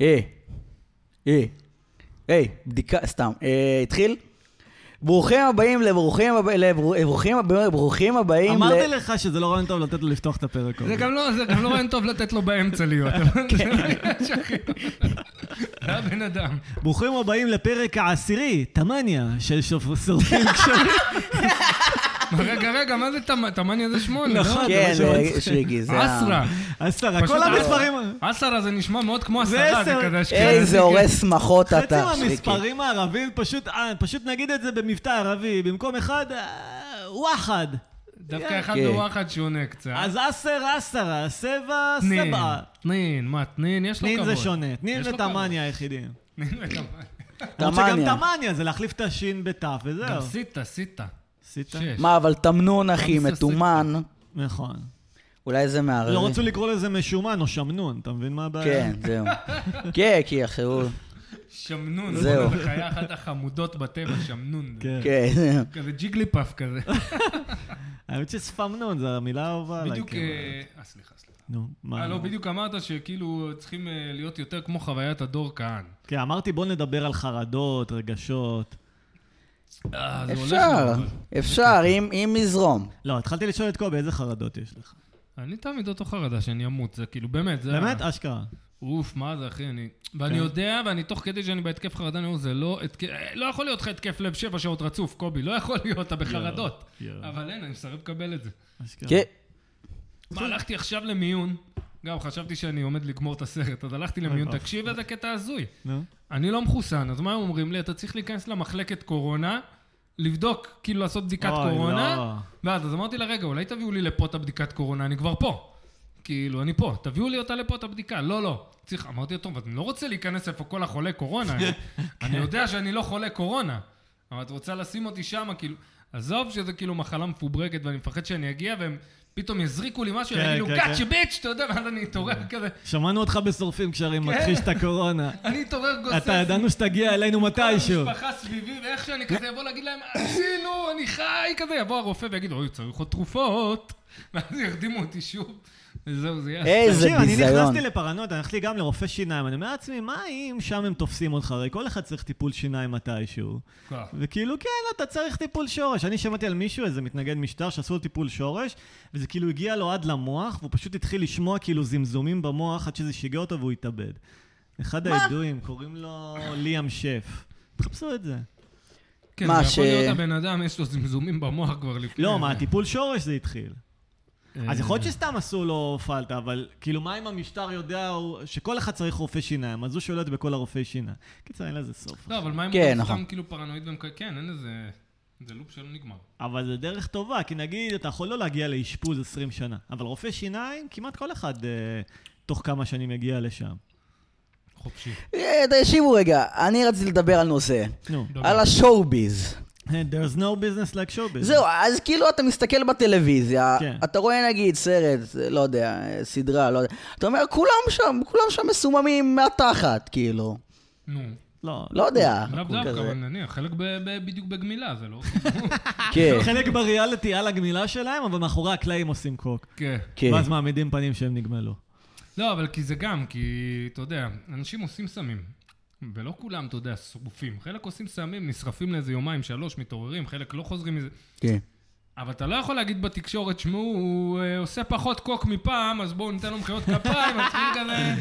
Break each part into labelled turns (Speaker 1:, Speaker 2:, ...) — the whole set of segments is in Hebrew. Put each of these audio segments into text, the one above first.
Speaker 1: אה, אה, היי, בדיקה, סתם. אה, התחיל? ברוכים הבאים לברוכים הבאים, לברוכים הבאים, ברוכים הבאים.
Speaker 2: אמרתי לך שזה לא רעיון טוב לתת לו לפתוח את הפרק.
Speaker 3: זה גם לא, זה גם לא רעיון טוב לתת לו באמצע להיות. אבל
Speaker 2: כן.
Speaker 3: זה לא נראה שהכי טוב. זה הבן אדם.
Speaker 2: ברוכים הבאים לפרק העשירי, תמניה, של שופ- שורפים קשרים.
Speaker 3: מה, רגע, רגע, מה זה תמ- תמניה זה שמונה, לא?
Speaker 2: נכון.
Speaker 1: כן,
Speaker 2: זה משהו
Speaker 1: אה, שריקי, זה... ה-
Speaker 3: עשרה.
Speaker 2: עשרה,
Speaker 3: פשוט
Speaker 1: אה.
Speaker 2: כל
Speaker 3: עשרה.
Speaker 2: המספרים...
Speaker 3: עשרה זה נשמע מאוד כמו
Speaker 2: זה
Speaker 3: עשרה, זה
Speaker 2: עשר.
Speaker 3: כזה אשכנזי.
Speaker 1: איזה הורס שמחות
Speaker 2: חצי
Speaker 1: אתה, שריקי.
Speaker 2: מהמספרים הערבים, פשוט אה, פשוט נגיד את זה במבטא ערבי, במקום אחד, אה, וואחד.
Speaker 3: דווקא אחד
Speaker 1: כן.
Speaker 3: בוואחד שונה קצת.
Speaker 2: אז עשר, עשרה, סבע,
Speaker 3: תנין,
Speaker 2: סבע.
Speaker 3: תנין, מה, תנין? יש לו כבוד.
Speaker 2: תנין זה שונה, תנין
Speaker 3: יש לו
Speaker 2: ותמניה היחידים.
Speaker 3: כבוד. תנין ותמניה.
Speaker 2: למרות שגם
Speaker 1: תמניה.
Speaker 2: תמניה זה להחליף את השין בתף,
Speaker 3: גם
Speaker 2: וזהו.
Speaker 3: סיטה, סיטה.
Speaker 2: עשית?
Speaker 3: שש.
Speaker 1: מה, אבל תמנון, אחי,
Speaker 3: מססק.
Speaker 1: מתומן.
Speaker 2: נכון.
Speaker 1: אולי זה מערער.
Speaker 2: לא רצו לקרוא לזה משומן או שמנון, אתה מבין מה הבעיה?
Speaker 1: כן, זהו. כן, כי אחרו...
Speaker 3: שמנון.
Speaker 1: זהו.
Speaker 3: זהו. זה חיה אחת החמודות בטבע, שמנון.
Speaker 2: כן.
Speaker 1: כן, זהו.
Speaker 3: כזה ג'יגלי פאף כזה.
Speaker 2: האמת שספמנון זו המילה האהובה עליי.
Speaker 3: בדיוק...
Speaker 2: כאילו.
Speaker 3: אה, אה, סליחה, סליחה.
Speaker 2: נו,
Speaker 3: אה,
Speaker 2: מה?
Speaker 3: לא, בדיוק אמרת שכאילו צריכים אה, להיות יותר כמו חוויית הדור כהן.
Speaker 2: כן, אמרתי בוא נדבר על חרדות, רגשות.
Speaker 3: אה, זה הולך
Speaker 1: אפשר,
Speaker 3: מאוד.
Speaker 1: אפשר, אם- אם יזרום.
Speaker 2: לא, התחלתי לשאול את קובי איזה חרדות יש לך.
Speaker 3: אני תמיד אותו חרדה שאני אמות, זה כאילו, באמת, זה...
Speaker 2: באמת? אשכרה.
Speaker 3: אוף, מה זה, אחי, אני... ואני יודע, ואני תוך כדי שאני בהתקף חרדה, אני אומר, זה לא... התק- אה, לא יכול להיות לך התקף לב שבע שעות רצוף, קובי, לא יכול להיות, אתה בחרדות.
Speaker 2: יואו.
Speaker 3: אבל אין, אני מסרב לקבל את זה.
Speaker 2: אשכרה.
Speaker 1: כן.
Speaker 3: מה, הלכתי עכשיו למיון, גם חשבתי שאני עומד לגמור את הסרט, אז הלכתי למיון,
Speaker 2: ואבוי.
Speaker 3: תקשיב איזה קטע הזוי.
Speaker 2: נו.
Speaker 3: אני לא מחוסן, אז מה הם אומרים לי? אתה צריך להיכנס למחלקת קורונה, לבדוק, כאילו לעשות בדיקת
Speaker 2: אוי,
Speaker 3: קורונה,
Speaker 2: לא.
Speaker 3: ואז אז אמרתי לה, רגע, אולי תביאו לי לפה את הבדיקת קורונה, אני כבר פה. כאילו, אני פה, תביאו לי אותה לפה, את הבדיקה. לא, לא. צריך, אמרתי לו, טוב, אבל אני לא רוצה להיכנס איפה כל החולי קורונה. אני-
Speaker 2: כן.
Speaker 3: אני יודע שאני לא חולה קורונה, אבל את רוצה לשים אותי שם, כאילו... עזוב שזה כאילו מחלה מפוברקת ואני מפחד שאני אגיע והם פתאום יזריקו לי משהו,
Speaker 2: כן,
Speaker 3: יגידו,
Speaker 2: כן, כן.
Speaker 3: קאצ'ה ביץ', אתה יודע, ואז אני אתעורר כזה,
Speaker 2: שמענו אותך בשורפים
Speaker 3: כן.
Speaker 2: קשרים, מכחיש את הקורונה.
Speaker 3: אני אתעורר גוסס.
Speaker 2: אתה ידענו שתגיע אלינו מתישהו.
Speaker 3: המשפחה סביבי, ואיך שאני כזה אבוא להגיד להם, עשינו, אני חי, כזה, יבוא הרופא ויגיד, אוי, צריך עוד תרופות. ואז ירדימו אותי שוב. וזהו, זה יהיה...
Speaker 1: איזה
Speaker 2: תקשיב, אני
Speaker 1: ביזיון.
Speaker 2: נכנסתי לפרנויות, אני הלכתי גם לרופא שיניים, אני אומר לעצמי, מה אם שם הם תופסים אותך? הרי כל אחד צריך טיפול שיניים מתישהו.
Speaker 3: כוח.
Speaker 2: וכאילו, כן, אתה צריך טיפול שורש. אני שמעתי על מישהו, איזה מתנגד משטר, שעשו לו טיפול שורש, וזה כאילו הגיע לו עד למוח, והוא פשוט התחיל לשמוע כאילו זמזומים במוח עד שזה שיגע אותו והוא התאבד. אחד הידועים, קוראים לו ליאם שף. תחפשו את זה.
Speaker 3: כן,
Speaker 1: מה,
Speaker 3: זה
Speaker 1: ש-
Speaker 3: יכול להיות הבן אדם, יש לו זמזומים במוח כבר לפני...
Speaker 2: לא, מה, טיפול שורש זה התחיל.
Speaker 3: אה,
Speaker 2: אז יכול להיות שסתם עשו לו פלטה, אבל כאילו, מה אם המשטר יודע הוא- שכל אחד צריך רופא שיניים, אז הוא שולט בכל הרופאי שיניים. קיצר, אין לזה סוף.
Speaker 3: לא, אבל מה אם
Speaker 1: כן,
Speaker 3: הוא
Speaker 1: נכון.
Speaker 3: סתם כאילו פרנואיד והם... כ- כן, אין איזה... זה לופ שלא נגמר.
Speaker 2: אבל זה דרך טובה, כי נגיד, אתה יכול לא להגיע לאשפוז 20 שנה, אבל רופא שיניים, כמעט כל אחד אה, תוך כמה שנים יגיע לשם.
Speaker 3: חופשי.
Speaker 1: אה, תקשיבו רגע, אני רציתי לדבר על נושא.
Speaker 2: נו,
Speaker 3: דבר.
Speaker 1: על השואו-ביז.
Speaker 2: there's no business like show business.
Speaker 1: זהו, אז כאילו אתה מסתכל בטלוויזיה,
Speaker 2: כן.
Speaker 1: אתה רואה נגיד סרט, לא יודע, סדרה, לא יודע, אתה אומר, כולם שם, כולם שם מסוממים מהתחת, כאילו.
Speaker 3: נו.
Speaker 2: לא,
Speaker 1: לא יודע.
Speaker 3: לאו
Speaker 1: כזה.
Speaker 3: דווקא, אבל נניח, חלק ב- ב- בדיוק בגמילה, זה לא...
Speaker 1: כן,
Speaker 2: חלק בריאליטי על הגמילה שלהם, אבל מאחורי הקלעים עושים קוק.
Speaker 3: כן.
Speaker 1: כן.
Speaker 2: ואז מעמידים פנים שהם נגמלו.
Speaker 3: לא, אבל כי זה גם, כי אתה יודע, אנשים עושים סמים. ולא כולם, אתה יודע, שרופים. חלק עושים סמים, נשרפים לאיזה יומיים, שלוש, מתעוררים, חלק לא חוזרים מזה.
Speaker 1: כן.
Speaker 3: אבל אתה לא יכול להגיד בתקשורת, שמעו, הוא אה, עושה פחות קוק מפעם, אז בואו ניתן לו מחיאות כפיים, אז צריכים כזה...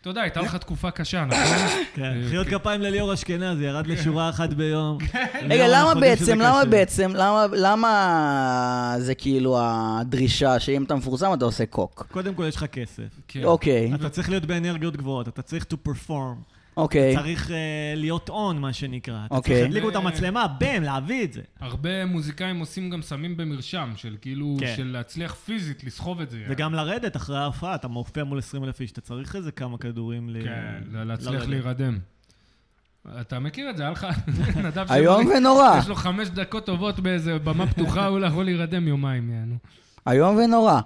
Speaker 3: אתה יודע, הייתה לך תקופה קשה, נכון?
Speaker 2: כן, חיות כפיים לליאור אשכנזי, ירד לשורה אחת ביום.
Speaker 1: רגע,
Speaker 2: ליאור,
Speaker 1: למה
Speaker 2: אנחנו יודעים שזה
Speaker 1: בעצם, למה
Speaker 2: קשה.
Speaker 1: בעצם, למה- למה זה כאילו הדרישה שאם אתה מפורסם אתה עושה קוק?
Speaker 2: קודם כל יש לך כסף.
Speaker 3: כן.
Speaker 1: אוקיי,
Speaker 2: אתה צריך להיות באנרגיות גבוהות, אתה צריך to perform.
Speaker 1: אוקיי.
Speaker 2: צריך אה, להיות on, מה שנקרא. אתה
Speaker 1: אוקיי.
Speaker 2: צריך להדליק את המצלמה, בם, להביא את זה.
Speaker 3: הרבה מוזיקאים עושים גם סמים במרשם, של כאילו,
Speaker 2: כן.
Speaker 3: של להצליח פיזית, לסחוב את זה.
Speaker 2: וגם לרדת אחרי ההופעה, אתה מופיע מול 20 אלף איש, אתה צריך איזה כמה כדורים ל...
Speaker 3: כן, להצליח
Speaker 2: לרדת.
Speaker 3: להירדם. אתה מכיר את זה, היה לך... נדב שמעוני-
Speaker 1: איום ונורא,
Speaker 3: יש לו חמש דקות טובות באיזה במה פתוחה, הוא לא יכול להירדם יומיים, יענו.
Speaker 1: איום ונורא.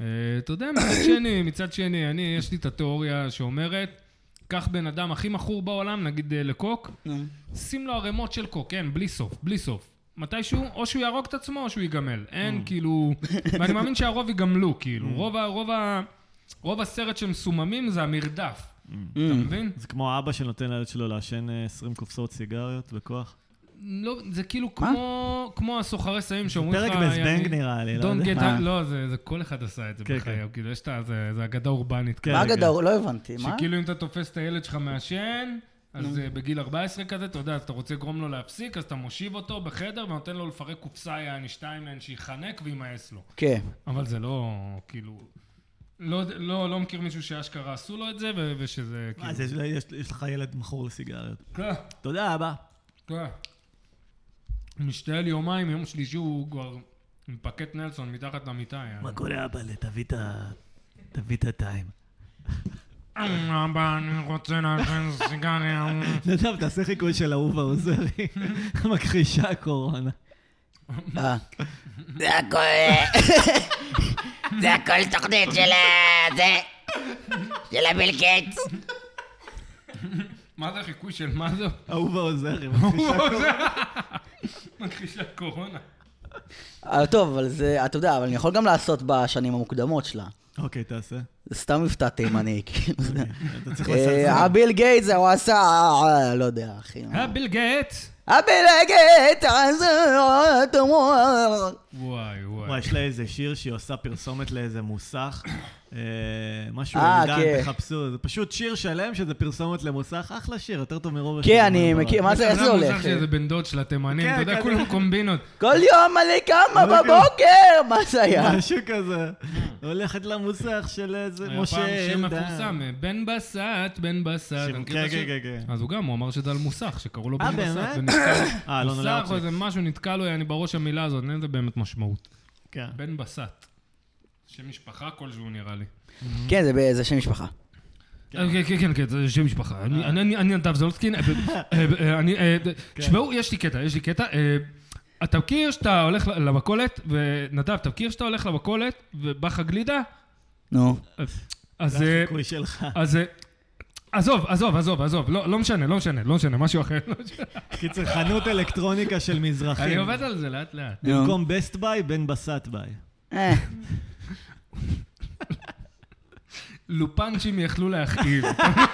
Speaker 3: אה, אתה יודע, מצד שני, מצד שני, אני, יש לי את התיאוריה שאומרת, קח בן אדם הכי מכור בעולם, נגיד אה, לקוק, שים לו ערימות של קוק, כן, בלי סוף, בלי סוף. מתישהו, או שהוא יהרוג את עצמו או שהוא ייגמל. אין, כאילו... ואני מאמין שהרוב ייגמלו, כאילו. רוב ה- רוב ה... רוב הסרט שהם מסוממים זה המרדף. אתה
Speaker 1: Mm.
Speaker 3: מבין?
Speaker 2: זה כמו האבא שנותן לילד שלו לעשן אה, 20 קופסאות סיגריות בכוח.
Speaker 3: לא, זה כאילו כמו, כמו הסוחרי סמים שאומרים לך...
Speaker 2: פרק בזבנג
Speaker 3: יעני,
Speaker 2: נראה לי, לא
Speaker 3: Don't
Speaker 2: יודע.
Speaker 3: get
Speaker 1: מה?
Speaker 3: out, לא, זה, זה כל אחד עשה את זה
Speaker 2: כן,
Speaker 3: בחייו, כאילו יש את ה... זה, זה אגדה אורבנית.
Speaker 2: כן.
Speaker 1: מה
Speaker 2: רגע.
Speaker 1: הגדול? לא הבנתי, מה?
Speaker 3: שכאילו אם אתה תופס את הילד שלך מעשן, אז אה, בגיל 14 כזה, אתה יודע, אז אתה רוצה לגרום לו להפסיק, אז אתה מושיב אותו בחדר ונותן לו לפרק קופסה יעני שתיים מהן שיחנק וימאס לו.
Speaker 1: כן.
Speaker 3: אבל זה לא, כאילו... לא, לא, לא מכיר מישהו שאשכרה עשו לו את זה, ו- ושזה
Speaker 2: מה,
Speaker 3: כאילו...
Speaker 2: זה- יש- יש לך ילד מכור לסיגריות.
Speaker 3: כן,
Speaker 2: תודה, אבא.
Speaker 3: כן. משתעל יומיים, יום שלישי הוא כבר עם פקט נלסון מתחת למיטה, יעני.
Speaker 2: מה קורה, אבא? תביא את ה... תביא את הטיים.
Speaker 3: אבא, אני רוצה לעשן סיגריה.
Speaker 2: נדב, תעשה חיקוי של אהובה עוזרי, מכחישה הקורונה.
Speaker 1: אה.
Speaker 4: זה הכל... זה הכל תוכנית של ה... זה... של הביל גייטס.
Speaker 3: מה זה חיקוי של מה זה?
Speaker 2: אהובה עוזרי, מכחישה הקורונה.
Speaker 3: מכחישי הקורונה.
Speaker 1: אה, טוב, אבל זה, אתה יודע, אבל אני יכול גם לעשות בשנים המוקדמות שלה.
Speaker 2: אוקיי, תעשה.
Speaker 1: זה סתם מבטא תימני, כאילו. זה-
Speaker 2: אתה צריך
Speaker 1: אה,
Speaker 2: לסרסם.
Speaker 1: הביל גייטס, הוא עשה... אה, לא יודע, אחי.
Speaker 3: אה, ביל גייטס.
Speaker 1: הביל גייטס, אה, אתה אומר.
Speaker 3: וואי,
Speaker 2: וואי,
Speaker 3: וואי.
Speaker 2: יש לה איזה שיר שהיא עושה פרסומת לאיזה מוסך, אה, משהו
Speaker 1: אה,
Speaker 2: עידן,
Speaker 1: כן.
Speaker 2: תחפשו, זה פשוט שיר שלם שזה פרסומת למוסך, אחלה שיר, יותר טוב מרוב
Speaker 1: כן,
Speaker 2: השירים
Speaker 1: אני
Speaker 2: בעולם.
Speaker 1: מכיר, מה זה, איך זה הולך?
Speaker 3: שזה בן דוד של התימנים,
Speaker 2: כן,
Speaker 3: אתה יודע,
Speaker 2: כזה.
Speaker 3: כולם קומבינות.
Speaker 1: כל יום אני קמה
Speaker 2: אוקיי.
Speaker 1: בבוקר! מה זה היה?
Speaker 2: משהו כזה, הולכת למוסך של איזה
Speaker 3: היה פעם
Speaker 2: משה
Speaker 3: שם
Speaker 2: אלדן.
Speaker 3: מפורסם, אה, בן בסט, בן בסט.
Speaker 2: שם-
Speaker 3: אתה מכיר את
Speaker 2: כן,
Speaker 3: השיר?
Speaker 2: כן, כן, כן.
Speaker 3: אז הוא גם, הוא אמר שזה על מוסך, שקראו לו
Speaker 2: אה,
Speaker 3: בן בסט.
Speaker 2: באמת?
Speaker 3: ונתקע-
Speaker 2: אה, אלון
Speaker 3: מוסך או
Speaker 2: לארצ'יק.
Speaker 3: איזה משהו נתקע לו, אני בראש המילה הזאת, אין לזה באמת משמעות.
Speaker 2: כן.
Speaker 3: בן בסט. שם משפחה כלשהו נראה לי.
Speaker 1: כן, זה ב- זה שם משפחה.
Speaker 3: אה, כן, כן, כן, כן, זה שם משפחה. אני- אני- אני אני נדב זולסקין. אה, אה, אה, אני... אה, תשמעו, יש לי קטע, יש לי קטע. אה, אתה מכיר שאתה הולך ל- למכולת, ונדב, אתה מכיר שאתה הולך למכולת, ובא לך גלידה?
Speaker 1: נו.
Speaker 3: אז...
Speaker 2: זה
Speaker 3: אה,
Speaker 2: החיקוי שלך.
Speaker 3: אז... אה, עזוב, עזוב, עזוב, עזוב, לא לא משנה, לא משנה, לא משנה, משהו אחר. לא משנה.
Speaker 2: קיצר, חנות אלקטרוניקה של מזרחים.
Speaker 3: אני עובד על זה לאט לאט.
Speaker 1: נו.
Speaker 2: במקום בסט ביי, בן בסט ביי.
Speaker 1: אה,
Speaker 3: לופנצ'ים יכלו להכאיב.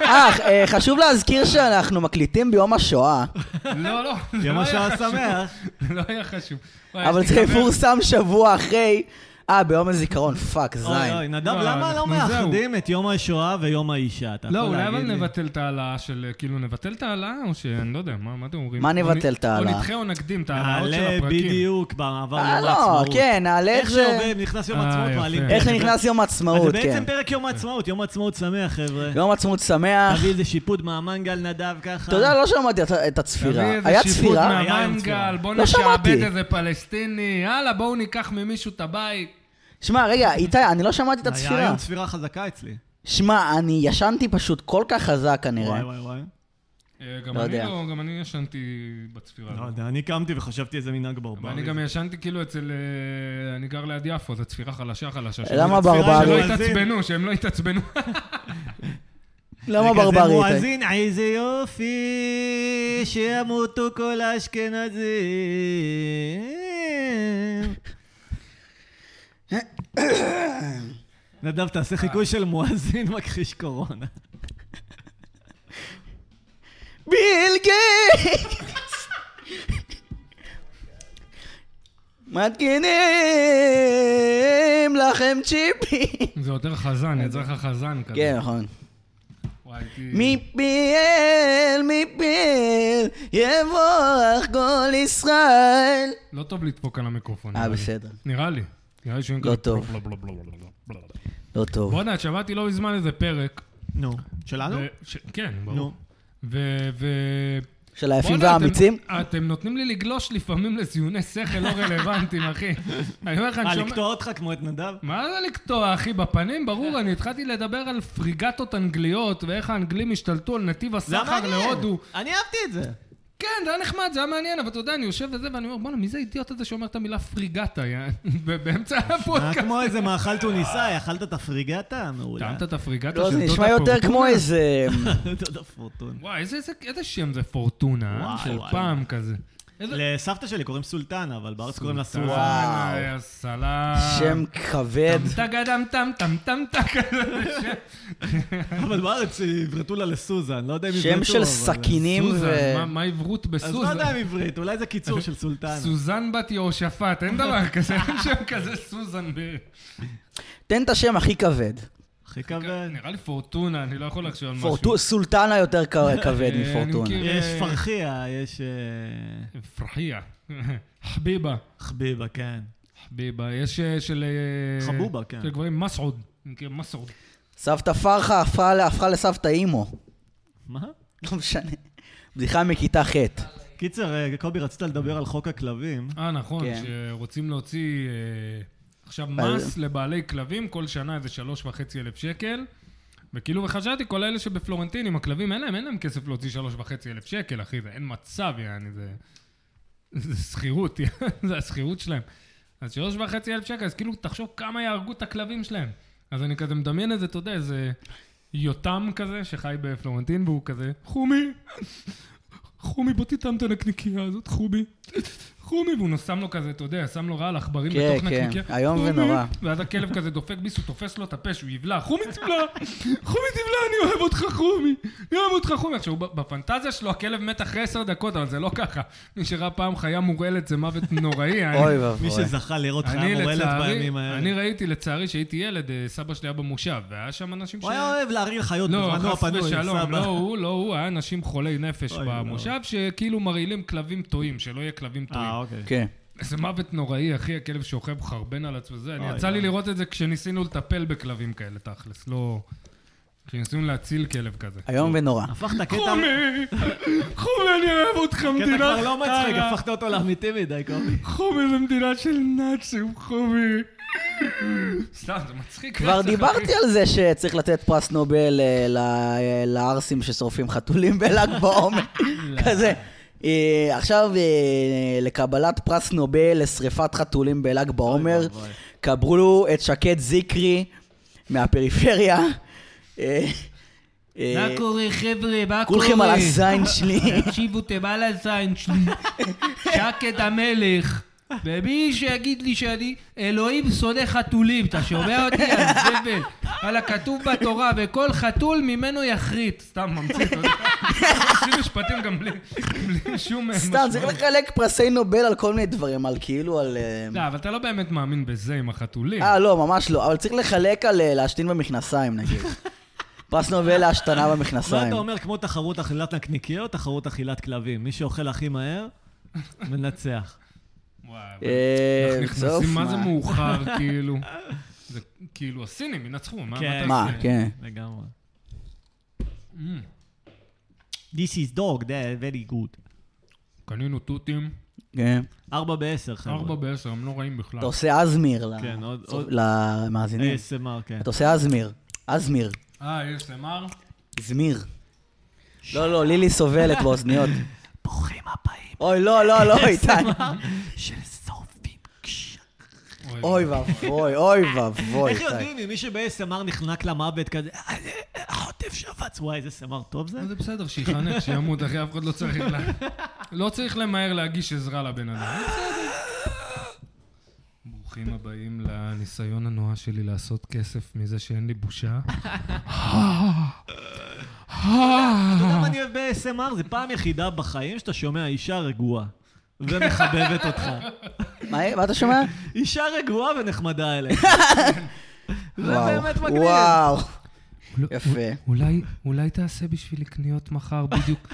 Speaker 1: אה, חשוב להזכיר שאנחנו מקליטים ביום השואה,
Speaker 3: לא, לא, זה
Speaker 2: יום
Speaker 3: לא היה
Speaker 2: השעה
Speaker 3: חשוב.
Speaker 2: שמח.
Speaker 3: זה לא היה חשוב. וואי,
Speaker 1: אבל
Speaker 3: יש לי
Speaker 1: זה
Speaker 3: חבר-
Speaker 1: יפורסם שבוע אחרי. אה, ביום הזיכרון, פאק,
Speaker 2: אוי אוי,
Speaker 1: זין.
Speaker 2: נדב,
Speaker 3: לא,
Speaker 2: למה לא
Speaker 3: אנחנו-
Speaker 2: מאחדים את יום השואה ויום האישה? אתה
Speaker 3: לא,
Speaker 2: יכול
Speaker 3: אולי
Speaker 2: להגיד
Speaker 3: אבל
Speaker 2: לי?
Speaker 3: נבטל את ההעלאה של, כאילו, נבטל את ההעלאה, או שאני לא יודע, מה מה אתם אומרים?
Speaker 1: מה
Speaker 3: או נ-
Speaker 1: נבטל את ההעלאה?
Speaker 3: או נדחה או נקדים את ההעלאות של
Speaker 2: נעלה
Speaker 3: הפרקים.
Speaker 2: בדיוק במעבר
Speaker 1: אה,
Speaker 2: יום
Speaker 1: לא,
Speaker 2: העצמאות.
Speaker 1: כן, נעלה את
Speaker 2: איך
Speaker 1: זה-
Speaker 2: שעובד, נכנס יום
Speaker 3: אה,
Speaker 2: העצמאות,
Speaker 3: יפה.
Speaker 2: מעלים.
Speaker 1: איך
Speaker 2: כן,
Speaker 1: שנכנס יום
Speaker 2: אז
Speaker 1: העצמאות, כן.
Speaker 2: זה
Speaker 1: לא.
Speaker 2: בעצם פרק יום העצמאות, יום העצמאות שמח, חבר'ה.
Speaker 1: יום עצמאות שמח.
Speaker 2: תביא איזה שיפוד מהמנגל נדב ככה.
Speaker 1: אתה יודע, לא שמעתי את- את הצפירה.
Speaker 3: תביא איזה
Speaker 1: היה
Speaker 3: שיפוט
Speaker 1: צפירה?
Speaker 2: היה יום
Speaker 3: מהמנגל,
Speaker 2: צפירה.
Speaker 3: בוא
Speaker 1: לא
Speaker 3: נשעבד
Speaker 1: שמעתי.
Speaker 3: איזה פלסטיני, יאללה, בואו ניקח ממישהו את הבית.
Speaker 1: שמע, רגע, איתי, אני לא שמעתי את
Speaker 2: היה
Speaker 1: הצפירה.
Speaker 2: היום צפירה חזקה אצלי.
Speaker 1: שמע, אני ישנתי פשוט כל כך חזק כנראה.
Speaker 2: וואי וואי וואי.
Speaker 3: אה, גם
Speaker 1: לא
Speaker 3: אני
Speaker 1: יודע.
Speaker 3: לא, גם אני ישנתי בצפירה.
Speaker 2: לא יודע, אני קמתי וחשבתי איזה מנהג ברברי.
Speaker 3: אני גם ישנתי כאילו אצל... אה, אני גר ליד יפו, זו צפירה חלשה חלשה. שלא-
Speaker 1: למה
Speaker 2: הצפירה
Speaker 1: ברברי?
Speaker 3: שלא
Speaker 2: מואזין.
Speaker 3: יתעצבנו, שהם לא יתעצבנו.
Speaker 1: למה
Speaker 2: זה כזה
Speaker 1: ברברי איתי?
Speaker 2: מואזין, איזה יופי, שימותו כל האשכנזים. נדב, תעשה חיקוי של מואזין מכחיש קורונה.
Speaker 1: ביל גייטס! מתקינים לכם צ'יפים.
Speaker 3: זה יותר חזן, יצא לך חזן כזה.
Speaker 1: כן, נכון.
Speaker 3: וואי, הייתי-
Speaker 1: מפיל, מפיל, יבורך כל ישראל.
Speaker 3: לא טוב לדפוק על המיקרופון.
Speaker 1: אה,
Speaker 3: נראה לי.
Speaker 1: בסדר.
Speaker 3: נראה לי. נראה לי שומעים
Speaker 1: לא
Speaker 3: כזה
Speaker 1: טוב.
Speaker 3: בלה, בלה, בלה, בלה, בלה, בלה, בלה.
Speaker 1: לא טוב.
Speaker 3: בואנה, שמעתי לא מזמן איזה פרק.
Speaker 2: נו. שלנו?
Speaker 3: ו- ש- כן, ברור.
Speaker 2: לא. נו.
Speaker 3: ו- ו...
Speaker 1: של היפים
Speaker 3: בואנה,
Speaker 1: והאמיצים?
Speaker 3: אתם- אתם נותנים לי לגלוש לפעמים לזיוני שכל לא רלוונטיים, אחי. אני אומר לך, אני
Speaker 2: אה,
Speaker 3: שומע...
Speaker 2: לקטוע אותך כמו את נדב?
Speaker 3: מה זה לקטוע, אחי? בפנים, ברור, אני התחלתי לדבר על פריגטות אנגליות, ואיך האנגלים השתלטו על נתיב
Speaker 2: זה היה
Speaker 3: הסחר
Speaker 2: מעניין.
Speaker 3: להודו.
Speaker 2: אני אהבתי את זה.
Speaker 3: כן, זה היה נחמד, זה היה מעניין, אבל אתה יודע, אני יושב וזה, ואני אומר, בואנה, מי זה האידיוט הזה שאומר את המילה פריגטה, יא? באמצע
Speaker 2: היה
Speaker 3: הפודקאסט.
Speaker 2: כמו איזה מאכל תוניסאי, אכלת את הפריגטה? מעולה.
Speaker 3: טעמת את הפריגטה
Speaker 1: לא, זה
Speaker 3: דודה
Speaker 1: נשמע יותר
Speaker 3: פורטונה?
Speaker 1: כמו איזה...
Speaker 2: אותו דפורטון.
Speaker 3: וואי, איזה- איזה- איזה שם זה פורטונה, אה?
Speaker 2: וואי,
Speaker 3: של
Speaker 2: וואי.
Speaker 3: פעם כזה. איזה-
Speaker 2: לסבתא שלי קוראים סולטנה, אבל בארץ קוראים לה
Speaker 3: סולטן,
Speaker 2: סורה.
Speaker 1: וואו.
Speaker 3: סלאם.
Speaker 1: שם
Speaker 3: אה,
Speaker 1: כבד.
Speaker 3: טם טם טם טם טם
Speaker 2: אבל בארץ יברטו לה לסוזן, לא יודע אם יברטו.
Speaker 1: שם של
Speaker 2: אבל-
Speaker 1: סכינים ו...
Speaker 3: סוזן, מה- מה העברות
Speaker 2: אז לא
Speaker 3: בסוזן?
Speaker 2: יודע אם עברית, אולי זה קיצור של סולטנה.
Speaker 3: סוזן בת יהושפט, אין דבר כזה, אין שם כזה סוזן. ב-
Speaker 1: כן. תן את השם הכי כבד.
Speaker 2: הכי כבד.
Speaker 3: כן, נראה לי פורטונה, אני לא יכול לחשוב על משהו.
Speaker 1: פורטו- סולטנה יותר כ- כבד
Speaker 3: אה, אני
Speaker 1: מפורטונה.
Speaker 3: מכיר.
Speaker 2: יש פרחיה, יש אה,
Speaker 3: פרחיה. חביבה.
Speaker 2: חביבה, כן.
Speaker 3: חביבה. יש אה, של... אה,
Speaker 2: חבובה, כן.
Speaker 3: של גברים מסעוד. אני מכיר מסעוד.
Speaker 1: סבתא פרחה הפכה ל- הפכה לסבתא אימו.
Speaker 2: מה?
Speaker 1: לא משנה. בדיחה מכיתה ח'.
Speaker 2: קיצר, אה, קובי, רצית לדבר על חוק הכלבים.
Speaker 3: אה, נכון,
Speaker 1: כן.
Speaker 3: שרוצים להוציא אה, עכשיו מס לבעלי כלבים, כל שנה איזה שלוש וחצי אלף שקל. וכאילו, וחשבתי, כל אלה שבפלורנטין עם הכלבים, אין להם, אין להם כסף להוציא שלוש וחצי אלף שקל, אחי, זה אין מצב, יעני, זה... זה שכירות, זה השכירות שלהם. אז שלוש וחצי אלף שקל, אז כאילו, תחשוב כמה יהרגו את הכלבים שלהם. אז אני כזה מדמיין איזה, אתה יודע, איזה יותם כזה, שחי בפלורנטין, והוא כזה, חומי, חומי, בוא תטעם את הנקניקייה הזאת, חומי. חומי, והוא שם לו כזה, אתה יודע, שם לו רעל עכברים
Speaker 1: כן,
Speaker 3: בתוך
Speaker 1: כן,
Speaker 3: נקניקייה.
Speaker 1: איום
Speaker 3: "חומי",
Speaker 1: ונורא.
Speaker 3: ואז הכלב כזה דופק ביס, הוא תופס לו את הפה שהוא יבלע, חומי תבלע, חומי תבלע, אני אוהב אותך חומי, אני אוהב אותך חומי. עכשיו, ב- בפנטזיה שלו הכלב מת אחרי עשר דקות, אבל זה לא ככה. מי שראה פעם חיה מורעלת זה מוות נוראי. אני-
Speaker 1: אוי
Speaker 2: מי
Speaker 1: ואבוי.
Speaker 2: שזכה לראות
Speaker 3: אני
Speaker 2: חיה מורלת
Speaker 3: לצערי-
Speaker 2: בימים
Speaker 3: אני
Speaker 2: האלה.
Speaker 3: ראיתי לצערי שהייתי ילד, אה, סבא שלי היה במושב, והיה שם אנשים ש...
Speaker 2: הוא היה אוהב להרעיל חיות
Speaker 3: לא,
Speaker 2: בזמנו
Speaker 3: חס
Speaker 2: הפנוי,
Speaker 3: ושלום, לא
Speaker 2: סבא.
Speaker 3: הוא, לא הוא, היה אנשים חולי נפש
Speaker 2: אוי,
Speaker 3: במושב, שכאילו מרעילים כלבים טועים, שלא יהיה כלבים טועים.
Speaker 2: אה, אוקיי.
Speaker 1: כן.
Speaker 3: איזה מוות נוראי, אחי, הכלב שוכב חרבן על עצמו, זה, אני
Speaker 2: אוי,
Speaker 3: יצא לי
Speaker 2: אוי.
Speaker 3: לראות את זה כשניסינו לטפל בכלבים כאלה, תכלס, לא... כשניסינו להציל כלב כזה.
Speaker 1: איום ונורא.
Speaker 2: הפכת קטע...
Speaker 3: חומי, חומי, אני אוהב אותך,
Speaker 2: קטע
Speaker 3: מדינה...
Speaker 2: כבר לא מצחיק,
Speaker 3: קטנה.
Speaker 2: הפכת אותו לאמיתי מדי, קובי.
Speaker 1: אה,
Speaker 3: חומי זה מדינה של נאצים, חומי. סתם, זה מצחיק. אה?
Speaker 1: כבר
Speaker 3: רצח,
Speaker 1: דיברתי
Speaker 3: אחי.
Speaker 1: על זה שצריך לתת פרס נובל אה, ל- אה, לערסים ששורפים חתולים בל"ג בעומר. כזה. אה, עכשיו, אה, לקבלת פרס נובל לשריפת חתולים בל"ג בעומר,
Speaker 2: ואבוי.
Speaker 1: קברו את שקד זיקרי מהפריפריה. אה, אה,
Speaker 3: מה קורה, חבר'ה? מה קורה?
Speaker 1: כולכם על הזין שלי.
Speaker 3: תקשיבו, אתם על הזין שלי. שקד המלך. ומי שיגיד לי שאני, אלוהים שונא חתולים, אתה שומע אותי? הזבל. וואלה, כתוב בתורה, וכל חתול ממנו יחריט. סתם ממציא, אתה יודע. עושים משפטים גם בלי- בלי שום אה,
Speaker 1: סתם, לא צריך לחלק פרסי נובל על כל מיני דברים, על כאילו, על... אה,
Speaker 3: לא, אבל אתה לא באמת מאמין בזה עם החתולים.
Speaker 1: אה, לא, ממש לא, אבל צריך לחלק על אה, להשתין במכנסיים, נגיד. פרס נובל להשתנה
Speaker 2: מה
Speaker 1: במכנסיים.
Speaker 2: אתה אומר, כמו תחרות אכילת נקניקיה או תחרות אכילת כלבים? מי שאוכל הכי מהר, מנצח.
Speaker 3: וואי, אבל
Speaker 1: אה,
Speaker 3: אנחנו
Speaker 1: בסוף,
Speaker 3: נכנסים, מה זה
Speaker 1: מה?
Speaker 3: מאוחר, כאילו? זה כאילו, הסינים ינצחו, מה
Speaker 2: כן.
Speaker 3: אתה Mm.
Speaker 1: מה,
Speaker 3: עושה?
Speaker 1: כן.
Speaker 2: לגמרי. This is dog, that very good.
Speaker 3: קנינו תותים,
Speaker 1: כן.
Speaker 2: ארבע בעשר, חבר'ה.
Speaker 3: ארבע בעשר, הם לא רעים בכלל.
Speaker 1: אתה עושה אזמיר ל-
Speaker 2: כן, עוד-
Speaker 1: צופ-
Speaker 2: עוד-
Speaker 1: למאזינים.
Speaker 2: ASMR, כן.
Speaker 1: אתה עושה אזמיר. אזמיר.
Speaker 3: אה, יש אמר?
Speaker 1: זמיר. לא, לא, לילי סובלת באוזניות.
Speaker 2: ברוכים הבאים
Speaker 1: אוי, לא, לא, לא, איתן.
Speaker 2: של סופים.
Speaker 1: אוי ואבוי, אוי ואבוי,
Speaker 2: איך
Speaker 1: איתן.
Speaker 2: יודעים אם מי שב-ASMR נחנק למוות כזה, "אה, אה, החוטף שבץ, וואי, איזה SMR טוב זה?
Speaker 3: אה, זה בסדר, שיחנך, שימות, אחי, אף אחד לא צריך לה... לא צריך למהר להגיש עזרה לבן אדם. בסדר. ברוכים הבאים לניסיון הנואש שלי לעשות כסף מזה שאין לי בושה.
Speaker 2: אתה יודע מה אני אוהב ב-ASMR? זה פעם יחידה בחיים שאתה שומע אישה רגועה ומחבבת אותך.
Speaker 1: מה מה אתה שומע?
Speaker 2: אישה רגועה ונחמדה אליך. זה
Speaker 1: וואו,
Speaker 2: באמת מגניב.
Speaker 1: וואו.
Speaker 3: לא,
Speaker 1: יפה.
Speaker 3: אולי, אולי תעשה בשבילי קניות מחר, בדיוק,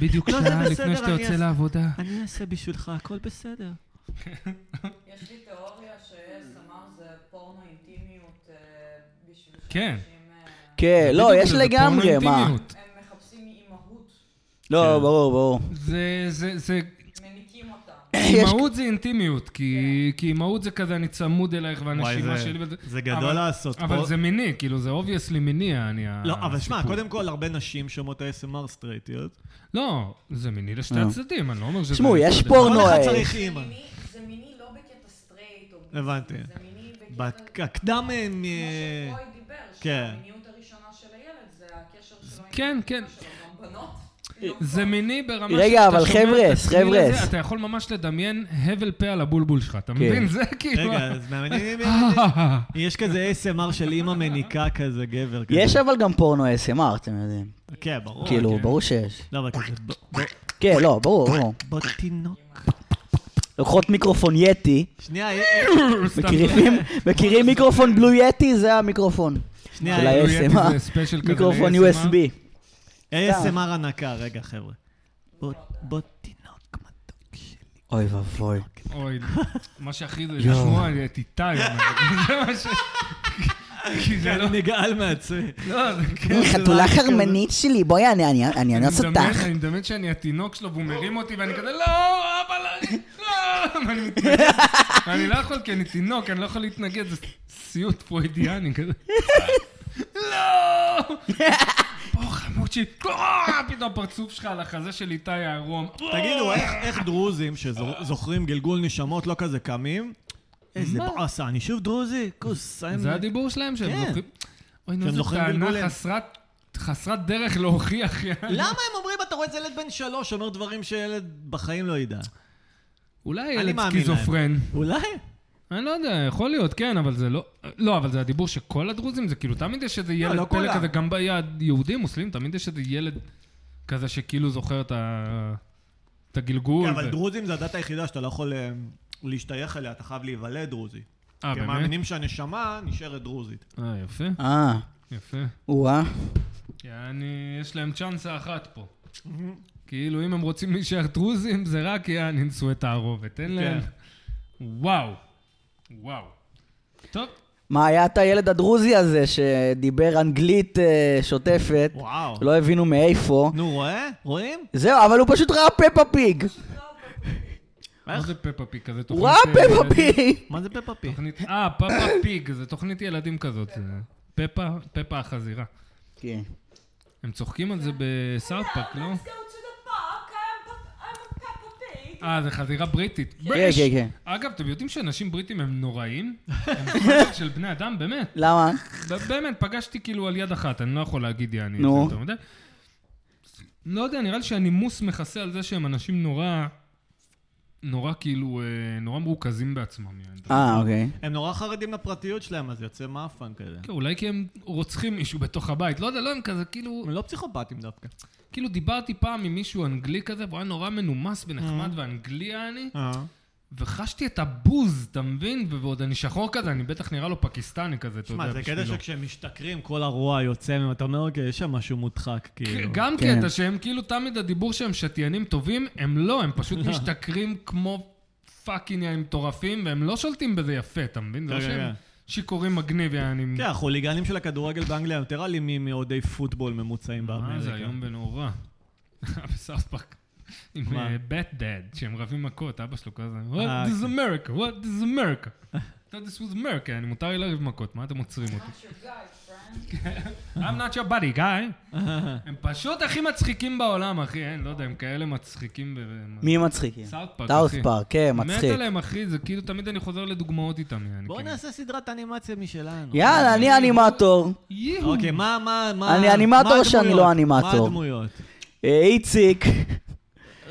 Speaker 3: בדיוק
Speaker 2: לא, זה
Speaker 3: שעה
Speaker 2: בסדר,
Speaker 3: לפני שאתה
Speaker 2: אני
Speaker 3: יוצא
Speaker 2: אעשה.
Speaker 3: לעבודה.
Speaker 2: אני אעשה בשבילך, הכל בסדר.
Speaker 5: יש לי תיאוריה
Speaker 3: כן.
Speaker 5: שסמר זה פורנו אינטימיות אה, בשביל
Speaker 3: כן.
Speaker 5: שאנשים... אה,
Speaker 1: כן, לא,
Speaker 3: בדיוק,
Speaker 1: יש
Speaker 3: זה
Speaker 1: לגמרי,
Speaker 3: פורנו
Speaker 1: מה?
Speaker 3: אינטימיות.
Speaker 5: הם מחפשים אימהות,
Speaker 2: כן.
Speaker 1: לא, ברור, ברור.
Speaker 3: זה, זה, זה,
Speaker 5: מניקים אותה.
Speaker 1: יש-
Speaker 3: אימהות זה אינטימיות, כי כי אימהות זה כזה, אני צמוד אלייך והנשימה
Speaker 2: וואי, זה-
Speaker 3: שלי. וזה-
Speaker 2: זה גדול
Speaker 3: אבל-
Speaker 2: לעשות
Speaker 3: אבל
Speaker 2: פה.
Speaker 3: זה מיני, כאילו, זה אובייסלי מיני, אני...
Speaker 2: לא, אבל שמע,
Speaker 3: הסיפור.
Speaker 2: קודם כל, הרבה נשים שומעות ASMR סטרייטיות.
Speaker 3: לא, זה מיני לשתי הצדדים, אני לא אומר שזה...
Speaker 1: תשמעו, יש
Speaker 3: לצד
Speaker 2: כל
Speaker 1: פורנו...
Speaker 2: אחד
Speaker 1: אה,
Speaker 2: צריך אימא.
Speaker 5: מיני- זה מיני לא בקטע סטרייט או...
Speaker 3: אה.
Speaker 2: הבנתי. אה,
Speaker 5: זה מיני בקטע...
Speaker 2: בקדם...
Speaker 5: כמו שפרויד דיבר,
Speaker 2: כן.
Speaker 5: שהמיניות הראשונה של הילד זה הקשר שלו עם...
Speaker 3: כן, כן.
Speaker 5: שלו, גם בנות.
Speaker 3: זה מיני ברמה
Speaker 1: רגע,
Speaker 3: שאתה
Speaker 1: אבל
Speaker 3: שומע את
Speaker 1: חבר'ס,
Speaker 3: הצליל
Speaker 1: חבר'ס.
Speaker 3: הזה, אתה יכול ממש לדמיין הבל פה על הבולבול שלך, אתה מבין?
Speaker 1: כן.
Speaker 3: זה כאילו...
Speaker 2: רגע, אז מאמינים...
Speaker 1: אה.
Speaker 2: יש כזה ASMR של אימא מניקה כזה, גבר כזה.
Speaker 1: יש אבל גם פורנו ASMR, אתם יודעים.
Speaker 2: כן, ברור.
Speaker 1: כאילו,
Speaker 3: כן.
Speaker 1: ברור שיש.
Speaker 2: לא, אבל כזה... ב- ב-
Speaker 1: כן, לא, ברור, ברור.
Speaker 2: בתינוק.
Speaker 1: לוקחות מיקרופון יתי,
Speaker 2: שנייה, אה,
Speaker 3: סתם.
Speaker 1: מקריבים, מכירים מיקרופון בלו יתי, זה המיקרופון.
Speaker 2: שנייה,
Speaker 1: של
Speaker 3: בלו יטי
Speaker 1: ה-ASMR.
Speaker 3: זה ספיישל כזה
Speaker 1: מיקרופון
Speaker 3: ל- ASMR.
Speaker 1: USB.
Speaker 2: ASMR הנקה, רגע, חבר'ה. בוא- בוא תינוק מתוק שלי.
Speaker 1: אוי ואבוי.
Speaker 3: אוי, מה שהכי זה לשמוע את איתי, אומר. זה מה ש... כי זה לא...
Speaker 2: אני כן, נגעל מעצמי.
Speaker 3: לא, זה כאילו...
Speaker 2: כן,
Speaker 1: "אה, חתולה חרמנית שלי, בואי, אני- אני אני אנס
Speaker 3: אני מדמיין-
Speaker 1: אותך.
Speaker 3: אני מדמיין שאני התינוק שלו והוא מרים אותי ואני כזה לא, אבא לא, לא, ואני מתנגד. אני לא יכול כי אני תינוק, אני לא יכול להתנגד, זה סיוט פרוידיאני כזה. לא! או חמוד שלי, אה, פתאום הפרצוף שלך על החזה של איתי הערום.
Speaker 2: תגידו, איך- איך דרוזים שזוכרים גלגול נשמות לא כזה קמים? איזה באסה, אני שוב דרוזי? כוס, אני-
Speaker 3: זה הדיבור שלהם שהם
Speaker 2: כן.
Speaker 3: זוכרים. אוי, נו,
Speaker 2: שהם
Speaker 3: זו
Speaker 2: זוכרים
Speaker 3: טענה
Speaker 2: בלבולים.
Speaker 3: חסרת- חסרת דרך להוכיח. יעני.
Speaker 2: למה הם אומרים, אתה רואה איזה ילד בן שלוש אומר דברים שילד בחיים לא ידע?
Speaker 3: אולי
Speaker 2: אני
Speaker 3: ילד
Speaker 2: מאמין להם.
Speaker 3: סקיזופרן.
Speaker 2: אולי?
Speaker 3: אני לא יודע, יכול להיות, כן, אבל זה לא... לא, אבל זה הדיבור שכל הדרוזים, זה כאילו, תמיד יש איזה ילד
Speaker 2: לא
Speaker 3: פלא
Speaker 2: כולם.
Speaker 3: כזה, גם ביהודים, מוסלמים, תמיד יש איזה ילד כזה שכאילו זוכר את ה... את הגלגול.
Speaker 2: כן, אבל
Speaker 3: ו-
Speaker 2: דרוזים זה הדת היחידה שאתה לא יכול אה, להשתייך אליה, אתה חייב להיוולד דרוזי.
Speaker 3: אה,
Speaker 2: כי הם
Speaker 3: באמת?
Speaker 2: מאמינים שהנשמה נשארת דרוזית.
Speaker 3: אה, יפה,
Speaker 1: אה,
Speaker 3: יפה.
Speaker 1: או-אה.
Speaker 3: יעני, יש להם צ'אנסה אחת פה. כאילו, אם הם רוצים להישאר דרוזים, זה רק יעני נשואי תערובת. אין
Speaker 2: כן.
Speaker 3: להם... וואו. וואו. טוב,
Speaker 1: מה היה את הילד הדרוזי הזה שדיבר אנגלית אה, שוטפת,
Speaker 2: וואו.
Speaker 1: לא הבינו מאיפה.
Speaker 2: נו, רואה? רואים?
Speaker 1: זהו, אבל הוא פשוט ראה פפה פיג.
Speaker 3: מה זה פפה פיג כזה?
Speaker 1: הוא ראה
Speaker 3: תוכנית, אה,
Speaker 1: פפה פיג.
Speaker 2: מה זה פפה פי?
Speaker 3: תוכנית, אה, פפה פיג, זו תוכנית ילדים כזאת. פפה, פפה החזירה.
Speaker 1: כן.
Speaker 3: הם צוחקים על זה בסאוט פארק, לא?
Speaker 5: Let's go to the park, I'm, Pe- I'm a Peppa Pig.
Speaker 3: אה, זו חזירה בריטית.
Speaker 1: כן, כן, כן.
Speaker 3: אגב, אתם יודעים שאנשים בריטים הם נוראים? הם סוג של בני אדם, באמת.
Speaker 1: למה?
Speaker 3: ב- באמת, פגשתי כאילו על יד אחת, אני לא יכול להגיד יעני.
Speaker 1: נו.
Speaker 3: זה יותר מדי. לא יודע, נראה לי שהנימוס מכסה על זה שהם אנשים נורא... נורא כאילו, אה, נורא מרוכזים בעצמם. יעני.
Speaker 1: אה, אוקיי.
Speaker 2: הם נורא חרדים לפרטיות שלהם, אז יוצא מאפן כזה.
Speaker 3: כן, אולי כי הם רוצחים מישהו בתוך הבית. לא יודע, לא, הם כזה כאילו...
Speaker 2: הם לא פסיכופטים דווקא.
Speaker 3: כאילו דיברתי פעם עם מישהו אנגלי כזה, והוא היה נורא מנומס ונחמד
Speaker 2: Mm.
Speaker 3: ואנגלי היה אני,
Speaker 2: אה.
Speaker 3: וחשתי את הבוז, אתה מבין? ו- ועוד אני שחור כזה, אני בטח נראה לו פקיסטני כזה, אתה
Speaker 2: שמע,
Speaker 3: יודע,
Speaker 2: זה קטע
Speaker 3: בשבילו.
Speaker 2: שכשהם משתכרים, כל הרוע יוצא מהם, אתה אומר, אוקיי, יש שם משהו מודחק, כאילו.
Speaker 3: גם
Speaker 1: כן.
Speaker 3: קטע שהם כאילו תמיד הדיבור שהם שתיינים טובים, הם לא, הם פשוט משתכרים כמו פאקינג יעני מטורפים, והם לא שולטים בזה יפה, אתה מבין? זה לא
Speaker 2: כן, כן,
Speaker 3: שהם שיכורים מגניב, יעני...
Speaker 2: כן, החוליגנים של הכדורגל באנגליה יותר אלימים מאוהדי פוטבול ממוצעים באמריקה.
Speaker 3: מה זה איום ונורא. בסאוף פארק. עם
Speaker 2: מה?
Speaker 3: בט דד, שהם רבים מכות, אבא שלו כזה,
Speaker 2: אה,
Speaker 3: What is America? What is America? I thought this was America, אני מותר לי לריב מכות, מה אתם עוצרים אותי?
Speaker 5: That's your guy, friend.
Speaker 3: I'm not your buddy guy. הם פשוט הכי מצחיקים בעולם, אחי, אין, לא יודע, הם כאלה מצחיקים. ו-
Speaker 1: מי מצחיקים?
Speaker 3: סאוט פארק,
Speaker 1: סאוט
Speaker 3: אחי.
Speaker 1: פארק, כן,
Speaker 3: מת
Speaker 1: מצחיק.
Speaker 3: עליהם, אחי, זה כאילו תמיד אני חוזר לדוגמאות איתם, יעני.
Speaker 2: בואו
Speaker 3: כאילו.
Speaker 2: נעשה סדרת אנימציה משלנו.
Speaker 1: יאללה, אני אנימטור.
Speaker 3: יהיו.
Speaker 2: אוקיי, מה, מה, מה...
Speaker 1: אני אנימטור
Speaker 2: מה
Speaker 1: או שאני
Speaker 2: הדמויות?
Speaker 1: לא אנימטור?
Speaker 2: מה הדמויות?
Speaker 1: אה, איציק,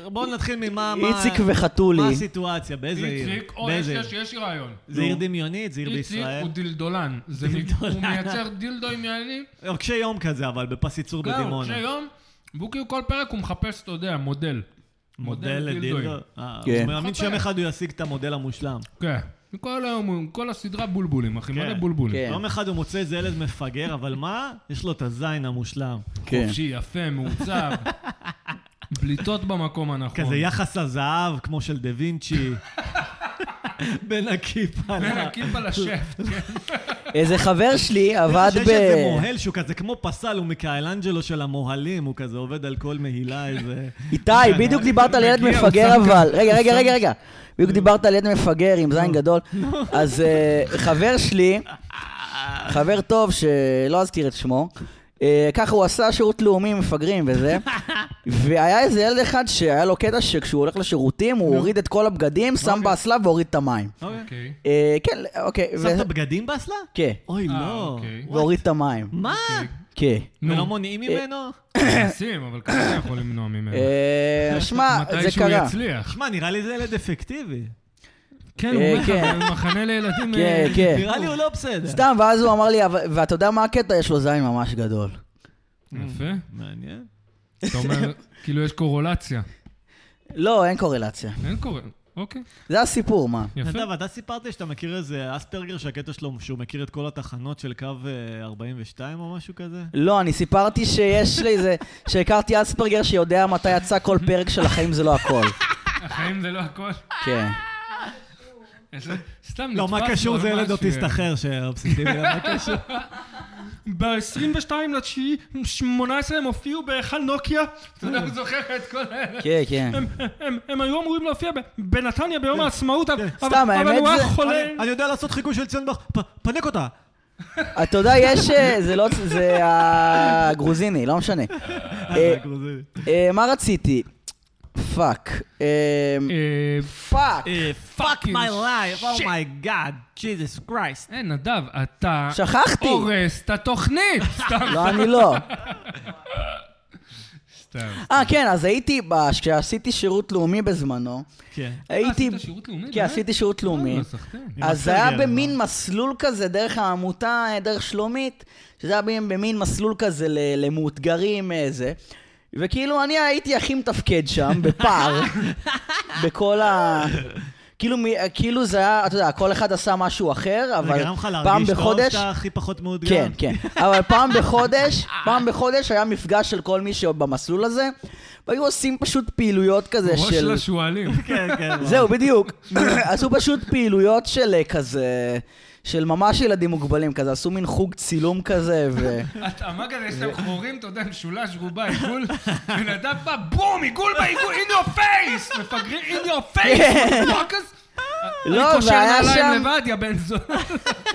Speaker 2: בואו נתחיל ממה... מה-
Speaker 1: איציק וחתולי.
Speaker 2: מה הסיטואציה? באיזה עיר?
Speaker 3: איציק, או יש,
Speaker 2: באיזה
Speaker 3: יש,
Speaker 2: עיר?
Speaker 3: יש לי רעיון.
Speaker 2: זה עיר דמיונית? זה עיר
Speaker 3: איציק
Speaker 2: בישראל?
Speaker 3: הוא דילדולן. זה מ- הוא מייצר דילדו עם יעני.
Speaker 2: או קשי אה, יום כזה, אבל בפס ייצור
Speaker 3: זהו,
Speaker 2: בדימונה.
Speaker 3: שהיום, והוא כאילו כל פרק הוא מחפש, אתה יודע, מודל.
Speaker 2: מודל לדילדו.
Speaker 3: דילדואים.
Speaker 2: אה,
Speaker 1: כן.
Speaker 2: הוא מאמין
Speaker 3: מחפש.
Speaker 2: שיום אחד הוא ישיג את המודל המושלם.
Speaker 3: כן. כל היום, כל הסדרה בולבולים, אחי,
Speaker 2: כן.
Speaker 3: מלא בולבולים.
Speaker 1: כן.
Speaker 2: יום אחד הוא מוצא איזה ילד מפגר, אבל מה? יש לו את הזין המושלם.
Speaker 1: כן.
Speaker 3: חופשי, יפה, מעוצב. בליטות במקום הנכון.
Speaker 2: כזה יחס הזהב, כמו של דה וינצ'י. בין הכיפה.
Speaker 3: בין
Speaker 2: ל-
Speaker 3: הכיפה לשפט, כן.
Speaker 1: איזה חבר שלי עבד
Speaker 2: שיש
Speaker 1: ב...
Speaker 2: איזה מוהל שהוא כזה כמו פסל, הוא מיכאלנג'לו של המוהלים, הוא כזה עובד על כל מהילה, איזה...
Speaker 1: איתי, בדיוק דיברת על ילד
Speaker 3: מגיע, הוא
Speaker 1: מפגר
Speaker 3: שם
Speaker 1: אבל. רגע, רגע, רגע, רגע. בדיוק דיברת על ילד מפגר עם זין גדול. אז אה, חבר שלי, חבר טוב שלא אזכיר את שמו, אה, ככה הוא עשה שירות לאומי עם מפגרים וזה. והיה איזה ילד אחד שהיה לו קטע שכשהוא הולך לשירותים, הוא הוריד את כל הבגדים, שם באסלה והוריד את המים.
Speaker 2: אוקיי.
Speaker 3: אוקיי.
Speaker 1: אה, כן, אוקיי. ו-
Speaker 2: שמת בגדים באסלה?
Speaker 1: כן.
Speaker 2: אוי,
Speaker 3: אה,
Speaker 2: לא.
Speaker 3: אוקיי.
Speaker 2: וואט?
Speaker 1: והוריד את המים.
Speaker 2: מה?
Speaker 1: כן.
Speaker 2: ולא מונעים ממנו?
Speaker 3: מנסים, אבל כמה אתה יכול למנוע ממנו?
Speaker 1: אה, שמע, זה
Speaker 3: מתי שהוא
Speaker 1: קרה.
Speaker 3: יצליח.
Speaker 2: שמע, נראה לי זה ילד אפקטיבי.
Speaker 3: כן,
Speaker 1: אה,
Speaker 3: הוא אומר לך,
Speaker 1: כן.
Speaker 3: אבל מחנה לילדים...
Speaker 1: כן,
Speaker 3: אה,
Speaker 1: כן.
Speaker 2: נראה לי הוא לא בסדר.
Speaker 1: סתם, ואז הוא אמר לי, "אבל- ואתה יודע מה הקטע? יש לו זין ממש גדול.
Speaker 3: יפה.
Speaker 2: מעניין.
Speaker 3: אתה אומר, כאילו יש קורולציה.
Speaker 1: לא, אין קורלציה.
Speaker 3: אין קורולציה. אוקיי,
Speaker 1: זה הסיפור, מה?
Speaker 3: יפה.
Speaker 2: נדב, אתה סיפרת לי שאתה מכיר איזה אספרגר שהקטע שלו, שהוא מכיר את כל התחנות של קו אה, 42 או משהו כזה?
Speaker 1: לא, אני סיפרתי שיש לי איזה... שהכרתי אספרגר שיודע מתי יצא כל פרק של החיים זה לא הכל.
Speaker 3: החיים זה לא הכל.
Speaker 1: כן.
Speaker 3: יש לו- סתם
Speaker 2: לא, מה
Speaker 3: נדפקנו
Speaker 2: קשור
Speaker 3: על
Speaker 2: זה ילד
Speaker 3: משהו.
Speaker 2: אוטיסט אחר שאובססיבי, לא, מה קשור?
Speaker 3: ב-22 לתשיעי, 18 הם הופיעו בהיכל נוקיה. אתה יודע, הוא זוכר את כל האלה.
Speaker 1: כן, כן.
Speaker 3: הם- הם- הם היו אמורים להופיע ב- בנתניה
Speaker 2: כן.
Speaker 3: ביום העצמאות, אבל
Speaker 1: סתם,
Speaker 3: אבל- אבל
Speaker 1: האמת
Speaker 3: הוא היה
Speaker 1: זה-
Speaker 3: חולה.
Speaker 2: אני- אני יודע לעשות חיקוי של ציון בר, פ- פנק אותה.
Speaker 1: אתה יודע, יש... אה, זה לא... זה הגרוזיני, לא משנה. אה, אה, מה רציתי? פאק. אה,
Speaker 3: אה,
Speaker 1: פאק.
Speaker 2: פאק
Speaker 3: fucking
Speaker 2: מי לייב, אומי גאד, ג'יזוס קרייסט.
Speaker 3: אה, נדב, אתה
Speaker 1: שכחתי.
Speaker 3: הורס את התוכנית. סתם,
Speaker 1: לא, אני לא.
Speaker 3: סתם.
Speaker 1: אה, כן, אז הייתי, בש- כשעשיתי שירות לאומי בזמנו,
Speaker 2: כן.
Speaker 1: הייתי...
Speaker 3: אה, עשית שירות
Speaker 1: כן,
Speaker 3: לאומי, באמת?
Speaker 1: עשיתי שירות לאומי.
Speaker 3: אה, סחטיין. לא.
Speaker 1: אז זה
Speaker 2: עם
Speaker 1: היה
Speaker 2: הסרגל,
Speaker 1: במין מסלול כזה, דרך העמותה, אה, דרך שלומית, שזה היה במין- במין מסלול כזה ל- למאותגרים, אה, זה. וכאילו, אני הייתי הכי מתפקד שם, בפער, בכל ה... כאילו, מ- כאילו זה היה, אתה יודע, כל אחד עשה משהו אחר,
Speaker 2: זה
Speaker 1: אבל
Speaker 2: גרם לך
Speaker 1: פעם
Speaker 2: להרגיש טוב
Speaker 1: בחודש...
Speaker 2: שאתה הכי פחות מאותגר?
Speaker 1: כן, כן. אבל פעם בחודש, פעם בחודש היה מפגש של כל מי שבמסלול הזה, והיו עושים פשוט פעילויות כזה
Speaker 3: ראש
Speaker 1: של...
Speaker 3: לשועלים.
Speaker 2: כן, כן.
Speaker 1: זהו, בדיוק. עשו פשוט פעילויות של אה, כזה, של ממש ילדים מוגבלים כזה, עשו מין חוג צילום כזה, ו...
Speaker 3: התאמה כזה, יש להם חורים, אתה יודע, משולש, רובה, עיגול. בן אדם בא, בום, עיגול בעיגול, in your face! מפגרים, in your face!
Speaker 1: כן.
Speaker 3: מפוקס.
Speaker 1: לא,
Speaker 3: אני קושר
Speaker 1: והיה
Speaker 3: נעליים
Speaker 1: שם-
Speaker 3: לבד, יא בן זונה.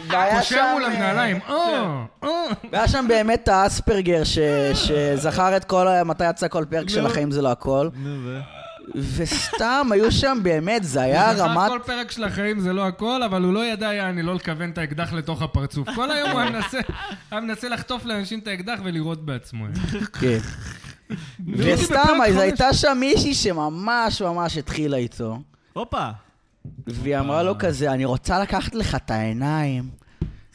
Speaker 1: והיה
Speaker 3: קושר מול
Speaker 1: אה, כן.
Speaker 3: הנעליים. אה, או, או.
Speaker 1: והיה שם באמת האספרגר ש... שזכר את כל, ה- מתי יצא כל פרק של החיים זה לא הכל,
Speaker 2: נו, ו-
Speaker 1: וסתם היו שם באמת, זה היה
Speaker 3: הוא זכר
Speaker 1: רמת...
Speaker 3: כל פרק של החיים זה לא הכל, אבל הוא לא ידע, יעני, לא לכוון את האקדח לתוך הפרצוף. כל היום הוא היה מנסה- היה מנסה לחטוף לאנשים את האקדח ולירות בעצמו. כאילו
Speaker 1: כן. וסתם,
Speaker 3: בפרק
Speaker 1: אז
Speaker 3: חמש.
Speaker 1: הייתה שם מישהי שממש ממש התחילה איתו,
Speaker 2: הופה.
Speaker 1: והיא אמרה
Speaker 3: אה.
Speaker 1: לו כזה, אני רוצה לקחת לך את העיניים.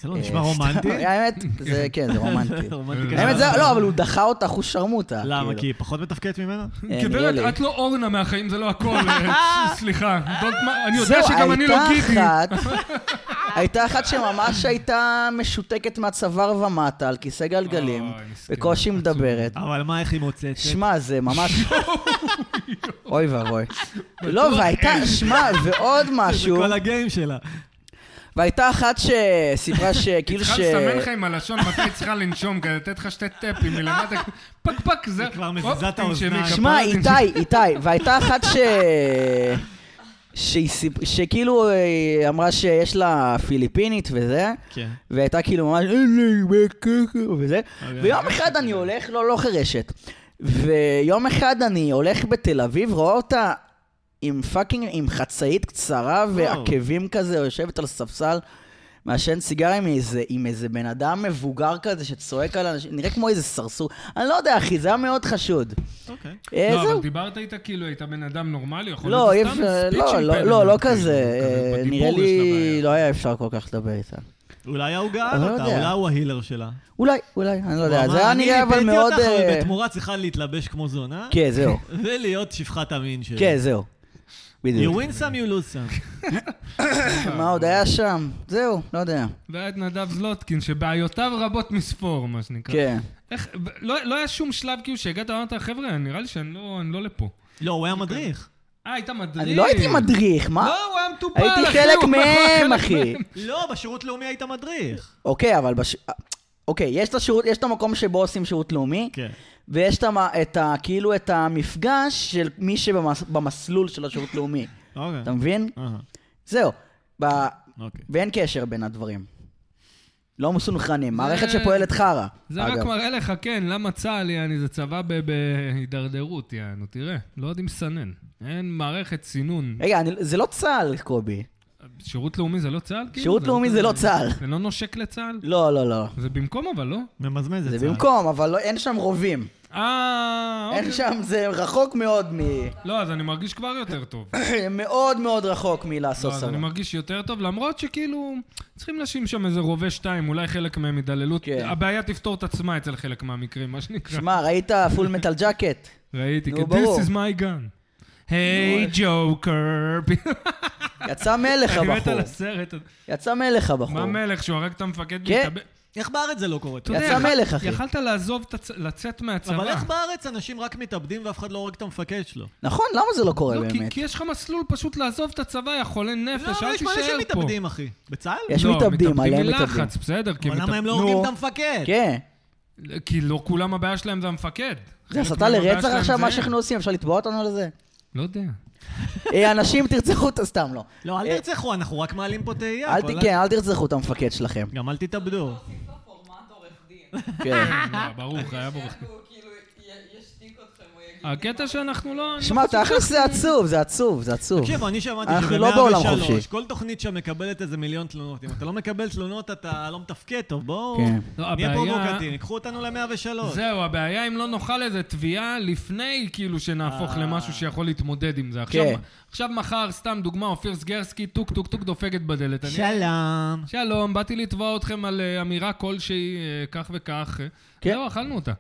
Speaker 2: זה לא נשמע
Speaker 1: אה, סתם,
Speaker 2: רומנטי?
Speaker 1: האמת, זה כן, זה רומנטי.
Speaker 2: רומנטי
Speaker 3: האמת
Speaker 1: האמת
Speaker 2: כזה.
Speaker 1: זה, לא, אבל הוא דחה אותך, הוא שרמוטה.
Speaker 2: למה?
Speaker 1: כאילו.
Speaker 2: כי היא פחות מתפקדת ממנו?
Speaker 1: אה, נראה לי.
Speaker 3: גברת, את לא אורנה מהחיים, זה לא הכל. אה, סליחה. Don't mind- אני יודע
Speaker 1: זהו,
Speaker 3: שגם אני לא
Speaker 1: הייתה
Speaker 3: גידי.
Speaker 1: אחת, הייתה אחת שממש הייתה משותקת מהצוואר ומטה על כיסא גלגלים,
Speaker 3: אוי, מסכן. אה, כן.
Speaker 1: בקושי מדברת.
Speaker 2: אבל מה, איך היא מוצאת?
Speaker 1: שמע, זה ממש... אוי ואבוי. לא, והייתה, שמע, ועוד
Speaker 2: זה
Speaker 1: משהו,
Speaker 2: כל הגיים שלה.
Speaker 1: והייתה אחת שסיפרה שכאילו ש...
Speaker 3: צריכה לסמן לך עם הלשון מתי היא צריכה לנשום, כדי לתת לך שתי טאפים מלמטה, פק פק, זה...
Speaker 2: היא כבר מזיזה
Speaker 3: הופ,
Speaker 2: את
Speaker 3: תנשמי,
Speaker 2: האוזניים.
Speaker 3: כפרה,
Speaker 1: שמע,
Speaker 3: תנשמי.
Speaker 1: איתי, איתי, והייתה אחת ש... שהיא סיפ- שכאילו אה, אמרה שיש לה פיליפינית וזה,
Speaker 2: כן.
Speaker 1: והייתה כאילו ממש "אין לי מה ככה", וזה,
Speaker 2: אוקיי.
Speaker 1: ויום אחד אני הולך, לא, לא חירשת, ויום אחד אני הולך בתל אביב, רואה אותה עם פאקינג, עם חצאית קצרה ועקבים כזה, יושבת על ספסל. מעשן סיגר עם איזה, עם איזה בן אדם מבוגר כזה שצועק על אנשים, נראה כמו איזה סרסור. אני לא יודע, אחי, זה היה מאוד חשוד.
Speaker 2: אוקיי.
Speaker 1: אה,
Speaker 3: לא,
Speaker 1: זהו.
Speaker 3: אבל דיברת איתה כאילו הייתה בן אדם נורמלי, יכול
Speaker 1: לא, אי
Speaker 3: להיות סתם
Speaker 1: אפשר,
Speaker 3: speech
Speaker 1: לא, לא,
Speaker 3: impediment,
Speaker 1: לא, לא
Speaker 3: כאילו,
Speaker 1: כזה. אה,
Speaker 3: כזה,
Speaker 1: נראה
Speaker 3: בדיבור יש לה
Speaker 1: לי
Speaker 3: בעיה.
Speaker 1: לא היה אפשר כל כך לדבר איתה.
Speaker 2: אולי ההוא
Speaker 1: אני
Speaker 2: גאל
Speaker 1: לא
Speaker 2: אותה,
Speaker 1: יודע.
Speaker 2: אולי הוא ההילר שלה.
Speaker 1: אולי, אולי, אני לא יודע.
Speaker 2: הוא
Speaker 1: זה
Speaker 2: אמר,
Speaker 1: היה נראה אבל
Speaker 2: אני
Speaker 1: מאוד...
Speaker 2: ריפאתי אותך,
Speaker 1: אה,
Speaker 2: אבל בתמורה צריכה להתלבש כמו זונה,
Speaker 1: כן, זהו.
Speaker 2: ולהיות שפחת המין שלי.
Speaker 1: כן, זהו.
Speaker 2: You
Speaker 1: בדיוק.
Speaker 2: win some, you lose some.
Speaker 1: מה עוד היה שם? זהו, לא יודע.
Speaker 3: והיה את נדב זלוטקין, שבעיותיו רבות מספור, מה שנקרא.
Speaker 1: כן.
Speaker 3: איך, ב- לא לא היה שום שלב כאילו שהגעת, אמרת, חבר'ה, נראה לי שאני לא אני לא לפה.
Speaker 2: לא, הוא היה מדריך.
Speaker 3: אה, היית מדריך.
Speaker 1: אני לא הייתי מדריך, מה?
Speaker 3: לא, הוא היה מטופל, אחי.
Speaker 1: הייתי חלק
Speaker 3: הוא-
Speaker 1: מהם, אחי.
Speaker 2: לא, בשירות לאומי היית מדריך.
Speaker 1: אוקיי, אבל... בש- אוקיי, יש את השירות, יש את המקום שבו עושים שירות לאומי,
Speaker 2: כן.
Speaker 1: ויש את המ- את ה... כאילו את המפגש של מי שבמסלול של השירות לאומי.
Speaker 2: אוקיי.
Speaker 1: אתה מבין?
Speaker 2: אהה,
Speaker 1: זהו. ב-
Speaker 2: אוקיי.
Speaker 1: ואין קשר בין הדברים. לא מסונכרנים, מערכת שפועלת חרא.
Speaker 3: זה
Speaker 1: אגב.
Speaker 3: רק מראה לך, כן, למה צה"ל, יעני, זה צבא ב- בהידרדרות, יענו, תראה, לא יודעים לסנן. אין מערכת סינון.
Speaker 1: רגע, אני- זה לא צה"ל, קובי.
Speaker 3: שירות לאומי זה לא צה"ל? כאילו?
Speaker 1: שירות לאומי זה לא צה"ל.
Speaker 3: זה לא נושק לצה"ל?
Speaker 1: לא, לא, לא.
Speaker 3: זה במקום אבל, לא?
Speaker 2: ממזמז את
Speaker 1: זה
Speaker 2: צה"ל.
Speaker 1: במקום, אבל לא- אין שם רובים.
Speaker 3: אוקיי. אה, אוקיי.
Speaker 1: אין שם, זה רחוק מאוד מ...
Speaker 3: לא, אז אני מרגיש כבר יותר טוב.
Speaker 1: מאוד מאוד רחוק מלעשות
Speaker 3: לא, אז אני
Speaker 1: סבבה.
Speaker 3: מרגיש יותר טוב, למרות שכאילו צריכים לשים שם איזה רובה שתיים, אולי חלק מהם ידללות.
Speaker 1: כן.
Speaker 3: הבעיה תפתור את עצמה אצל חלק מהמקרים, מה שנקרא.
Speaker 1: שמע, ראית פול מטל ג'קט?
Speaker 3: ראיתי,
Speaker 1: נו,
Speaker 3: כי
Speaker 1: ברור. אה.
Speaker 3: this is my gun. היי ג'וקר.
Speaker 1: יצא מלך
Speaker 3: הבאת
Speaker 1: הבחור.
Speaker 3: לסרט.
Speaker 1: יצא מלך הבחור.
Speaker 3: מה מלך שהוא הרג את המפקד?
Speaker 1: כן.
Speaker 3: והתאבד?
Speaker 2: איך בארץ זה לא קורה?
Speaker 3: אתה יודע,
Speaker 1: יצא
Speaker 3: יכ-
Speaker 1: מלך, אחי.
Speaker 3: יכלת לעזוב, את הצ- לצאת מהצבא.
Speaker 2: אבל איך בארץ אנשים רק מתאבדים ואף אחד לא הורג את המפקד שלו?
Speaker 1: נכון, למה זה לא קורה
Speaker 3: לא, כי-
Speaker 1: באמת?
Speaker 3: כי יש לך מסלול פשוט לעזוב את הצבא, יא חולה
Speaker 2: לא,
Speaker 3: נפש,
Speaker 2: אבל
Speaker 3: אל
Speaker 2: יש מלא
Speaker 3: תישאר פה.
Speaker 2: שמתאבדים, אחי. בצה"ל?
Speaker 1: יש
Speaker 3: לא,
Speaker 1: מתאבדים, עליהם
Speaker 3: מתאבדים מלחץ,
Speaker 1: מתאבדים.
Speaker 3: בסדר, כי
Speaker 2: אבל למה הם לא
Speaker 1: כן, נו.
Speaker 2: הורגים את המפקד?
Speaker 1: כן.
Speaker 3: מתאב- כי לא כולם הבעיה שלהם זה המפקד.
Speaker 1: זה
Speaker 3: חלק
Speaker 1: הסתה
Speaker 3: מהם הבעיה
Speaker 1: לרצח
Speaker 3: שלהם
Speaker 1: עכשיו,
Speaker 3: זה
Speaker 1: מה
Speaker 3: הם.
Speaker 1: שאנחנו עושים? אפשר לתבוע אותנו על זה?
Speaker 3: לא יודע.
Speaker 1: אה, אנשים תרצחו את סתם לא.
Speaker 2: לא,
Speaker 1: אה,
Speaker 2: אל תרצחו, אנחנו רק מעלים פה תהייה.
Speaker 1: אל
Speaker 2: אבל
Speaker 1: ת- כן, אל תרצחו את המפקד שלכם.
Speaker 2: גם אל תתאבדו.
Speaker 5: תוסיף לו פורמט עורך דין.
Speaker 1: כן.
Speaker 3: לא, ברור, חייב עורך דין.
Speaker 5: הוא כאילו י- ישתיק אתכם, הוא יגיד...
Speaker 3: הקטע שאנחנו לא... אני
Speaker 1: שמע,
Speaker 3: לא חושב
Speaker 1: תכלס זה עצוב, זה עצוב, זה עצוב.
Speaker 2: תקשיב, כן, אני שמעתי
Speaker 1: אנחנו לא בעולם חופשי.
Speaker 2: שב-103, כל תוכנית שם מקבלת איזה מיליון תלונות. אם אתה לא מקבל תלונות, אתה לא מתפקד טוב, בואו...
Speaker 1: כן.
Speaker 3: לא,
Speaker 2: נהיה
Speaker 3: הבעיה-
Speaker 2: פרובוקטים, ייקחו אותנו ל-103.
Speaker 3: זהו, הבעיה אם לא נאכל איזה תביעה לפני, כאילו, שנהפוך
Speaker 2: אה.
Speaker 3: למשהו שיכול להתמודד עם זה.
Speaker 1: כן.
Speaker 3: עכשיו, עכשיו מחר, סתם דוגמה, אופיר סגרסקי, טוק טוק טוק דופקת בדלת. אני-
Speaker 2: שלום.
Speaker 3: שלום, באתי לתבוע אתכם על אה, אמירה כלשהי, אה, כך וכך. אה.
Speaker 1: כן.
Speaker 3: זהו, אכלנו אותה.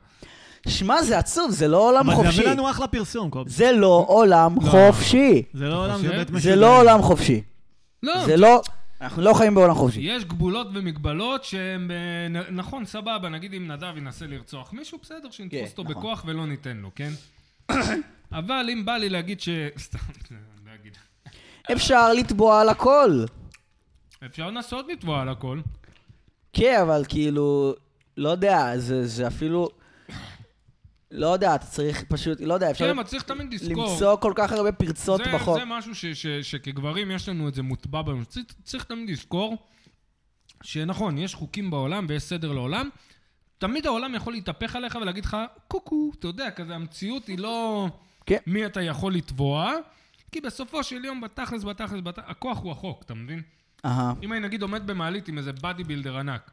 Speaker 1: שמע, זה עצוב, זה לא עולם
Speaker 2: אבל זה
Speaker 1: חופשי.
Speaker 2: מביא לנו אחלה פרסום, קובי.
Speaker 1: זה לא עולם חופשי.
Speaker 2: זה לא עולם, זה
Speaker 3: חושב?
Speaker 2: בית משוגע.
Speaker 1: זה לא עולם חופשי.
Speaker 3: לא,
Speaker 1: זה לא... אנחנו לא חיים בעולם חופשי.
Speaker 3: יש גבולות ומגבלות שהן... אה, נ- נכון, סבבה, נגיד אם נדב ינסה לרצוח מישהו, בסדר, שנתפוס
Speaker 1: כן,
Speaker 3: אותו
Speaker 1: נכון.
Speaker 3: בכוח ולא ניתן לו, כן? אבל אם בא לי להגיד ש... סתם, אני לא אגיד.
Speaker 1: אפשר לתבוע על הכל.
Speaker 3: אפשר לנסות לתבוע על הכל.
Speaker 1: כן, אבל כאילו, לא יודע, זה, זה אפילו... לא יודע, אתה צריך פשוט, לא יודע, אפשר
Speaker 3: כן, אבל צריך תמיד לזכור.
Speaker 1: למצוא כל כך הרבה פרצות
Speaker 3: זה-
Speaker 1: בחוק.
Speaker 3: זה משהו ש- ש- שכגברים יש לנו את זה מוטבע בנו. צריך- צריך תמיד לזכור שנכון, יש חוקים בעולם ויש סדר לעולם. תמיד העולם יכול להתהפך עליך ולהגיד לך, קוקו, אתה יודע, כזה המציאות היא לא
Speaker 1: כן.
Speaker 3: מי אתה יכול לתבוע, כי בסופו של יום, בתכלס, בתכלס, בתכלס, הכוח הוא החוק, אתה מבין?
Speaker 1: אהה.
Speaker 3: אם אני נגיד עומד במעלית עם איזה באדי בילדר ענק,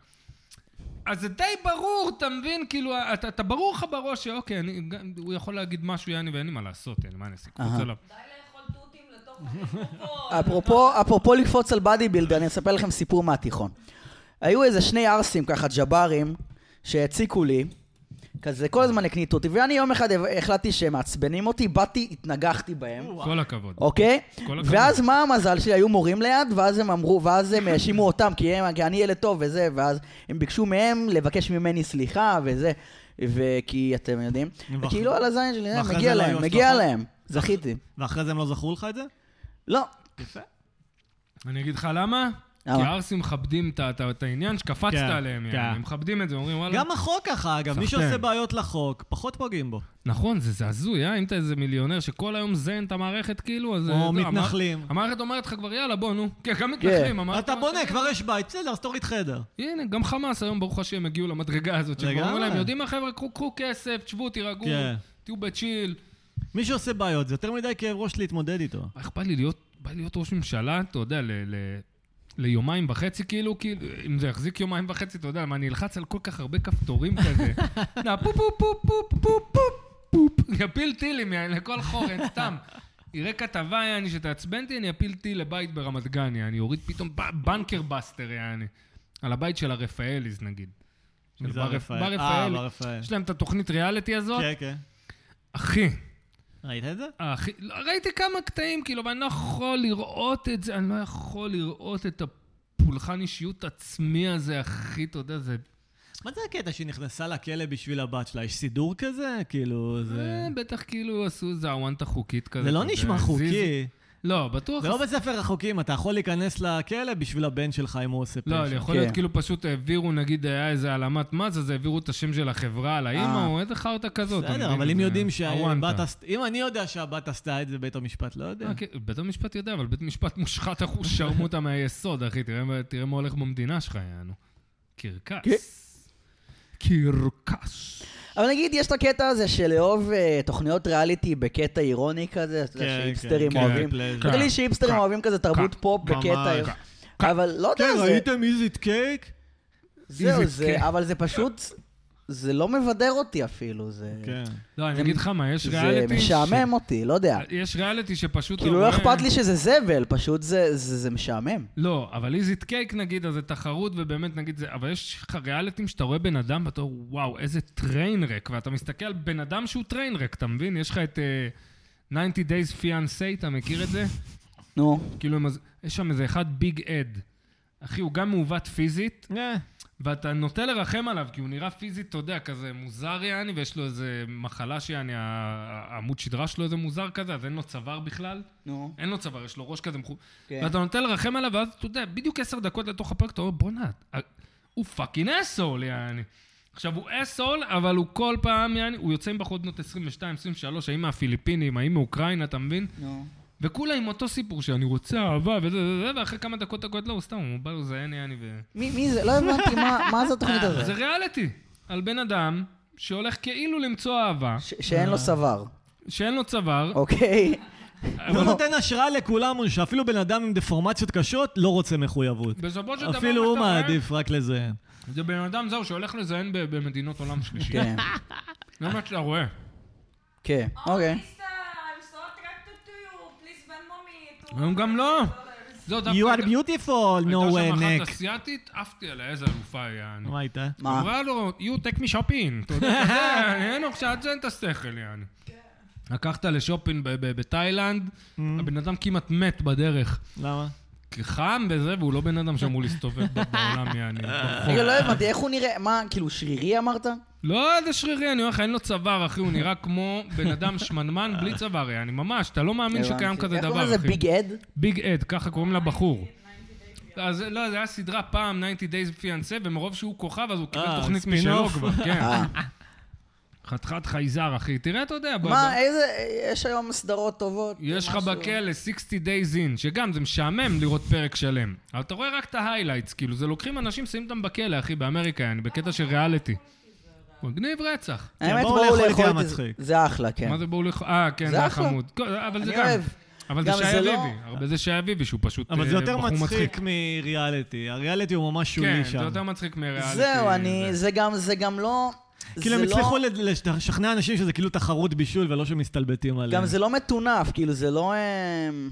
Speaker 3: אז זה די ברור, אתה מבין? כאילו, אתה, אתה ברור לך בראש שאוקיי, אני, גם- הוא יכול להגיד משהו, יעני, ואין לי מה לעשות, יעני, מה אני אעשה? קפוץ
Speaker 1: אהה.
Speaker 3: עליו.
Speaker 5: די לאכול תותים לתוך המיקרופון.
Speaker 1: אפרופו, אפרופו לקפוץ על בדי בילדר, אני אספר לכם סיפור מהתיכון. היו איזה שני ערסים ככה, ג'ברים, שהציקו לי, כזה כל הזמן הקניטו אותי, ואני יום אחד החלטתי שהם מעצבנים אותי, באתי, התנגחתי בהם.
Speaker 3: כל הכבוד.
Speaker 1: אוקיי?
Speaker 3: כל הכבוד.
Speaker 1: ואז מה המזל שלי? היו מורים ליד, ואז הם אמרו, ואז הם האשימו אותם, כי, הם, כי אני ילד טוב וזה, ואז הם ביקשו מהם לבקש ממני סליחה וזה, וכי אתם יודעים.
Speaker 2: ואח-
Speaker 1: וכאילו על הזין שלי, אה,
Speaker 2: ואחרי זה
Speaker 1: מגיע
Speaker 2: לא
Speaker 1: להם,
Speaker 2: היו
Speaker 1: מגיע
Speaker 2: השלכות?
Speaker 1: להם. זכיתי.
Speaker 2: ואחרי זה הם לא זכרו לך את זה?
Speaker 1: לא,
Speaker 2: יפה.
Speaker 3: אני אגיד לך למה?
Speaker 1: למה?
Speaker 3: כי הערסים מכבדים את ה- את ה- את העניין שקפצת
Speaker 2: כן,
Speaker 3: עליהם,
Speaker 2: כן.
Speaker 3: יעני. הם מכבדים את זה, אומרים וואלה.
Speaker 2: גם החוק ככה, אגב. מי
Speaker 3: סחטיין.
Speaker 2: שעושה בעיות לחוק, פחות פוגעים בו.
Speaker 3: נכון, זה זה הזוי, אה? אם אתה איזה מיליונר שכל היום זיין את המערכת, כאילו, אז...
Speaker 2: או
Speaker 3: אה, לא, המע-
Speaker 2: מתנחלים.
Speaker 3: המערכת אומרת לך כבר, יאללה, בוא, נו. כן, גם
Speaker 1: כן.
Speaker 3: מתנחלים. המערכת
Speaker 2: אתה
Speaker 3: אומרת,
Speaker 2: בונה, כבר יש בית, בסדר, אז תוריד חדר.
Speaker 3: הנה, גם חמאס היום, ברוך השם, הגיעו למדרגה הזאת. שהם
Speaker 2: לגמרי.
Speaker 3: אמרו להם, יודעים מה, חבר'ה, קחו- קחו כסף, תשבו, תירגעו,
Speaker 2: כן.
Speaker 3: תהיו בצ'יל.
Speaker 2: מי שעושה בעיות, זה יותר מדי כאב ראש להתמודד איתו.
Speaker 3: מה אכפת לי להיות, בא לי להיות ראש ממשלה, אתה יודע, ל, ל, ליומיים וחצי, כאילו, כאילו, אם זה יחזיק יומיים וחצי, אתה יודע, מה, אני אלחץ על כל כך הרבה כפתורים כזה. נא, פופ, פופ, פופ, פופ, פופ, פופ, פופ, יפיל טילים יעני, לכל חורן, סתם. יראה כתבה, יעני, שתעצבן אותי, אני אפיל טיל לבית ברמת גן, יעני, יוריד פתאום ב- בנקר בסטר, יעני. על הבית של הרפאליז, נגיד. של
Speaker 2: מי זה
Speaker 3: בר-
Speaker 2: הרפאל?
Speaker 3: בר
Speaker 2: אה,
Speaker 3: רפאל.
Speaker 2: בר רפאל.
Speaker 3: יש להם את התוכנית ריאליטי הזאת.
Speaker 2: כן, כן.
Speaker 3: אחי,
Speaker 2: ראית את זה?
Speaker 3: אחי, לא, ראיתי כמה קטעים, כאילו, אבל אני לא יכול לראות את זה, אני לא יכול לראות את הפולחן אישיות עצמי הזה, אחי, אתה יודע, זה...
Speaker 2: מה זה הקטע שהיא נכנסה לכלא בשביל הבת שלה? יש סידור כזה? כאילו, זה...
Speaker 3: אה, בטח כאילו עשו איזה אוונטה חוקית כזה.
Speaker 2: זה לא
Speaker 3: אתה יודע,
Speaker 2: נשמע
Speaker 3: הזיזו-
Speaker 2: חוקי.
Speaker 3: לא, בטוח.
Speaker 2: זה לא בספר החוקים, אתה יכול להיכנס לכלא בשביל הבן שלך אם הוא עושה פשע.
Speaker 3: לא, יכול
Speaker 1: כן.
Speaker 3: להיות כאילו פשוט העבירו, נגיד היה איזה העלמת מס, אז העבירו את השם של החברה על האימא,
Speaker 1: אה.
Speaker 3: או איזה חרטא כזאת. אתה
Speaker 2: בסדר,
Speaker 3: מבין?
Speaker 2: אבל אם
Speaker 3: זה
Speaker 2: יודעים
Speaker 3: הוואנטה.
Speaker 2: שהבת עשתה... אם אני יודע שהבת עשתה את זה, בית המשפט לא יודע.
Speaker 3: אה, כן, בית המשפט יודע, אבל בית משפט מושחת אחוז שרמוטה מהיסוד, אחי. תראה- תראה
Speaker 1: כן.
Speaker 3: מה הולך במדינה שלך, יענו. קרקס. קרקס.
Speaker 1: אבל נגיד, יש את הקטע הזה של לאהוב אה, תוכניות ריאליטי בקטע אירוני כזה, אתה יודע,
Speaker 2: כן,
Speaker 1: שאיפסטרים
Speaker 2: כן,
Speaker 1: אוהבים.
Speaker 2: כן, כן.
Speaker 1: נראה לי שאיפסטרים
Speaker 3: כן,
Speaker 1: אוהבים כזה תרבות
Speaker 3: כן,
Speaker 1: פופ
Speaker 2: ממש.
Speaker 1: בקטע...
Speaker 2: כן,
Speaker 1: אבל לא
Speaker 2: כן,
Speaker 1: יודע, זה-
Speaker 2: ראיתם איז איט קייק?
Speaker 1: זהו,
Speaker 3: איזה
Speaker 1: זה-
Speaker 3: כיף.
Speaker 1: אבל זה פשוט... זה לא מבדר אותי אפילו, זה...
Speaker 2: כן.
Speaker 3: לא, אני
Speaker 1: זה-
Speaker 3: אגיד לך מה, יש
Speaker 1: זה
Speaker 3: ריאליטי... ש-
Speaker 1: משעמם אותי, לא יודע.
Speaker 3: יש ריאליטי שפשוט...
Speaker 1: כאילו, לא
Speaker 3: אתה רואה-
Speaker 1: אכפת לי שזה זבל, פשוט זה- זה זה משעמם.
Speaker 3: לא, אבל איז איט קייק נגיד, אז זה תחרות, ובאמת נגיד זה, אבל יש לך ריאליטים שאתה רואה בן אדם ואתה אומר, וואו, איזה טריינרק, ואתה מסתכל על בן אדם שהוא טריינרק, אתה מבין? יש לך את אה, 90 Days Fiancé, אתה מכיר את זה?
Speaker 1: נו.
Speaker 3: כאילו, הם- יש שם איזה אחד ביג אד. אחי, הוא גם מעוות פיזית,
Speaker 2: אה,
Speaker 3: ואתה נוטה לרחם עליו, כי הוא נראה פיזית, אתה יודע, כזה מוזר יעני, ויש לו איזה מחלה שיעני, ה- ה- העמוד שדרה שלו איזה מוזר כזה, אז אין לו צוואר בכלל.
Speaker 1: נו.
Speaker 3: אין לו צוואר, יש לו ראש כזה מחו...
Speaker 1: כן.
Speaker 3: ואתה נותן לרחם עליו, ואז אתה יודע, בדיוק עשר דקות לתוך הפרק, אתה אומר, בואנה, אה, הוא פאקינג אסול, יעני. עכשיו, הוא אסול, אבל הוא כל פעם, יעני, הוא יוצא עם בחורות בנות 22, 23, האם מהפיליפינים, האם מאוקראינה, אתה מבין?
Speaker 1: נו.
Speaker 3: וכולה עם אותו סיפור שאני רוצה אהבה וזה וזה, וזה, ואחרי כמה דקות אתה קורא לו, הוא סתם, הוא בא לו לזיין יעני ו...
Speaker 1: מי מי זה? לא הבנתי, מה- מה זה התוכנית
Speaker 3: זה
Speaker 1: הזאת?
Speaker 3: ריאליטי, על בן אדם שהולך כאילו למצוא אהבה,
Speaker 1: ש- שאין
Speaker 2: אה.
Speaker 1: לו סבר,
Speaker 3: שאין לו צוואר,
Speaker 1: אוקיי?
Speaker 3: אה,
Speaker 2: הוא נותן השראה לכולם, שאפילו בן אדם עם דפורמציות קשות לא רוצה מחויבות.
Speaker 3: בסופו של דבר...
Speaker 2: אפילו הוא
Speaker 3: אתה רואה,
Speaker 2: מעדיף רק לזיין.
Speaker 3: זה בן אדם זהו שהולך לזיין ב- במדינות עולם שלישי.
Speaker 1: כן,
Speaker 2: אה.
Speaker 3: זה מה לא שאתה רואה.
Speaker 1: כן, אוקיי.
Speaker 5: Oh, Mister, I'm so attracted to you. Please Venmo me two
Speaker 3: הם גם לא.
Speaker 5: dollars.
Speaker 3: זו דווקא...
Speaker 2: You are beautiful, no way,
Speaker 3: הייתה שם
Speaker 2: neck.
Speaker 3: אחת אסיאתית, עפתי עליה, איזה אלופה היא. יעני.
Speaker 2: מה הייתה?
Speaker 1: מה?
Speaker 3: אמרה לו, you take me shopping. אתה יודע, כזה, אין לו קצת אין את השכל, יעני.
Speaker 1: כן.
Speaker 3: לקחת לשופינג ב- ב- בתאילנד,
Speaker 2: Mm.
Speaker 3: הבן אדם כמעט מת בדרך.
Speaker 2: למה?
Speaker 3: כי חם וזה, והוא לא בן אדם שאמור להסתובב ב- בעולם, יעני. ברחוב.
Speaker 1: רגע, לא הבנתי, איך הוא נראה? מה, כאילו, שרירי אמרת?
Speaker 3: לא, זה שרירי, אני אומר לך, אין לו צוואר, אחי, הוא נראה כמו בן אדם שמנמן בלי צוואר, יעני, ממש, אתה לא מאמין שקיים
Speaker 1: הבנתי.
Speaker 3: כזה
Speaker 1: איך קוראים
Speaker 3: דבר,
Speaker 1: לזה
Speaker 3: אחי.
Speaker 1: ביג אד?
Speaker 3: ביג אד, ככה קוראים לבחור. אז לא, זה היה סדרה פעם, 90 Days Fiancé, ומרוב שהוא כוכב, אז הוא קיבל
Speaker 2: אה,
Speaker 3: תוכנית
Speaker 2: ספין
Speaker 3: משלו
Speaker 2: אוף.
Speaker 3: כבר, כן.
Speaker 1: אה.
Speaker 3: חתיכת חייזר, אחי. תראה, אתה יודע, ב-
Speaker 1: מה,
Speaker 3: ב-
Speaker 1: איזה, יש היום סדרות טובות?
Speaker 3: יש לך
Speaker 1: משהו?
Speaker 3: בכלא 60 Days In, שגם זה משעמם לראות פרק שלם. אבל אתה רואה רק את ההיילייטס, כאילו, זה לוקחים אנשים, שמים אותם בכלא, אחי, באמריקה, יעני, בקטע של ריאליטי. מגניב רצח.
Speaker 1: האמת,
Speaker 2: בואו
Speaker 1: בואו
Speaker 2: לאכול איתי
Speaker 1: לאכול את זה.
Speaker 2: המצחיק.
Speaker 1: זה אחלה, כן.
Speaker 3: מה זה בואו לך... אה, כן,
Speaker 1: זה
Speaker 3: זה היה
Speaker 1: אחלה.
Speaker 3: חמוד. כל- אבל זה
Speaker 1: אני
Speaker 3: גם...
Speaker 1: אוהב.
Speaker 3: אבל זה
Speaker 1: גם
Speaker 3: שי
Speaker 1: זה לא-
Speaker 3: אביבי. הרבה זה שי אביבי, שהוא פשוט
Speaker 2: אבל זה
Speaker 3: אה,
Speaker 2: יותר
Speaker 3: בחור
Speaker 2: מצחיק מריאליטי. הריאליטי הוא ממש
Speaker 3: כן,
Speaker 2: שולי
Speaker 3: זה
Speaker 2: שם.
Speaker 3: יותר מצחיק מריאליטי.
Speaker 1: זהו, אני, זה גם, זה גם לא...
Speaker 2: כאילו
Speaker 1: זה
Speaker 2: הם
Speaker 1: לא-
Speaker 2: הצליחו לד- לש- לשכנע אנשים שזה כאילו תחרות בישול ולא שמסתלבטים עליהם.
Speaker 1: גם זה לא מטונף, כאילו, זה לא... אמ,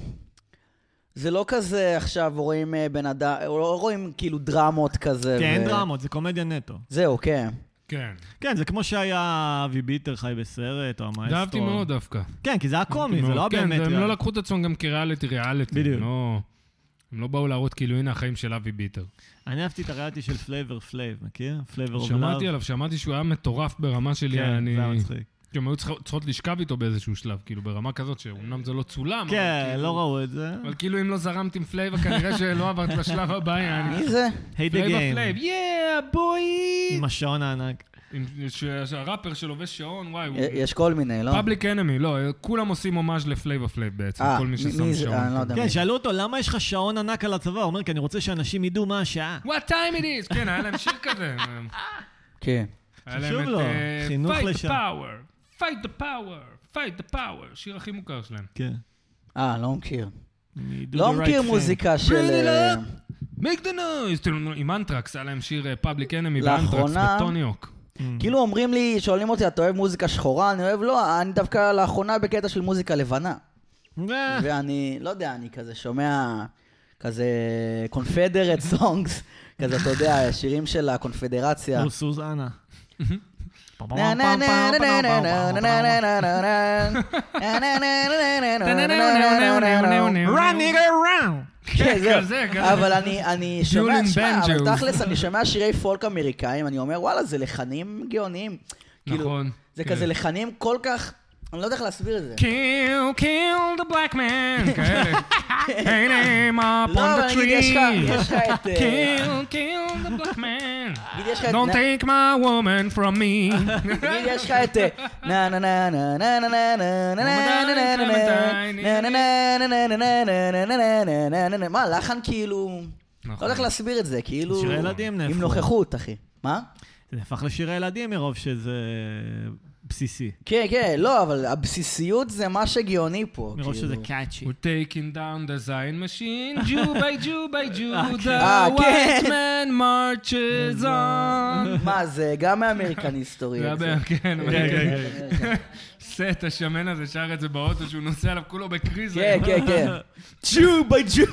Speaker 1: זה לא כזה עכשיו רואים אה, בן אדם, לא רואים כאילו דרמות כזה.
Speaker 2: כן, אין
Speaker 1: ו-
Speaker 2: דרמות, זה קומדיה נטו.
Speaker 1: זהו, כן.
Speaker 3: כן.
Speaker 2: כן, זה כמו שהיה אבי ביטר חי בסרט, או המאסטרו.
Speaker 3: זה אהבתי מאוד דווקא.
Speaker 2: כן, כי זה היה קומי, זה לא היה
Speaker 3: כן,
Speaker 2: באמת...
Speaker 3: הם לא
Speaker 2: ריאליטי.
Speaker 3: לקחו את עצמם גם כריאליטי ריאליטי.
Speaker 2: בדיוק.
Speaker 3: הם לא- הם לא באו להראות כאילו, הנה החיים של אבי ביטר.
Speaker 2: אני אהבתי את הריאליטי של פלייבר פלייב, מכיר? פלייבר אוף
Speaker 3: שמעתי עליו, שמעתי שהוא היה מטורף ברמה שלי.
Speaker 2: לא, כן,
Speaker 3: אני-
Speaker 2: זה היה מצחיק.
Speaker 3: כי הם היו צריכות צריכות לשכב איתו באיזשהו שלב, כאילו, ברמה כזאת, שאומנם זה לא צולם.
Speaker 2: כן,
Speaker 3: אבל
Speaker 2: לא
Speaker 3: כאילו-
Speaker 2: ראו את זה.
Speaker 3: אבל כאילו, אם לא זרמת עם פלייבה, כנראה שלא עברת לשלב הבא, יעני.
Speaker 1: מי זה?
Speaker 2: היי דה
Speaker 3: פלייבה
Speaker 2: גיים.
Speaker 3: פלייב, יאה, בואי!
Speaker 2: עם השעון הענק.
Speaker 3: עם- ש- שהראפר שלובש שעון, וואי, הוא...
Speaker 1: יש כל מיני, לא?
Speaker 3: פאבליק אנמי, לא, כולם עושים הומאז' לפלייבה פלייב בעצם,
Speaker 1: אה,
Speaker 3: כל מי
Speaker 1: מי-
Speaker 3: ששם
Speaker 1: מי זה?
Speaker 3: שעון.
Speaker 1: אה, אני לא יודע.
Speaker 2: כן,
Speaker 1: מי.
Speaker 2: שאלו אותו, למה יש לך שעון ענק על הצבא? הוא אומר, כי אני רוצה שאנשים ידעו מה השעה.
Speaker 3: What time it is? כן, היה להם שיר כזה.
Speaker 1: כן.
Speaker 3: היה להם
Speaker 2: חשוב
Speaker 3: את,
Speaker 2: לו,
Speaker 3: אה,
Speaker 2: לא, חינוך
Speaker 3: Fight
Speaker 2: לשם.
Speaker 3: the power, fight the power, fight the power, שיר הכי מוכר שלהם.
Speaker 2: כן.
Speaker 1: אה, לא מכיר.
Speaker 2: You do
Speaker 1: לא
Speaker 2: the right
Speaker 1: מכיר
Speaker 2: thing.
Speaker 1: מוזיקה של...
Speaker 3: Bring it
Speaker 1: אה,
Speaker 3: make the noise, כאילו, עם אנטרקס, היה להם שיר אה, פאבליק אנמי באנטרקס,
Speaker 1: לאחרונה-
Speaker 3: בטוני הוק.
Speaker 2: Hmm.
Speaker 1: כאילו אומרים לי, שואלים אותי, אתה אוהב מוזיקה שחורה? אני אוהב, לא, אני דווקא לאחרונה בקטע של מוזיקה לבנה.
Speaker 2: אה,
Speaker 1: ואני, לא יודע, אני כזה שומע כזה קונפדרט סונגס, כזה, אתה יודע, שירים של הקונפדרציה.
Speaker 2: הוא סוזנה.
Speaker 1: נה, נה, נה, נה, נה, נה, נה, נה, נה, נה, נה, נה. נה, נה, נה, נה, נה, נה, נה, נה, נה, נה, נה.
Speaker 2: run, nigga, run!
Speaker 1: כן,
Speaker 3: כזה,
Speaker 1: זהו.
Speaker 3: כזה.
Speaker 1: אבל אני- אני שומע,
Speaker 3: טיולים
Speaker 1: תשמע,
Speaker 3: בנג'וס.
Speaker 1: אבל תכלס, אני שומע שירי פולק אמריקאים, אני אומר, וואלה, זה לחנים גאוניים. כאילו,
Speaker 3: נכון.
Speaker 1: זה
Speaker 3: כן.
Speaker 1: כזה לחנים כל כך, אני לא יודע איך להסביר את זה.
Speaker 3: kill, kill the black man, כאלה. hang him up
Speaker 1: לא,
Speaker 3: on
Speaker 1: אבל
Speaker 3: the
Speaker 1: נגיד, יש
Speaker 3: tree.
Speaker 1: לך יש לך את... אה,
Speaker 3: kill, kill the black man.
Speaker 1: נגיד, יש לך את...
Speaker 3: Don't
Speaker 1: נ-
Speaker 3: take my woman from me.
Speaker 1: נגיד, יש לך את... אה, נה נה נה נה נה נה נה נה נה נה נה נה נה נה נה נה נה נה נה נה נה נה נה נה מה, לחן כאילו...
Speaker 3: נכון.
Speaker 1: לא יודע איך להסביר את זה, כאילו...
Speaker 2: שירי ילדים נהפכו.
Speaker 1: עם נוכחות, אחי. מה?
Speaker 2: זה הפך לשיר הילדים מרוב שזה בסיסי.
Speaker 1: כן, כן, לא, אבל הבסיסיות זה מה שגאוני פה.
Speaker 2: מרוב
Speaker 1: כאילו.
Speaker 2: שזה קאצ'י.
Speaker 3: We're taking down the Zion machine, Jew by Jew by Jew,
Speaker 1: אה,
Speaker 3: the
Speaker 1: כן.
Speaker 3: white man marches on.
Speaker 1: מה, זה גם מאמריקן היסטורי.
Speaker 3: זה
Speaker 1: זה.
Speaker 3: הבעיה, כן, אבל
Speaker 2: כן,
Speaker 3: כן.
Speaker 2: כן,
Speaker 3: סט השמן הזה שר את זה באוטו שהוא נוסע עליו כולו בקריזה.
Speaker 1: כן, כן, כן. ג'ו ביי ג'ו.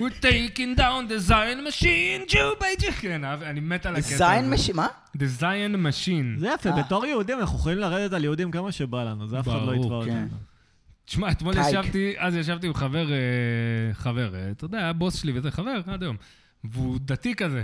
Speaker 3: We're taking down the Zion machine, Jew by Jew. כן, אהב- אני מת על הקטע הזה.
Speaker 1: זין משימה?
Speaker 3: The Zion machine.
Speaker 2: זה
Speaker 1: אה.
Speaker 2: יפה, בתור יהודים אנחנו יכולים לרדת על יהודים כמה שבא לנו, זה אף אחד
Speaker 3: ברור,
Speaker 2: לא יתבע
Speaker 1: כן.
Speaker 2: אותנו.
Speaker 3: תשמע, אתמול
Speaker 1: טייק.
Speaker 3: ישבתי, אז ישבתי עם חבר, אה, חבר, אה, אתה יודע, הבוס שלי וזה, חבר, עד היום. והוא דתי כזה.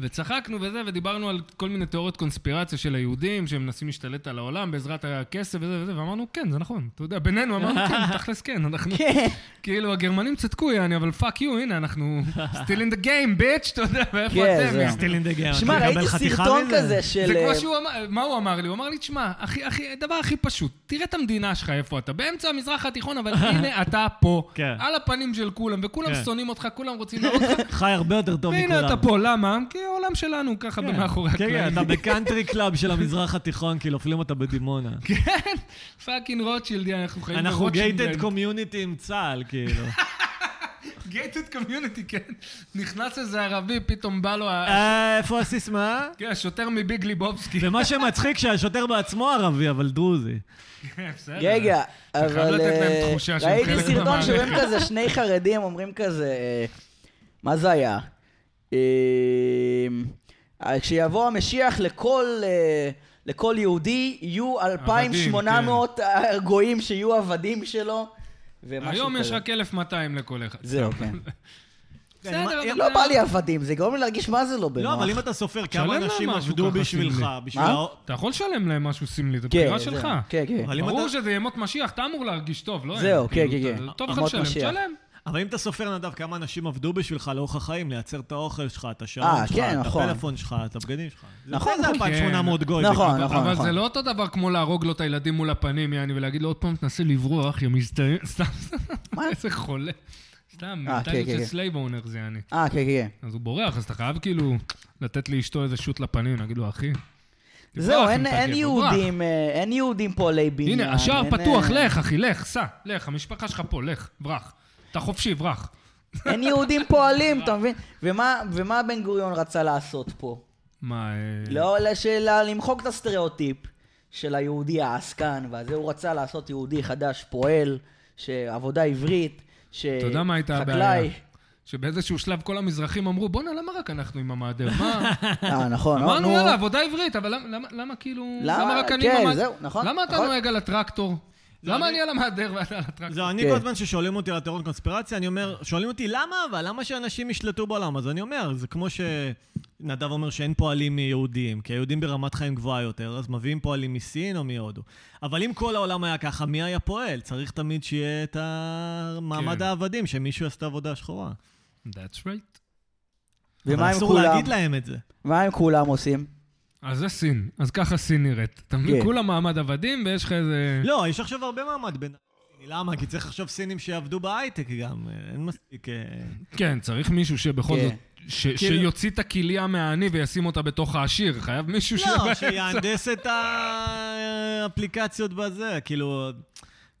Speaker 3: וצחקנו וזה, ודיברנו על כל מיני תיאוריות קונספירציה של היהודים, שהם מנסים להשתלט על העולם בעזרת הכסף וזה וזה, ואמרנו, כן, זה נכון. אתה יודע, בינינו אמרנו, כן, תכלס כן, אנחנו...
Speaker 1: כן.
Speaker 3: כאילו, הגרמנים צדקו, יעני, אבל פאק יו, הנה, אנחנו... still in the game, bitch, אתה יודע, ואיפה
Speaker 1: כן,
Speaker 3: אתם?
Speaker 1: זהו.
Speaker 3: You're still
Speaker 2: Still in the game,
Speaker 1: שמע,
Speaker 2: אתה
Speaker 1: ראיתי
Speaker 2: מקבל חתיכה
Speaker 1: סרטון
Speaker 2: מזה?
Speaker 1: כזה של...
Speaker 3: זה כמו
Speaker 1: אה,
Speaker 3: שהוא אמר, מה הוא אמר לי? הוא אמר לי, תשמע, הכי, הכי, הדבר הכי פשוט, תראה את המדינה שלך, איפה אתה? באמצע המזרח התיכון, אבל הנה אתה פה,
Speaker 2: כן.
Speaker 3: על הפנים של כולם, וכולם
Speaker 2: כן.
Speaker 3: שונאים אותך, כולם רוצים לראות אותך,
Speaker 2: חי הרבה יותר טוב מכולם.
Speaker 3: והנה אתה פה, למה? כי העולם שלנו ככה
Speaker 2: כן.
Speaker 3: במאחורי
Speaker 2: כן, כן,
Speaker 3: הקלעים.
Speaker 2: אתה בקאנטרי קלאב של המזרח התיכון, כאילו, אופלים אותה בדימונה.
Speaker 3: כן, פאקינג רוטשילד, אנחנו חיים
Speaker 2: אנחנו גייטד
Speaker 3: ברוטשילד.
Speaker 2: קומיוניטי עם צה"ל, כאילו.
Speaker 3: גייטד קומיוניטי, כן. נכנס איזה ערבי, פתאום בא לו, ה-
Speaker 2: אה, כן. איפה הסיסמה?
Speaker 3: כן, השוטר מביג ליבובסקי.
Speaker 2: ומה שמצחיק שהשוטר בעצמו ערבי, אבל דרוזי.
Speaker 3: כן, בסדר.
Speaker 1: רגע,
Speaker 3: חייב
Speaker 1: אבל
Speaker 3: לתת להם
Speaker 1: אה,
Speaker 3: תחושה שהם
Speaker 1: ראיתי
Speaker 3: חלק
Speaker 1: סרטון
Speaker 3: מהמערכת.
Speaker 1: שרואים כזה שני חרדים אומרים כזה, אה, מה זה היה? אה, כשיבוא המשיח לכל... אה, לכל יהודי יהיו 2,800 גויים שיהיו עבדים שלו, ומשהו
Speaker 3: כן. היום יש
Speaker 1: כזה.
Speaker 3: רק 1200 לכל אחד.
Speaker 1: זהו, כן.
Speaker 2: כן,
Speaker 3: בסדר,
Speaker 2: אם-
Speaker 3: אבל-
Speaker 1: לא בא לי עבדים, זה גורם לי להרגיש מה זה לא בנוח.
Speaker 2: לא, אבל אם אתה סופר
Speaker 3: שלם
Speaker 2: כמה
Speaker 3: להם
Speaker 2: אנשים
Speaker 3: משהו
Speaker 2: עבדו
Speaker 3: ככה
Speaker 2: בשבילך,
Speaker 3: סמלי.
Speaker 2: בשביל...
Speaker 1: מה?
Speaker 2: הא-
Speaker 3: אתה יכול לשלם להם משהו סמלי, זו
Speaker 1: כן,
Speaker 3: בחירה
Speaker 1: זהו,
Speaker 3: לא שלך.
Speaker 1: כן, כן.
Speaker 2: אבל אם
Speaker 3: ברור
Speaker 2: אתה-
Speaker 3: שזה ימות משיח, אתה אמור להרגיש טוב, לא? הם.
Speaker 1: זהו, כן,
Speaker 3: כאילו,
Speaker 1: כן, כן.
Speaker 3: אתה- טוב לך
Speaker 1: אמות
Speaker 3: לשלם,
Speaker 1: משיח.
Speaker 3: תשלם.
Speaker 2: אבל אם אתה סופר, נדב, כמה אנשים עבדו בשבילך לאורך החיים, לייצר את האוכל שלך, את
Speaker 1: אה,
Speaker 2: השעון שלך,
Speaker 1: כן,
Speaker 2: את
Speaker 1: נכון.
Speaker 2: הפלאפון שלך, את הבגדים שלך.
Speaker 1: נכון,
Speaker 2: זה
Speaker 1: נכון.
Speaker 2: 2,800 גוי. זה
Speaker 1: נכון,
Speaker 2: כבר-
Speaker 1: נכון,
Speaker 3: אבל
Speaker 1: נכון.
Speaker 3: זה לא אותו דבר כמו להרוג לו את הילדים מול הפנים, יעני, ולהגיד לו עוד פעם, תנסה לברוח, יא מזדיין. סתם,
Speaker 1: מה?
Speaker 3: איזה חולה. סתם,
Speaker 1: אה,
Speaker 3: מנטליות
Speaker 1: כן, כן,
Speaker 3: של
Speaker 1: כן.
Speaker 3: סלייב אונר זה יעני.
Speaker 1: אה, כן, כן,
Speaker 3: אז הוא בורח, אז אתה חייב כאילו לתת לאשתו איזה שוט לפנים, להגיד לו, אחי.
Speaker 1: כן.
Speaker 3: תברח,
Speaker 1: זהו,
Speaker 3: אם
Speaker 1: אין-
Speaker 3: אתה
Speaker 1: אין
Speaker 3: גבר, ברח."
Speaker 1: יהודים, אה, אין יהודים פה עולי בניין.
Speaker 3: הנה, השער
Speaker 1: אין,
Speaker 3: פתוח,
Speaker 1: אה,
Speaker 3: לך, אחי, לך, סע, לך, המשפחה שלך פה, לך, ברח. אתה חופשי, ברח.
Speaker 1: אין יהודים פועלים, אתה מבין? ומה, ומה בן גוריון רצה לעשות פה?
Speaker 3: מה, אה,
Speaker 1: לא, לשאלה, למחוק את הסטריאוטיפ של היהודי העסקן, וזה הוא רצה לעשות יהודי חדש, פועל, שעבודה עברית, שחקלאי.
Speaker 3: אתה יודע מה הייתה הבעיה? שבאיזשהו שלב כל המזרחים אמרו, בואנה, למה רק אנחנו עם המעדר? מה?
Speaker 1: אה, נכון. נו,
Speaker 3: אמרנו,
Speaker 1: נו.
Speaker 3: יאללה, עבודה עברית, אבל למה- למה- למה כאילו...
Speaker 1: למה-
Speaker 3: למה רק אני
Speaker 1: כן,
Speaker 3: עם המעדר?
Speaker 1: זהו, נכון,
Speaker 3: למה אתה
Speaker 1: נכון.
Speaker 3: נוהג על הטרקטור? למה
Speaker 2: אני-
Speaker 3: אני על המעדר ואתה על הטרקטור?
Speaker 2: זהו, אני
Speaker 1: כן.
Speaker 2: כל הזמן ששואלים אותי על התיאוריות קונספירציה, אני אומר, שואלים אותי למה, אבל למה שאנשים ישלטו בעולם? אז אני אומר, זה כמו שנדב אומר שאין פועלים יהודים, כי היהודים ברמת חיים גבוהה יותר, אז מביאים פועלים מסין או מהודו. אבל אם כל העולם היה ככה, מי היה פועל? צריך תמיד שיהיה את המעמד
Speaker 3: כן.
Speaker 2: העבדים, שמישהו יעשה את העבודה השחורה.
Speaker 3: That's right.
Speaker 2: אבל
Speaker 1: ומה עם
Speaker 2: אסור
Speaker 1: כולם?
Speaker 2: להגיד להם את זה.
Speaker 1: מה עם כולם עושים?
Speaker 3: אז זה סין, אז ככה סין נראית. אתה מבין?
Speaker 1: כן.
Speaker 3: כולם מעמד עבדים ויש לך איזה...
Speaker 2: לא, יש עכשיו הרבה מעמד בין... למה? כי צריך עכשיו סינים שיעבדו בהייטק גם, אין מספיק... אה,
Speaker 3: כן, צריך מישהו שבכל
Speaker 1: כן.
Speaker 3: זאת... ש-
Speaker 2: כאילו-
Speaker 3: שיוציא את הכליה מהעני וישים אותה בתוך העשיר. חייב מישהו ש...
Speaker 2: לא, שיהנדס את האפליקציות בזה, כאילו...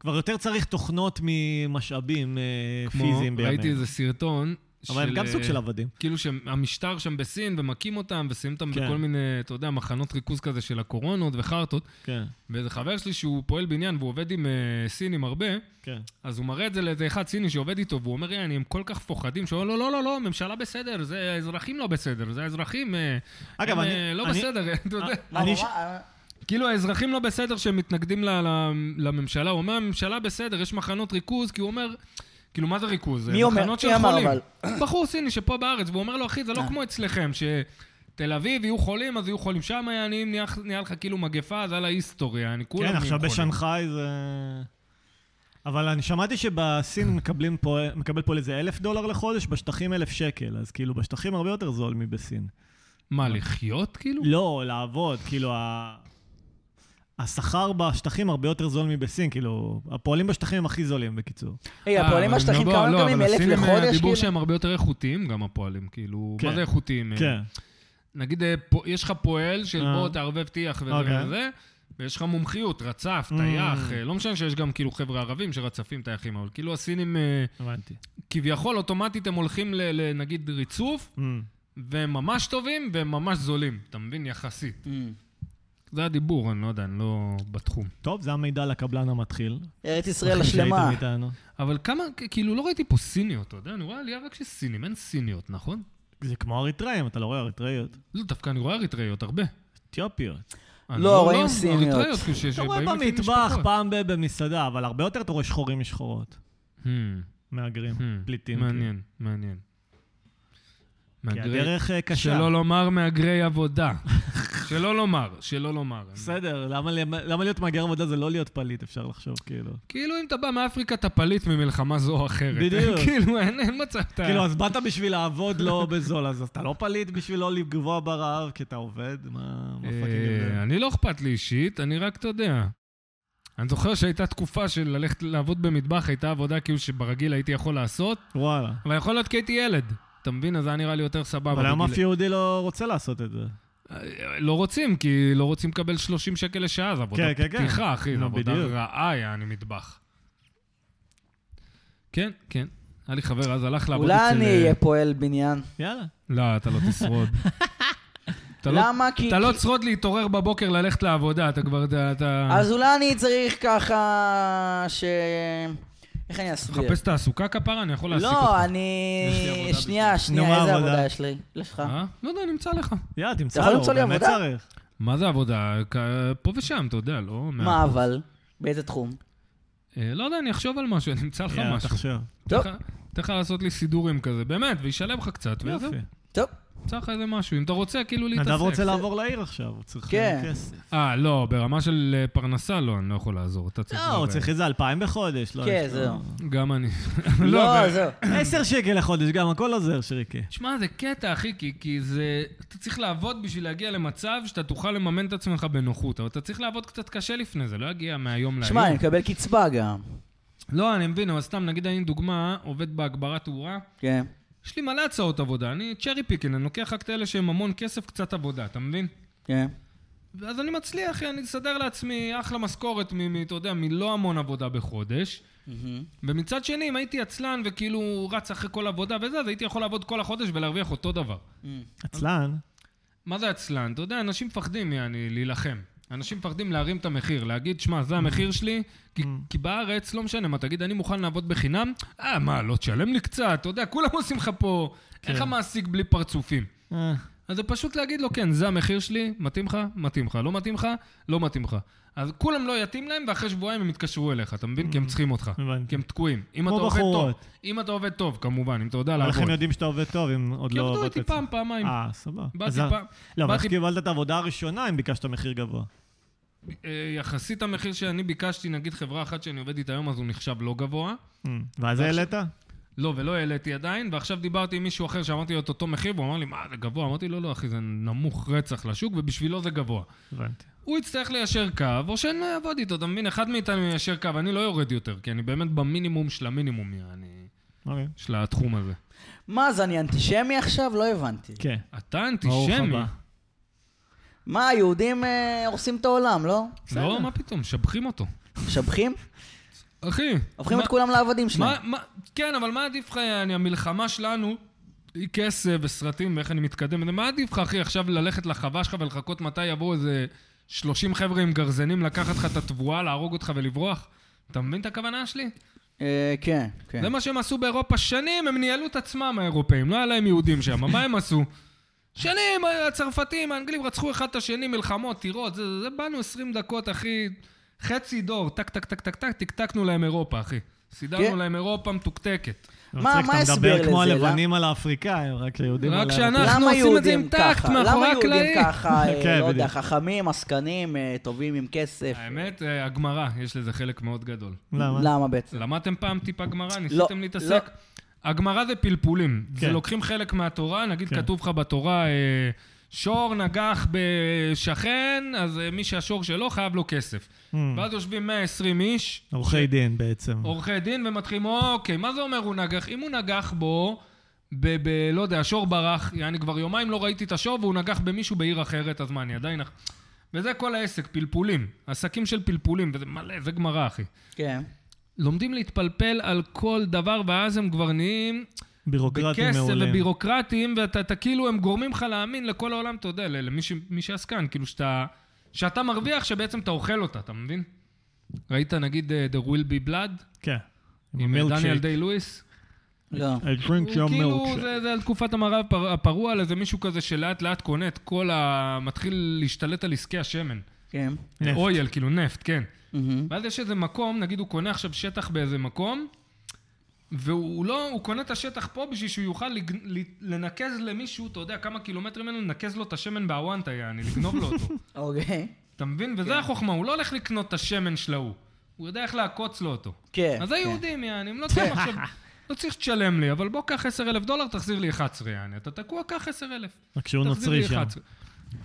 Speaker 2: כבר יותר צריך תוכנות ממשאבים אה,
Speaker 3: כמו-
Speaker 2: פיזיים בימינו.
Speaker 3: ראיתי איזה סרטון.
Speaker 2: אבל הם גם סוג של עבדים.
Speaker 3: כאילו שהמשטר שם בסין, ומכים אותם, ושמים אותם
Speaker 2: כן.
Speaker 3: בכל מיני, אתה יודע, מחנות ריכוז כזה של הקורונות וחרטות.
Speaker 2: כן,
Speaker 3: ואיזה חבר שלי שהוא פועל בניין והוא עובד עם אה, סינים הרבה,
Speaker 2: כן.
Speaker 3: אז הוא מראה את זה לאיזה אחד סיני שעובד איתו, והוא אומר, יעני, הם כל כך פוחדים, שהוא אומר, לא, לא, לא, לא, ממשלה בסדר, זה האזרחים לא בסדר, זה האזרחים... אה,
Speaker 2: אגב,
Speaker 3: הם,
Speaker 2: אני-
Speaker 3: אה, לא
Speaker 2: אני-
Speaker 3: בסדר, לא, אתה יודע.
Speaker 1: מה,
Speaker 2: אני כן,
Speaker 1: מה,
Speaker 2: ש-
Speaker 1: מה?
Speaker 3: כאילו האזרחים לא בסדר שהם מתנגדים ל- ל- לממשלה. הוא אומר, הממשלה בסדר, יש מחנות ריכוז, כי הוא אומר, כאילו, מה זה ריכוז?
Speaker 1: מי אומר?
Speaker 3: מחנות
Speaker 1: מי
Speaker 3: של
Speaker 1: אמר
Speaker 3: חולים.
Speaker 1: אבל? אה.
Speaker 3: בחור סיני שפה בארץ, והוא אומר לו, אחי, זה לא כמו אצלכם, שתל אביב יהיו חולים, אז יהיו חולים שם, יעני, אם נהיה- נהיה לך כאילו מגפה, אז על ההיסטוריה, אני כולם
Speaker 2: כן,
Speaker 3: נהיים
Speaker 2: עכשיו
Speaker 3: חולים.
Speaker 2: בשנגחאי זה... אבל אני שמעתי שבסין מקבלים פה, מקבל פה איזה אלף דולר לחודש, בשטחים אלף שקל, אז כאילו בשטחים הרבה יותר זול מבסין.
Speaker 3: מה, לחיות כאילו?
Speaker 2: לא, לעבוד, כאילו ה... השכר בשטחים הרבה יותר זול מבסין, כאילו, הפועלים בשטחים הם הכי זולים, בקיצור.
Speaker 1: רגע,
Speaker 3: אה,
Speaker 1: הפועלים
Speaker 3: אבל
Speaker 1: בשטחים
Speaker 3: לא,
Speaker 1: כמה
Speaker 3: לא,
Speaker 1: מקבלים?
Speaker 3: אבל
Speaker 1: אלף
Speaker 3: הסינים,
Speaker 1: לחודש?
Speaker 3: הדיבור
Speaker 1: כאילו?
Speaker 3: שהם הרבה יותר איכותיים, גם הפועלים, כאילו,
Speaker 2: כן.
Speaker 3: מה זה איכותיים?
Speaker 2: כן.
Speaker 3: נגיד, אה, פה- יש לך פועל של
Speaker 2: אה.
Speaker 3: בוא תערבב טיח וזה
Speaker 2: אוקיי.
Speaker 3: וזה, ויש לך מומחיות, רצף, טייח, אה, לא משנה שיש גם כאילו חבר'ה ערבים שרצפים טייחים, אבל כאילו הסינים אה,
Speaker 2: הבנתי.
Speaker 3: כביכול אוטומטית הם הולכים ל- לנגיד ריצוף,
Speaker 2: אמ,
Speaker 3: והם ממש טובים והם ממש זולים, אתה מבין? יחסית.
Speaker 1: Mm.
Speaker 3: זה הדיבור, אני לא יודע, אני לא בתחום.
Speaker 2: טוב, זה המידע לקבלן המתחיל. אוקיי,
Speaker 1: ארץ ישראל
Speaker 2: שהייתם
Speaker 1: השלמה.
Speaker 2: איתנו.
Speaker 3: אבל כמה, כ- כאילו, לא ראיתי פה סיניות, אתה יודע? אני רואה עלייה רק של סינים, אין סיניות, נכון?
Speaker 2: זה כמו אריתראים, אתה לא רואה אריתראיות.
Speaker 3: לא, דווקא אני רואה אריתראיות הרבה.
Speaker 2: אתיופיות.
Speaker 3: אני
Speaker 1: לא, רואים סיניות.
Speaker 3: אריתראיות, כאילו, ש-
Speaker 2: אתה רואה
Speaker 3: שבאים לפי
Speaker 2: במטבח
Speaker 3: משפחות.
Speaker 2: פעם ב- במסעדה, אבל הרבה יותר אתה רואה שחורים משחורות.
Speaker 3: Hmm,
Speaker 2: מהגרים,
Speaker 3: hmm,
Speaker 2: פליטים. כאילו.
Speaker 3: מעניין, מעניין.
Speaker 2: כי
Speaker 3: מהגרי-
Speaker 2: הדרך אה, קשה.
Speaker 3: שלא לא- לומר מהגרי עבודה. שלא לומר, שלא לומר.
Speaker 2: בסדר, למה ל- למה להיות מהגר עבודה זה לא להיות פליט, אפשר לחשוב, כאילו.
Speaker 3: כאילו אם אתה בא מאפריקה, אתה פליט ממלחמה זו או אחרת.
Speaker 2: בדיוק.
Speaker 3: כאילו, אין אין מצב. אתה-
Speaker 2: כאילו, אז באת בשביל לעבוד לא בזול, אז אתה לא פליט בשביל לא לגבוה ברעב, כי אתה עובד? מה מה
Speaker 3: אה,
Speaker 2: פאקינג הבדל?
Speaker 3: אני לא אכפת לי אישית, אני רק, אתה יודע. אני זוכר שהייתה תקופה של ללכת לעבוד במטבח, הייתה עבודה כאילו שברגיל הייתי יכול לעשות,
Speaker 2: וואלה.
Speaker 3: אה, אבל יכול להיות כי הייתי ילד. אתה מבין? אז זה היה נראה לי יותר סבבה.
Speaker 2: אבל היום
Speaker 3: בגיל-
Speaker 2: אף יהודי לא רוצה לעשות את זה.
Speaker 3: אה, לא רוצים, כי לא רוצים לקבל 30 שקל לשעה, זו עבודה
Speaker 2: כן, כן, כן.
Speaker 3: פתיחה, אחי, זו
Speaker 2: נו,
Speaker 3: עבודה
Speaker 2: בדיוק.
Speaker 3: רעה, יעני מטבח. כן, כן. היה לי חבר, אז הלך לעבוד
Speaker 1: אולי
Speaker 3: אצל...
Speaker 1: אני
Speaker 3: אה,
Speaker 1: אהיה פועל בניין.
Speaker 2: יאללה.
Speaker 3: לא, אתה לא תשרוד. אתה לא-
Speaker 1: למה? כי...
Speaker 3: אתה לא
Speaker 1: כי-
Speaker 3: תשרוד להתעורר בבוקר ללכת לעבודה, אתה כבר... אתה- אתה
Speaker 1: אז אולי אני צריך ככה ש... איך אני אסביר?
Speaker 3: מחפש תעסוקה כפרה, אני יכול להעסיק אותך.
Speaker 1: לא, אני...
Speaker 3: יש לי עבודה בשביל
Speaker 1: שנייה,
Speaker 2: נו, מה
Speaker 1: שנייה, איזה
Speaker 2: העבודה?
Speaker 1: עבודה יש לי? יש לך.
Speaker 3: אה? לא יודע, נמצא לך.
Speaker 2: יאללה,
Speaker 1: אתה
Speaker 2: תמצא
Speaker 1: יכול
Speaker 2: לו,
Speaker 1: למצוא לי
Speaker 2: באמת
Speaker 1: עבודה?
Speaker 2: צריך.
Speaker 3: מה זה עבודה? כ- פה ושם, אתה יודע, לא... מאה
Speaker 1: מה
Speaker 3: אחוז.
Speaker 1: אבל? באיזה תחום?
Speaker 3: אה, לא יודע, אני אחשוב על משהו, אני אמצא לך
Speaker 2: יאללה,
Speaker 3: משהו.
Speaker 2: תחשוב.
Speaker 1: טוב,
Speaker 3: תן לך- תן לך לעשות לי סידורים כזה, באמת, וישלם לך קצת, וזהו.
Speaker 2: יופי.
Speaker 1: טוב.
Speaker 3: ימצא לך איזה משהו, אם אתה רוצה כאילו כן, להתעסק.
Speaker 2: נדב רוצה לעבור לעיר עכשיו, הוא צריך
Speaker 1: כן.
Speaker 2: כסף.
Speaker 3: אה, לא, ברמה של אה, פרנסה לא, אני לא יכול לעזור, אתה צריך...
Speaker 2: לא, הוא צריך איזה אלפיים בחודש. לא,
Speaker 1: כן,
Speaker 2: יש לו-
Speaker 1: זהו.
Speaker 3: גם אני.
Speaker 1: לא,
Speaker 3: ב-
Speaker 1: זהו.
Speaker 2: עשר שקל לחודש, גם הכל עוזר, שריקי.
Speaker 3: שמע, זה קטע, אחי, כי, כי זה... אתה צריך לעבוד בשביל להגיע למצב שאתה תוכל לממן את עצמך בנוחות, אבל אתה צריך לעבוד קצת קשה לפני זה, לא יגיע מהיום להיום.
Speaker 1: שמע, אני מקבל קצבה גם.
Speaker 3: לא, אני מבין, אבל סתם, נגיד אני דוגמה, עובד בהגברת תאורה,
Speaker 1: כן.
Speaker 3: יש לי מלא הצעות עבודה, אני צ'רי פיקינג, אני לוקח רק את אלה שהם המון כסף, קצת עבודה, אתה מבין?
Speaker 1: כן.
Speaker 3: ואז אני מצליח, אחי, אני אסדר לעצמי אחלה משכורת, מ- מ- אתה יודע, מלא המון עבודה בחודש. ומצד שני, אם הייתי עצלן וכאילו רץ אחרי כל עבודה וזה, אז הייתי יכול לעבוד כל החודש ולהרוויח אותו דבר.
Speaker 2: עצלן.
Speaker 3: מה זה עצלן? אתה יודע, אנשים מפחדים יעני להילחם. אנשים מפחדים להרים את המחיר, להגיד, שמע, זה המחיר שלי, כי, כי בארץ, לא משנה מה, תגיד, אני מוכן לעבוד בחינם, אה, מה, לא תשלם לי קצת, אתה יודע, כולם עושים לך פה, אין לך מעסיק בלי פרצופים.
Speaker 2: אה,
Speaker 3: אז זה פשוט להגיד לו, כן, זה המחיר שלי, מתאים לך, מתאים לך, לא מתאים לך, לא מתאים לך. אז כולם לא יתאים להם, ואחרי שבועיים הם יתקשרו אליך, אתה מבין? כי הם צריכים אותך.
Speaker 2: Mm-hmm. הבנתי.
Speaker 3: כי הם תקועים. אם
Speaker 2: כמו
Speaker 3: אתה עובד טוב,
Speaker 2: בחורות.
Speaker 3: אם אתה עובד טוב, כמובן, אם אתה יודע
Speaker 2: אבל
Speaker 3: לעבוד.
Speaker 2: לכם יודעים שאתה עובד טוב, אם עוד
Speaker 3: כי
Speaker 2: לא
Speaker 3: עבדו
Speaker 2: עבדת
Speaker 3: איתי
Speaker 2: אצלך.
Speaker 3: פעם, פעמיים.
Speaker 2: אה, סבבה.
Speaker 3: באתי
Speaker 2: אז-
Speaker 3: פעם-
Speaker 2: לא, אבל איך
Speaker 3: באתי-
Speaker 2: קיבלת את העבודה הראשונה אם ביקשת מחיר גבוה?
Speaker 3: אה, יחסית המחיר שאני ביקשתי, נגיד חברה אחת שאני עובד איתה היום, אז הוא נחשב לא גבוה.
Speaker 2: אה, ואז העלית?
Speaker 3: לא, ולא העליתי עדיין, ועכשיו דיברתי עם מישהו אחר שאמרתי לו את אותו מחיר, והוא אמר לי, מה, זה גבוה? אמרתי לו, לא, אחי, זה נמוך רצח לשוק, ובשבילו זה גבוה.
Speaker 2: הבנתי.
Speaker 3: הוא יצטרך ליישר קו, או שאני לא אעבוד איתו, אתה מבין? אחד מאיתנו יישר קו, אני לא יורד יותר, כי אני באמת במינימום של המינימום, יעני,
Speaker 2: אוקיי.
Speaker 3: של התחום הזה.
Speaker 1: מה, אז אני אנטישמי עכשיו? לא הבנתי.
Speaker 2: כן.
Speaker 3: אתה
Speaker 2: ברוך
Speaker 3: אנטישמי. לא,
Speaker 2: הבא.
Speaker 1: מה, היהודים אה, הורסים את העולם, לא?
Speaker 3: לא, מה פתאום, משבחים אותו.
Speaker 1: משבחים?
Speaker 3: אחי,
Speaker 1: הופכים
Speaker 3: מה-
Speaker 1: את כולם לעבדים שלהם.
Speaker 3: מה, מה, כן, אבל מה עדיף לך, יעני, המלחמה שלנו היא כסף וסרטים ואיך אני מתקדם. מה עדיף לך, אחי, עכשיו ללכת לחווה שלך ולחכות מתי יבואו איזה 30 חבר'ה עם גרזנים לקחת לך את התבואה, להרוג אותך ולברוח? אתה מבין את הכוונה שלי?
Speaker 1: אה, כן, כן.
Speaker 3: זה מה שהם עשו באירופה שנים, הם ניהלו את עצמם, האירופאים. לא היה להם יהודים שם, מה הם עשו? שנים, הצרפתים, האנגלים רצחו אחד את השני, מלחמות, טירות, זה, זה, זה באנו 20 דקות, אחי, חצי דור, טק, טק, טק, טק, טק, טקטקנו להם אירופה, אחי. סידרנו
Speaker 1: כן.
Speaker 3: להם אירופה מתוקתקת.
Speaker 2: לא
Speaker 1: מה-
Speaker 2: צריך,
Speaker 1: מה
Speaker 2: אתה
Speaker 1: ההסבר
Speaker 2: מדבר כמו
Speaker 1: לזה?
Speaker 2: הלבנים על האפריקאים, רק היהודים על
Speaker 3: רק
Speaker 2: האירופאים.
Speaker 3: שאנחנו
Speaker 1: למה
Speaker 3: עושים את זה עם
Speaker 1: יהודים
Speaker 3: טקט
Speaker 1: ככה?
Speaker 3: מאחורי
Speaker 1: למה
Speaker 3: הקלעים?
Speaker 1: יהודים ככה, אה,
Speaker 2: כן,
Speaker 1: לא יודע,
Speaker 2: בדיוק.
Speaker 1: חכמים, עסקנים, אה, טובים עם כסף?
Speaker 3: האמת, אה, הגמרא, יש לזה חלק מאוד גדול.
Speaker 2: למה?
Speaker 1: למה בעצם?
Speaker 3: למדתם פעם טיפה גמרא? ניסיתם
Speaker 1: לא.
Speaker 3: להתעסק? הגמרא זה פלפולים. זה
Speaker 2: כן.
Speaker 3: לוקחים חלק מהתורה, נגיד
Speaker 2: כן.
Speaker 3: כתוב לך בתורה, אה, שור נגח בשכן, אז אה, מי שהשור שלו חייב לו כסף.
Speaker 2: Mm.
Speaker 3: ואז יושבים 120 איש,
Speaker 2: אה, עורכי דין בעצם.
Speaker 3: עורכי דין, ומתחילים, אוקיי, מה זה אומר הוא נגח? אם הוא נגח בו, ב... ב... לא יודע, השור ברח, אני כבר יומיים לא ראיתי את השור והוא נגח במישהו בעיר אחרת, אז מה, אני עדיין... אח- וזה כל העסק, פלפולים. עסקים של פלפולים, וזה מלא, זה גמרא, אחי.
Speaker 1: כן.
Speaker 3: לומדים להתפלפל על כל דבר, ואז הם כבר נהיים
Speaker 2: בירוקרטים
Speaker 3: בכסף
Speaker 2: מעולים.
Speaker 3: ובירוקרטיים, ואתה אתה כאילו, הם גורמים לך להאמין לכל העולם, אתה יודע, ל- למי ש- מי שעסקן, כאילו שאתה, שאתה מרוויח, שבעצם אתה אוכל אותה, אתה מבין? ראית נגיד אה, The Will Be Blood,
Speaker 2: כן.
Speaker 3: עם אה,
Speaker 2: המילקשייק.
Speaker 3: דניאל דיי לואיס?
Speaker 1: לא.
Speaker 2: I drink
Speaker 3: הוא
Speaker 2: your
Speaker 3: כאילו,
Speaker 2: milkshake.
Speaker 3: זה, זה על תקופת המערב הפר- הפרוע, על איזה מישהו כזה שלאט לאט קונה את כל ה... מתחיל להשתלט על עסקי השמן.
Speaker 1: כן.
Speaker 2: נפט.
Speaker 3: אויל, כאילו נפט, כן.
Speaker 1: מהמם.
Speaker 3: ואז יש איזה מקום, נגיד הוא קונה עכשיו שטח באיזה מקום, והוא לא, הוא קונה את השטח פה בשביל שהוא יוכל לג, ל, לנקז למישהו, אתה יודע כמה קילומטרים ממנו, לנקז לו את השמן באוונטה, יעני, לגנוב לו אותו.
Speaker 1: אוקיי.
Speaker 3: אתה מבין? וזה
Speaker 2: כן.
Speaker 3: החוכמה, הוא לא הולך לקנות את השמן של ההוא, הוא יודע איך לעקוץ לו אותו.
Speaker 1: כן.
Speaker 3: אז זה יהודים, יעני, הם לא צריכים עכשיו, לא צריך שתשלם לי, אבל בוא, קח 10,000 דולר, תחזיר לי 11, יעני. אתה תקוע, קח 10,000.
Speaker 2: רק שהוא
Speaker 3: תחזיר
Speaker 2: נוצרי
Speaker 3: לי
Speaker 2: שם.
Speaker 3: 11.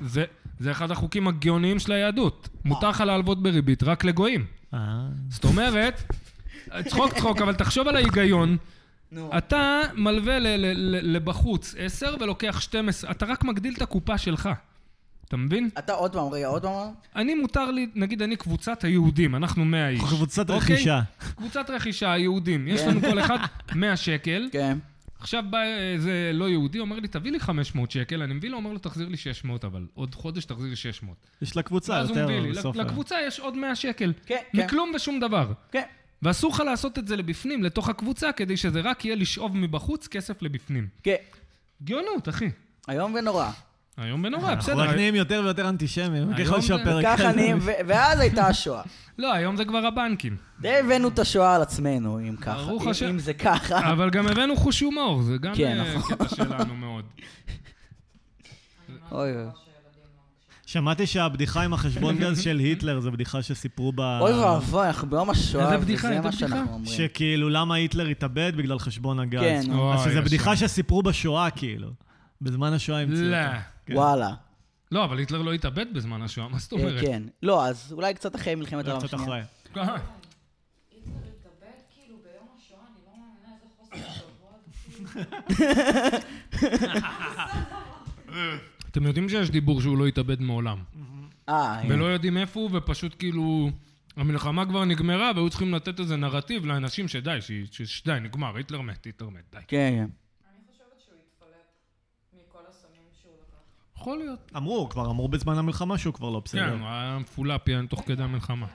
Speaker 3: זה, זה אחד החוקים הגאוניים של היהדות. מותר לך להלוות בריבית רק לגויים.
Speaker 2: אה,
Speaker 3: זאת אומרת, צחוק צחוק, אבל תחשוב על ההיגיון.
Speaker 1: נו.
Speaker 3: אתה מלווה ל- ל- ל- לבחוץ 10 ולוקח 12, אתה רק מגדיל את הקופה שלך. אתה מבין?
Speaker 1: אתה עוד פעם, רגע, עוד פעם?
Speaker 3: אני מותר לי, נגיד אני קבוצת היהודים, אנחנו 100 איש.
Speaker 2: קבוצת
Speaker 3: אוקיי?
Speaker 2: רכישה.
Speaker 3: קבוצת רכישה, היהודים. יש לנו כל אחד 100 שקל.
Speaker 1: כן.
Speaker 3: עכשיו בא איזה לא יהודי, אומר לי, תביא לי 500 שקל, אני מביא לו, אומר לו, תחזיר לי 600, אבל עוד חודש תחזיר לי 600.
Speaker 2: יש לה קבוצה
Speaker 3: ואז הוא
Speaker 2: יותר
Speaker 3: מביא לי,
Speaker 2: בסוף. אה.
Speaker 3: לקבוצה יש עוד 100 שקל.
Speaker 1: כן, כן.
Speaker 3: מכלום ושום דבר.
Speaker 1: כן.
Speaker 3: ואסור לך לעשות את זה לבפנים, לתוך הקבוצה, כדי שזה רק יהיה לשאוב מבחוץ כסף לבפנים.
Speaker 1: כן.
Speaker 3: גאונות, אחי.
Speaker 1: איום ונורא.
Speaker 3: היום ונורא,
Speaker 2: אנחנו אה, רק
Speaker 3: בסדר.
Speaker 2: נהיים יותר ויותר אנטישמים,
Speaker 3: היום
Speaker 2: ככל
Speaker 3: זה-
Speaker 2: שהפרק...
Speaker 1: ככה נהיים, ו- ואז הייתה השואה.
Speaker 3: לא, היום זה כבר הבנקים.
Speaker 1: די הבאנו את השואה על עצמנו, אם ככה.
Speaker 3: ברוך
Speaker 1: אם-
Speaker 3: השם.
Speaker 1: אם זה ככה.
Speaker 3: אבל גם הבאנו חוש הומור, זה גם
Speaker 1: כן,
Speaker 3: אה,
Speaker 1: נכון.
Speaker 3: קטע שלנו מאוד.
Speaker 1: אוי אוי.
Speaker 2: שמעתי שהבדיחה עם החשבון גז של היטלר זה בדיחה שסיפרו ב...
Speaker 1: אוי ואבוי, אנחנו ביום השואה,
Speaker 3: איזה בדיחה,
Speaker 1: וזה
Speaker 3: איזה
Speaker 1: מה
Speaker 3: בדיחה?
Speaker 1: שאנחנו אומרים.
Speaker 2: שכאילו, למה היטלר התאבד? בגלל חשבון הגז.
Speaker 1: כן.
Speaker 3: אוי,
Speaker 2: אז
Speaker 3: ישר.
Speaker 2: שזו בדיחה שסיפרו בשואה, כאילו. בזמן השואה המציאו
Speaker 3: לא.
Speaker 2: אותה. כן.
Speaker 1: וואלה.
Speaker 3: לא, אבל היטלר לא התאבד בזמן השואה, מה זאת
Speaker 1: אה,
Speaker 3: אומרת?
Speaker 1: כן. לא, אז אולי קצת אחרי מלחמת העולם
Speaker 2: קצת אחרי.
Speaker 1: השנייה.
Speaker 3: אה,
Speaker 5: היטלר התאבד כאילו ביום השואה, אני לא מאמינה איזה חוסר כבוד. כאילו.
Speaker 3: אתם יודעים שיש דיבור שהוא לא התאבד מעולם.
Speaker 1: אה, הנה.
Speaker 3: ולא יודעים איפה הוא, ופשוט כאילו... המלחמה כבר נגמרה, והיו צריכים לתת איזה נרטיב לאנשים שדי, ש- ש- שדי, נגמר, היטלר מת, היטלר מת, די.
Speaker 1: כן,
Speaker 5: אני חושבת שהוא התפלט מכל הסמים שהוא לקח.
Speaker 3: יכול להיות.
Speaker 2: אמרו, כבר אמרו בזמן המלחמה שהוא כבר לא בסדר.
Speaker 3: כן, הוא היה מפולפ יעני תוך כדי המלחמה.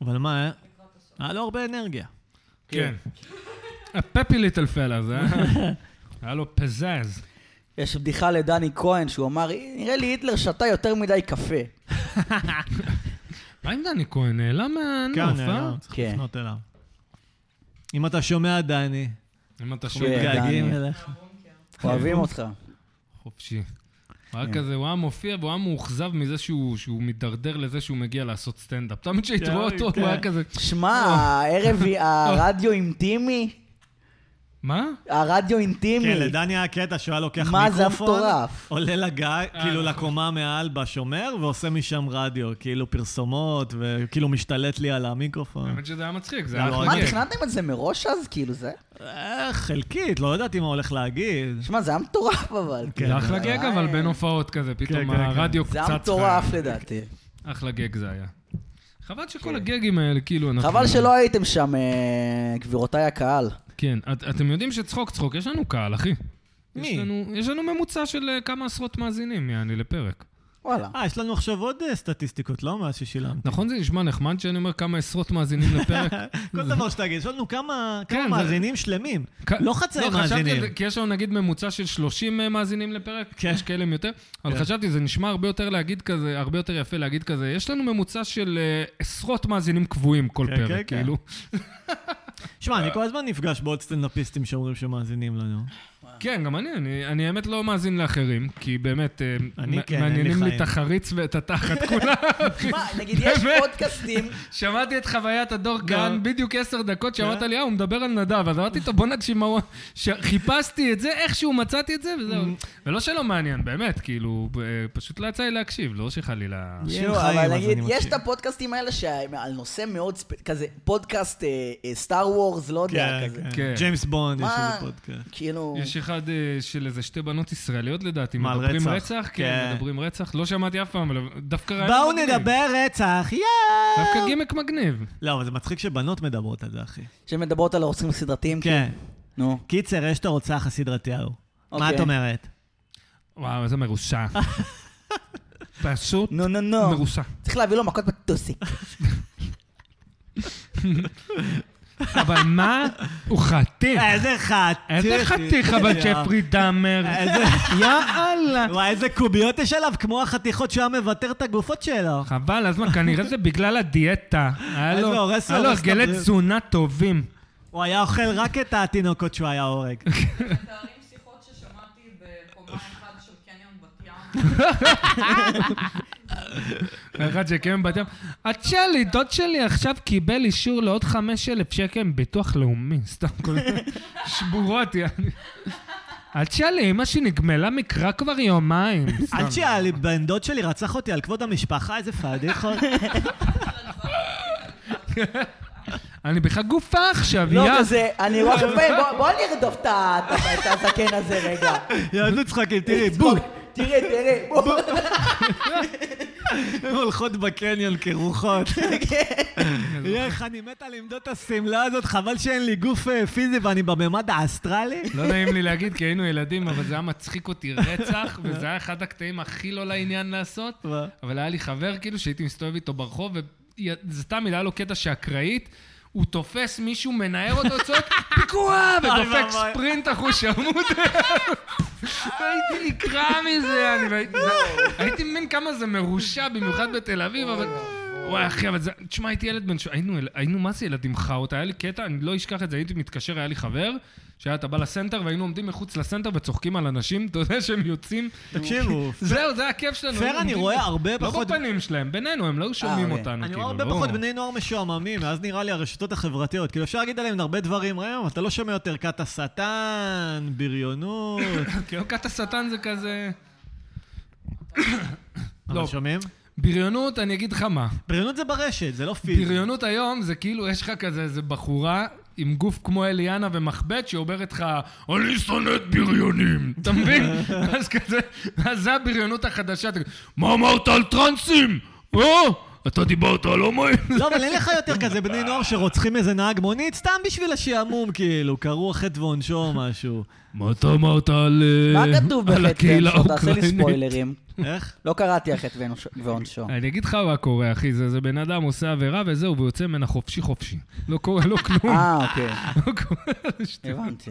Speaker 2: אבל מה, אה? היה לו הרבה אנרגיה.
Speaker 3: כן. הפפי ליטל פלאז, אה? היה לו פזז.
Speaker 1: כן. יש בדיחה לדני כהן, שהוא אמר, "אה, נראה לי היטלר שתה יותר מדי קפה.
Speaker 3: מה עם דני כהן? נעלם מהנוף,
Speaker 2: כן, היה,
Speaker 3: אה?
Speaker 2: צריך
Speaker 1: כן.
Speaker 2: לפנות אליו. אם אתה שומע, דני,
Speaker 3: אם אתה
Speaker 1: כן,
Speaker 3: שומע,
Speaker 2: מתגעגעים
Speaker 1: דני.
Speaker 2: אליך.
Speaker 1: אוהבים אותך.
Speaker 3: חופשי. הוא
Speaker 2: כן.
Speaker 3: היה כזה, הוא היה מופיע והוא היה מאוכזב מזה שהוא שהוא מידרדר לזה שהוא מגיע לעשות סטנדאפ. תמיד כשהיית רואה אותו,
Speaker 2: כן.
Speaker 3: הוא היה כזה,
Speaker 1: שמע, הערב, היא- הרדיו אינטימי?
Speaker 3: מה?
Speaker 1: הרדיו
Speaker 2: כן,
Speaker 1: אינטימי.
Speaker 2: לדני היה קטע שהוא היה לוקח
Speaker 1: מה זה
Speaker 2: מיקרופון,
Speaker 1: המטורף?
Speaker 2: עולה לגג, כאילו
Speaker 3: נכון.
Speaker 2: לקומה מעל בשומר, ועושה משם רדיו, כאילו פרסומות, וכאילו משתלט לי על המיקרופון.
Speaker 3: האמת שזה היה מצחיק, זה
Speaker 2: לא,
Speaker 3: היה
Speaker 2: לא,
Speaker 1: מה,
Speaker 2: מעניין.
Speaker 3: חגג.
Speaker 1: תכננתם את זה מראש אז? כאילו זה...
Speaker 2: אה, חלקית, לא ידעתי מה הולך להגיד.
Speaker 1: שמע, זה היה מטורף אבל.
Speaker 2: כן.
Speaker 3: זה אחלה גג, אבל בין הופעות כזה,
Speaker 2: כן,
Speaker 3: פתאום
Speaker 2: כן.
Speaker 3: הרדיו
Speaker 1: זה
Speaker 3: קצץ.
Speaker 1: היה מטורף
Speaker 3: לך.
Speaker 1: לדעתי.
Speaker 3: אחלה גג זה היה. חבל שכל הגגים האלה, כאילו,
Speaker 1: כן.
Speaker 3: אנחנו...
Speaker 1: חבל שלא הייתם שם, אה, גבירותיי הקהל.
Speaker 3: כן, את, אתם יודעים שצחוק צחוק, יש לנו קהל, אחי.
Speaker 2: מי?
Speaker 3: יש לנו, יש לנו ממוצע של אה, כמה עשרות מאזינים, יעני, לפרק.
Speaker 1: וואלה.
Speaker 2: אה, יש לנו עכשיו עוד אה, סטטיסטיקות, לא? מאז ששילמת.
Speaker 3: נכון זה נשמע נחמד שאני אומר כמה עשרות מאזינים לפרק?
Speaker 2: כל דבר שתגיד, יש לנו כמה כמה
Speaker 3: אה, כן, זה-
Speaker 2: מאזינים שלמים.
Speaker 3: כ-
Speaker 2: לא חצי
Speaker 3: חשבתי על
Speaker 2: מאזינים.
Speaker 3: זה, כי יש לנו נגיד ממוצע של 30 מאזינים לפרק,
Speaker 2: כן.
Speaker 3: יש כאלה עם יותר, אבל
Speaker 2: כן.
Speaker 3: חשבתי, זה נשמע הרבה יותר להגיד כזה, הרבה יותר יפה להגיד כזה, יש לנו ממוצע של אה, עשרות מאזינים קבועים כל
Speaker 2: כן, כן,
Speaker 3: פרק,
Speaker 2: כן.
Speaker 3: כאילו.
Speaker 2: שמע, אני כל הזמן נפגש בעוד סטנדאפיסטים שאומרים שמאזינים לנו.
Speaker 3: כן, גם אני, אני, אני האמת לא מאזין לאחרים, כי באמת, אה,
Speaker 2: אני
Speaker 3: מ-
Speaker 2: כן, אין לי
Speaker 3: מעניינים לי
Speaker 2: חיים.
Speaker 3: את החריץ ואת התחת כולם.
Speaker 1: מה, נגיד יש
Speaker 3: באמת?
Speaker 1: פודקאסטים,
Speaker 3: שמעתי את חוויית הדור
Speaker 2: לא.
Speaker 3: כאן בדיוק עשר דקות, שאמרת לי, אה, הוא מדבר על נדב, אז אמרתי לו, בוא נגשים מה הוא... ש- חיפשתי את זה, איכשהו מצאתי את זה, וזהו.
Speaker 2: Mm.
Speaker 3: ולא שלא מעניין, באמת, כאילו, אה, פשוט לא יצא לי להקשיב, לא שחלילה...
Speaker 2: יש
Speaker 1: נו,
Speaker 2: חיים, אז
Speaker 1: אבל
Speaker 2: אני
Speaker 1: נגיד, יש
Speaker 2: מקשיב.
Speaker 1: את הפודקאסטים האלה שהם על נושא מאוד, ספ- כזה פודקאסט סטאר וורס, לא יודע,
Speaker 2: כן,
Speaker 1: כזה.
Speaker 2: כן.
Speaker 3: כן.
Speaker 2: ג'יימס בונד, יש
Speaker 1: מה?
Speaker 2: איזה פודקאסט.
Speaker 1: כאילו,
Speaker 3: יש יש אחד אה, של איזה שתי בנות ישראליות לדעתי,
Speaker 2: מה, על
Speaker 3: מדברים
Speaker 2: רצח?
Speaker 3: רצח, כן,
Speaker 2: כן.
Speaker 3: מדברים רצח, לא שמעתי אף פעם, אבל דווקא רעיון
Speaker 2: בואו
Speaker 3: מגניב.
Speaker 2: נדבר רצח, יואו!
Speaker 3: דווקא גימק מגניב.
Speaker 2: לא, אבל זה מצחיק שבנות מדברות על זה, אחי.
Speaker 1: שמדברות על הרוצחים הסדרתיים?
Speaker 2: כן.
Speaker 1: נו.
Speaker 2: קיצר, יש את הרוצח הסדרתי ההוא. מה
Speaker 1: אוקיי.
Speaker 2: את אומרת?
Speaker 3: וואו, איזה מרושע. פשוט
Speaker 1: נו, נו, נו.
Speaker 3: מרושע.
Speaker 1: צריך להביא לו מכות בטוסיק.
Speaker 3: אבל מה? הוא חתיך.
Speaker 2: איזה חתיך.
Speaker 3: איזה חתיך אבל ג'פרי דאמר.
Speaker 2: אה, איזה-
Speaker 3: יאללה.
Speaker 2: וואי, איזה קוביות יש עליו, כמו החתיכות שהוא היה מוותר את הגופות שלו.
Speaker 3: חבל, אז מה, כנראה זה בגלל הדיאטה. היה
Speaker 2: אז זה
Speaker 3: לו
Speaker 2: הורס לו
Speaker 3: היה לו
Speaker 2: הורס את
Speaker 3: הרגלי
Speaker 2: הבריאות.
Speaker 3: תזונה טובים.
Speaker 2: הוא היה אוכל רק את התינוקות שהוא היה הורג.
Speaker 5: מתארים שיחות ששמעתי בקומה אחד של קניון בת ים.
Speaker 3: אחד שקיים בת ים. את שלי, דוד שלי עכשיו קיבל אישור לעוד 5,000 שקל מביטוח לאומי. סתם כל שבורות, יעני. את שלי, אמא שלי נגמלה מקרא כבר יומיים. סתם.
Speaker 2: עד שהבן דוד שלי רצח אותי על כבוד המשפחה, איזה פדיחות.
Speaker 3: אני בחגופה עכשיו,
Speaker 1: לא,
Speaker 3: יא.
Speaker 1: כזה, אני רואה שפעמים, בוא נרדוף את ה- את ה- את הזקן הזה רגע.
Speaker 2: יענו צחקים, תראי, בום!
Speaker 1: תראה, תראה, בוא.
Speaker 2: הן הולכות בקניון כרוחות.
Speaker 3: כן.
Speaker 2: איך אני מת על עמדות השמלה הזאת, חבל שאין לי גוף אה, פיזי ואני בממד האסטרלי.
Speaker 3: לא נעים לי להגיד כי היינו ילדים, אבל זה היה מצחיק אותי רצח, וזה היה אחד הקטעים הכי לא לעניין לעשות.
Speaker 2: מה?
Speaker 3: אבל היה לי חבר, כאילו, שהייתי מסתובב איתו ברחוב, וזה סתם, היה לו קטע שאקראית, הוא תופס מישהו, מנער אותו, צועק, פיגוע! ודופק
Speaker 2: אוי, ואבוי.
Speaker 3: ספרינט אחושרמוט. הייתי נקרע מזה, אני... והי- זה- הייתי מבין כמה זה מרושע, במיוחד בתל אביב, אבל... וואי, אחי, אבל זה... תשמע, הייתי ילד בן... ש- היינו, אל- היינו, מה זה ילדים חאות? היה לי קטע, אני לא אשכח את זה, הייתי מתקשר, היה לי חבר, שהיה, אתה בא לסנטר, והיינו עומדים מחוץ לסנטר וצוחקים על אנשים, אתה יודע שהם יוצאים,
Speaker 2: תקשיבו,
Speaker 3: זהו, זה הכיף שלנו.
Speaker 2: פר,
Speaker 3: הם
Speaker 2: אני
Speaker 3: עומדים
Speaker 2: רואה
Speaker 3: ב-
Speaker 2: הרבה פחות- אה,
Speaker 3: לא בפנים שלהם, בינינו, הם לא היו שומעים
Speaker 1: אוקיי.
Speaker 3: אותנו,
Speaker 2: אני
Speaker 3: כאילו,
Speaker 2: רואה הרבה
Speaker 3: לא.
Speaker 2: פחות בני נוער משועממים, ואז נראה לי הרשתות החברתיות. כאילו, אפשר להגיד עליהם הרבה דברים היום, אתה לא שומע יותר כת השטן, בריונות.
Speaker 3: כאילו, כת השטן זה כזה...
Speaker 2: אבל
Speaker 3: לא.
Speaker 2: שומעים?
Speaker 3: בריונות, אני אגיד לך מה.
Speaker 2: בריונות זה ברשת, זה לא פיזי.
Speaker 3: בריונות היום זה כאילו, יש לך כזה איזה בחורה עם גוף כמו אליאנה ומחבט שאומרת לך, אני שונאת בריונים, אתה מבין? אז כזה, אז זה הבריונות החדשה. אתה- מה אמרת על טרנסים? או? אתה דיברת על הומואים?
Speaker 2: לא, אבל אין לך יותר כזה בני נוער שרוצחים איזה נהג מונית, סתם בשביל השעמום, כאילו, קראו החטא ועונשו או משהו.
Speaker 3: מה אתה אמרת על... אה,
Speaker 1: מה כתוב
Speaker 3: על
Speaker 1: בחטא
Speaker 3: הקהילה
Speaker 1: ועונשו? תעשה לי
Speaker 3: האוקראינית?
Speaker 1: ספוילרים.
Speaker 2: איך?
Speaker 1: לא קראתי החטא ועונש- ועונשו.
Speaker 3: אני אגיד לך מה קורה, אחי, זה, זה בן אדם עושה עבירה וזהו, והוא יוצא ממנה חופשי חופשי. לא קורה לו כלום.
Speaker 1: אה, אוקיי,
Speaker 3: לא קורה לו שטויות.
Speaker 1: הבנתי.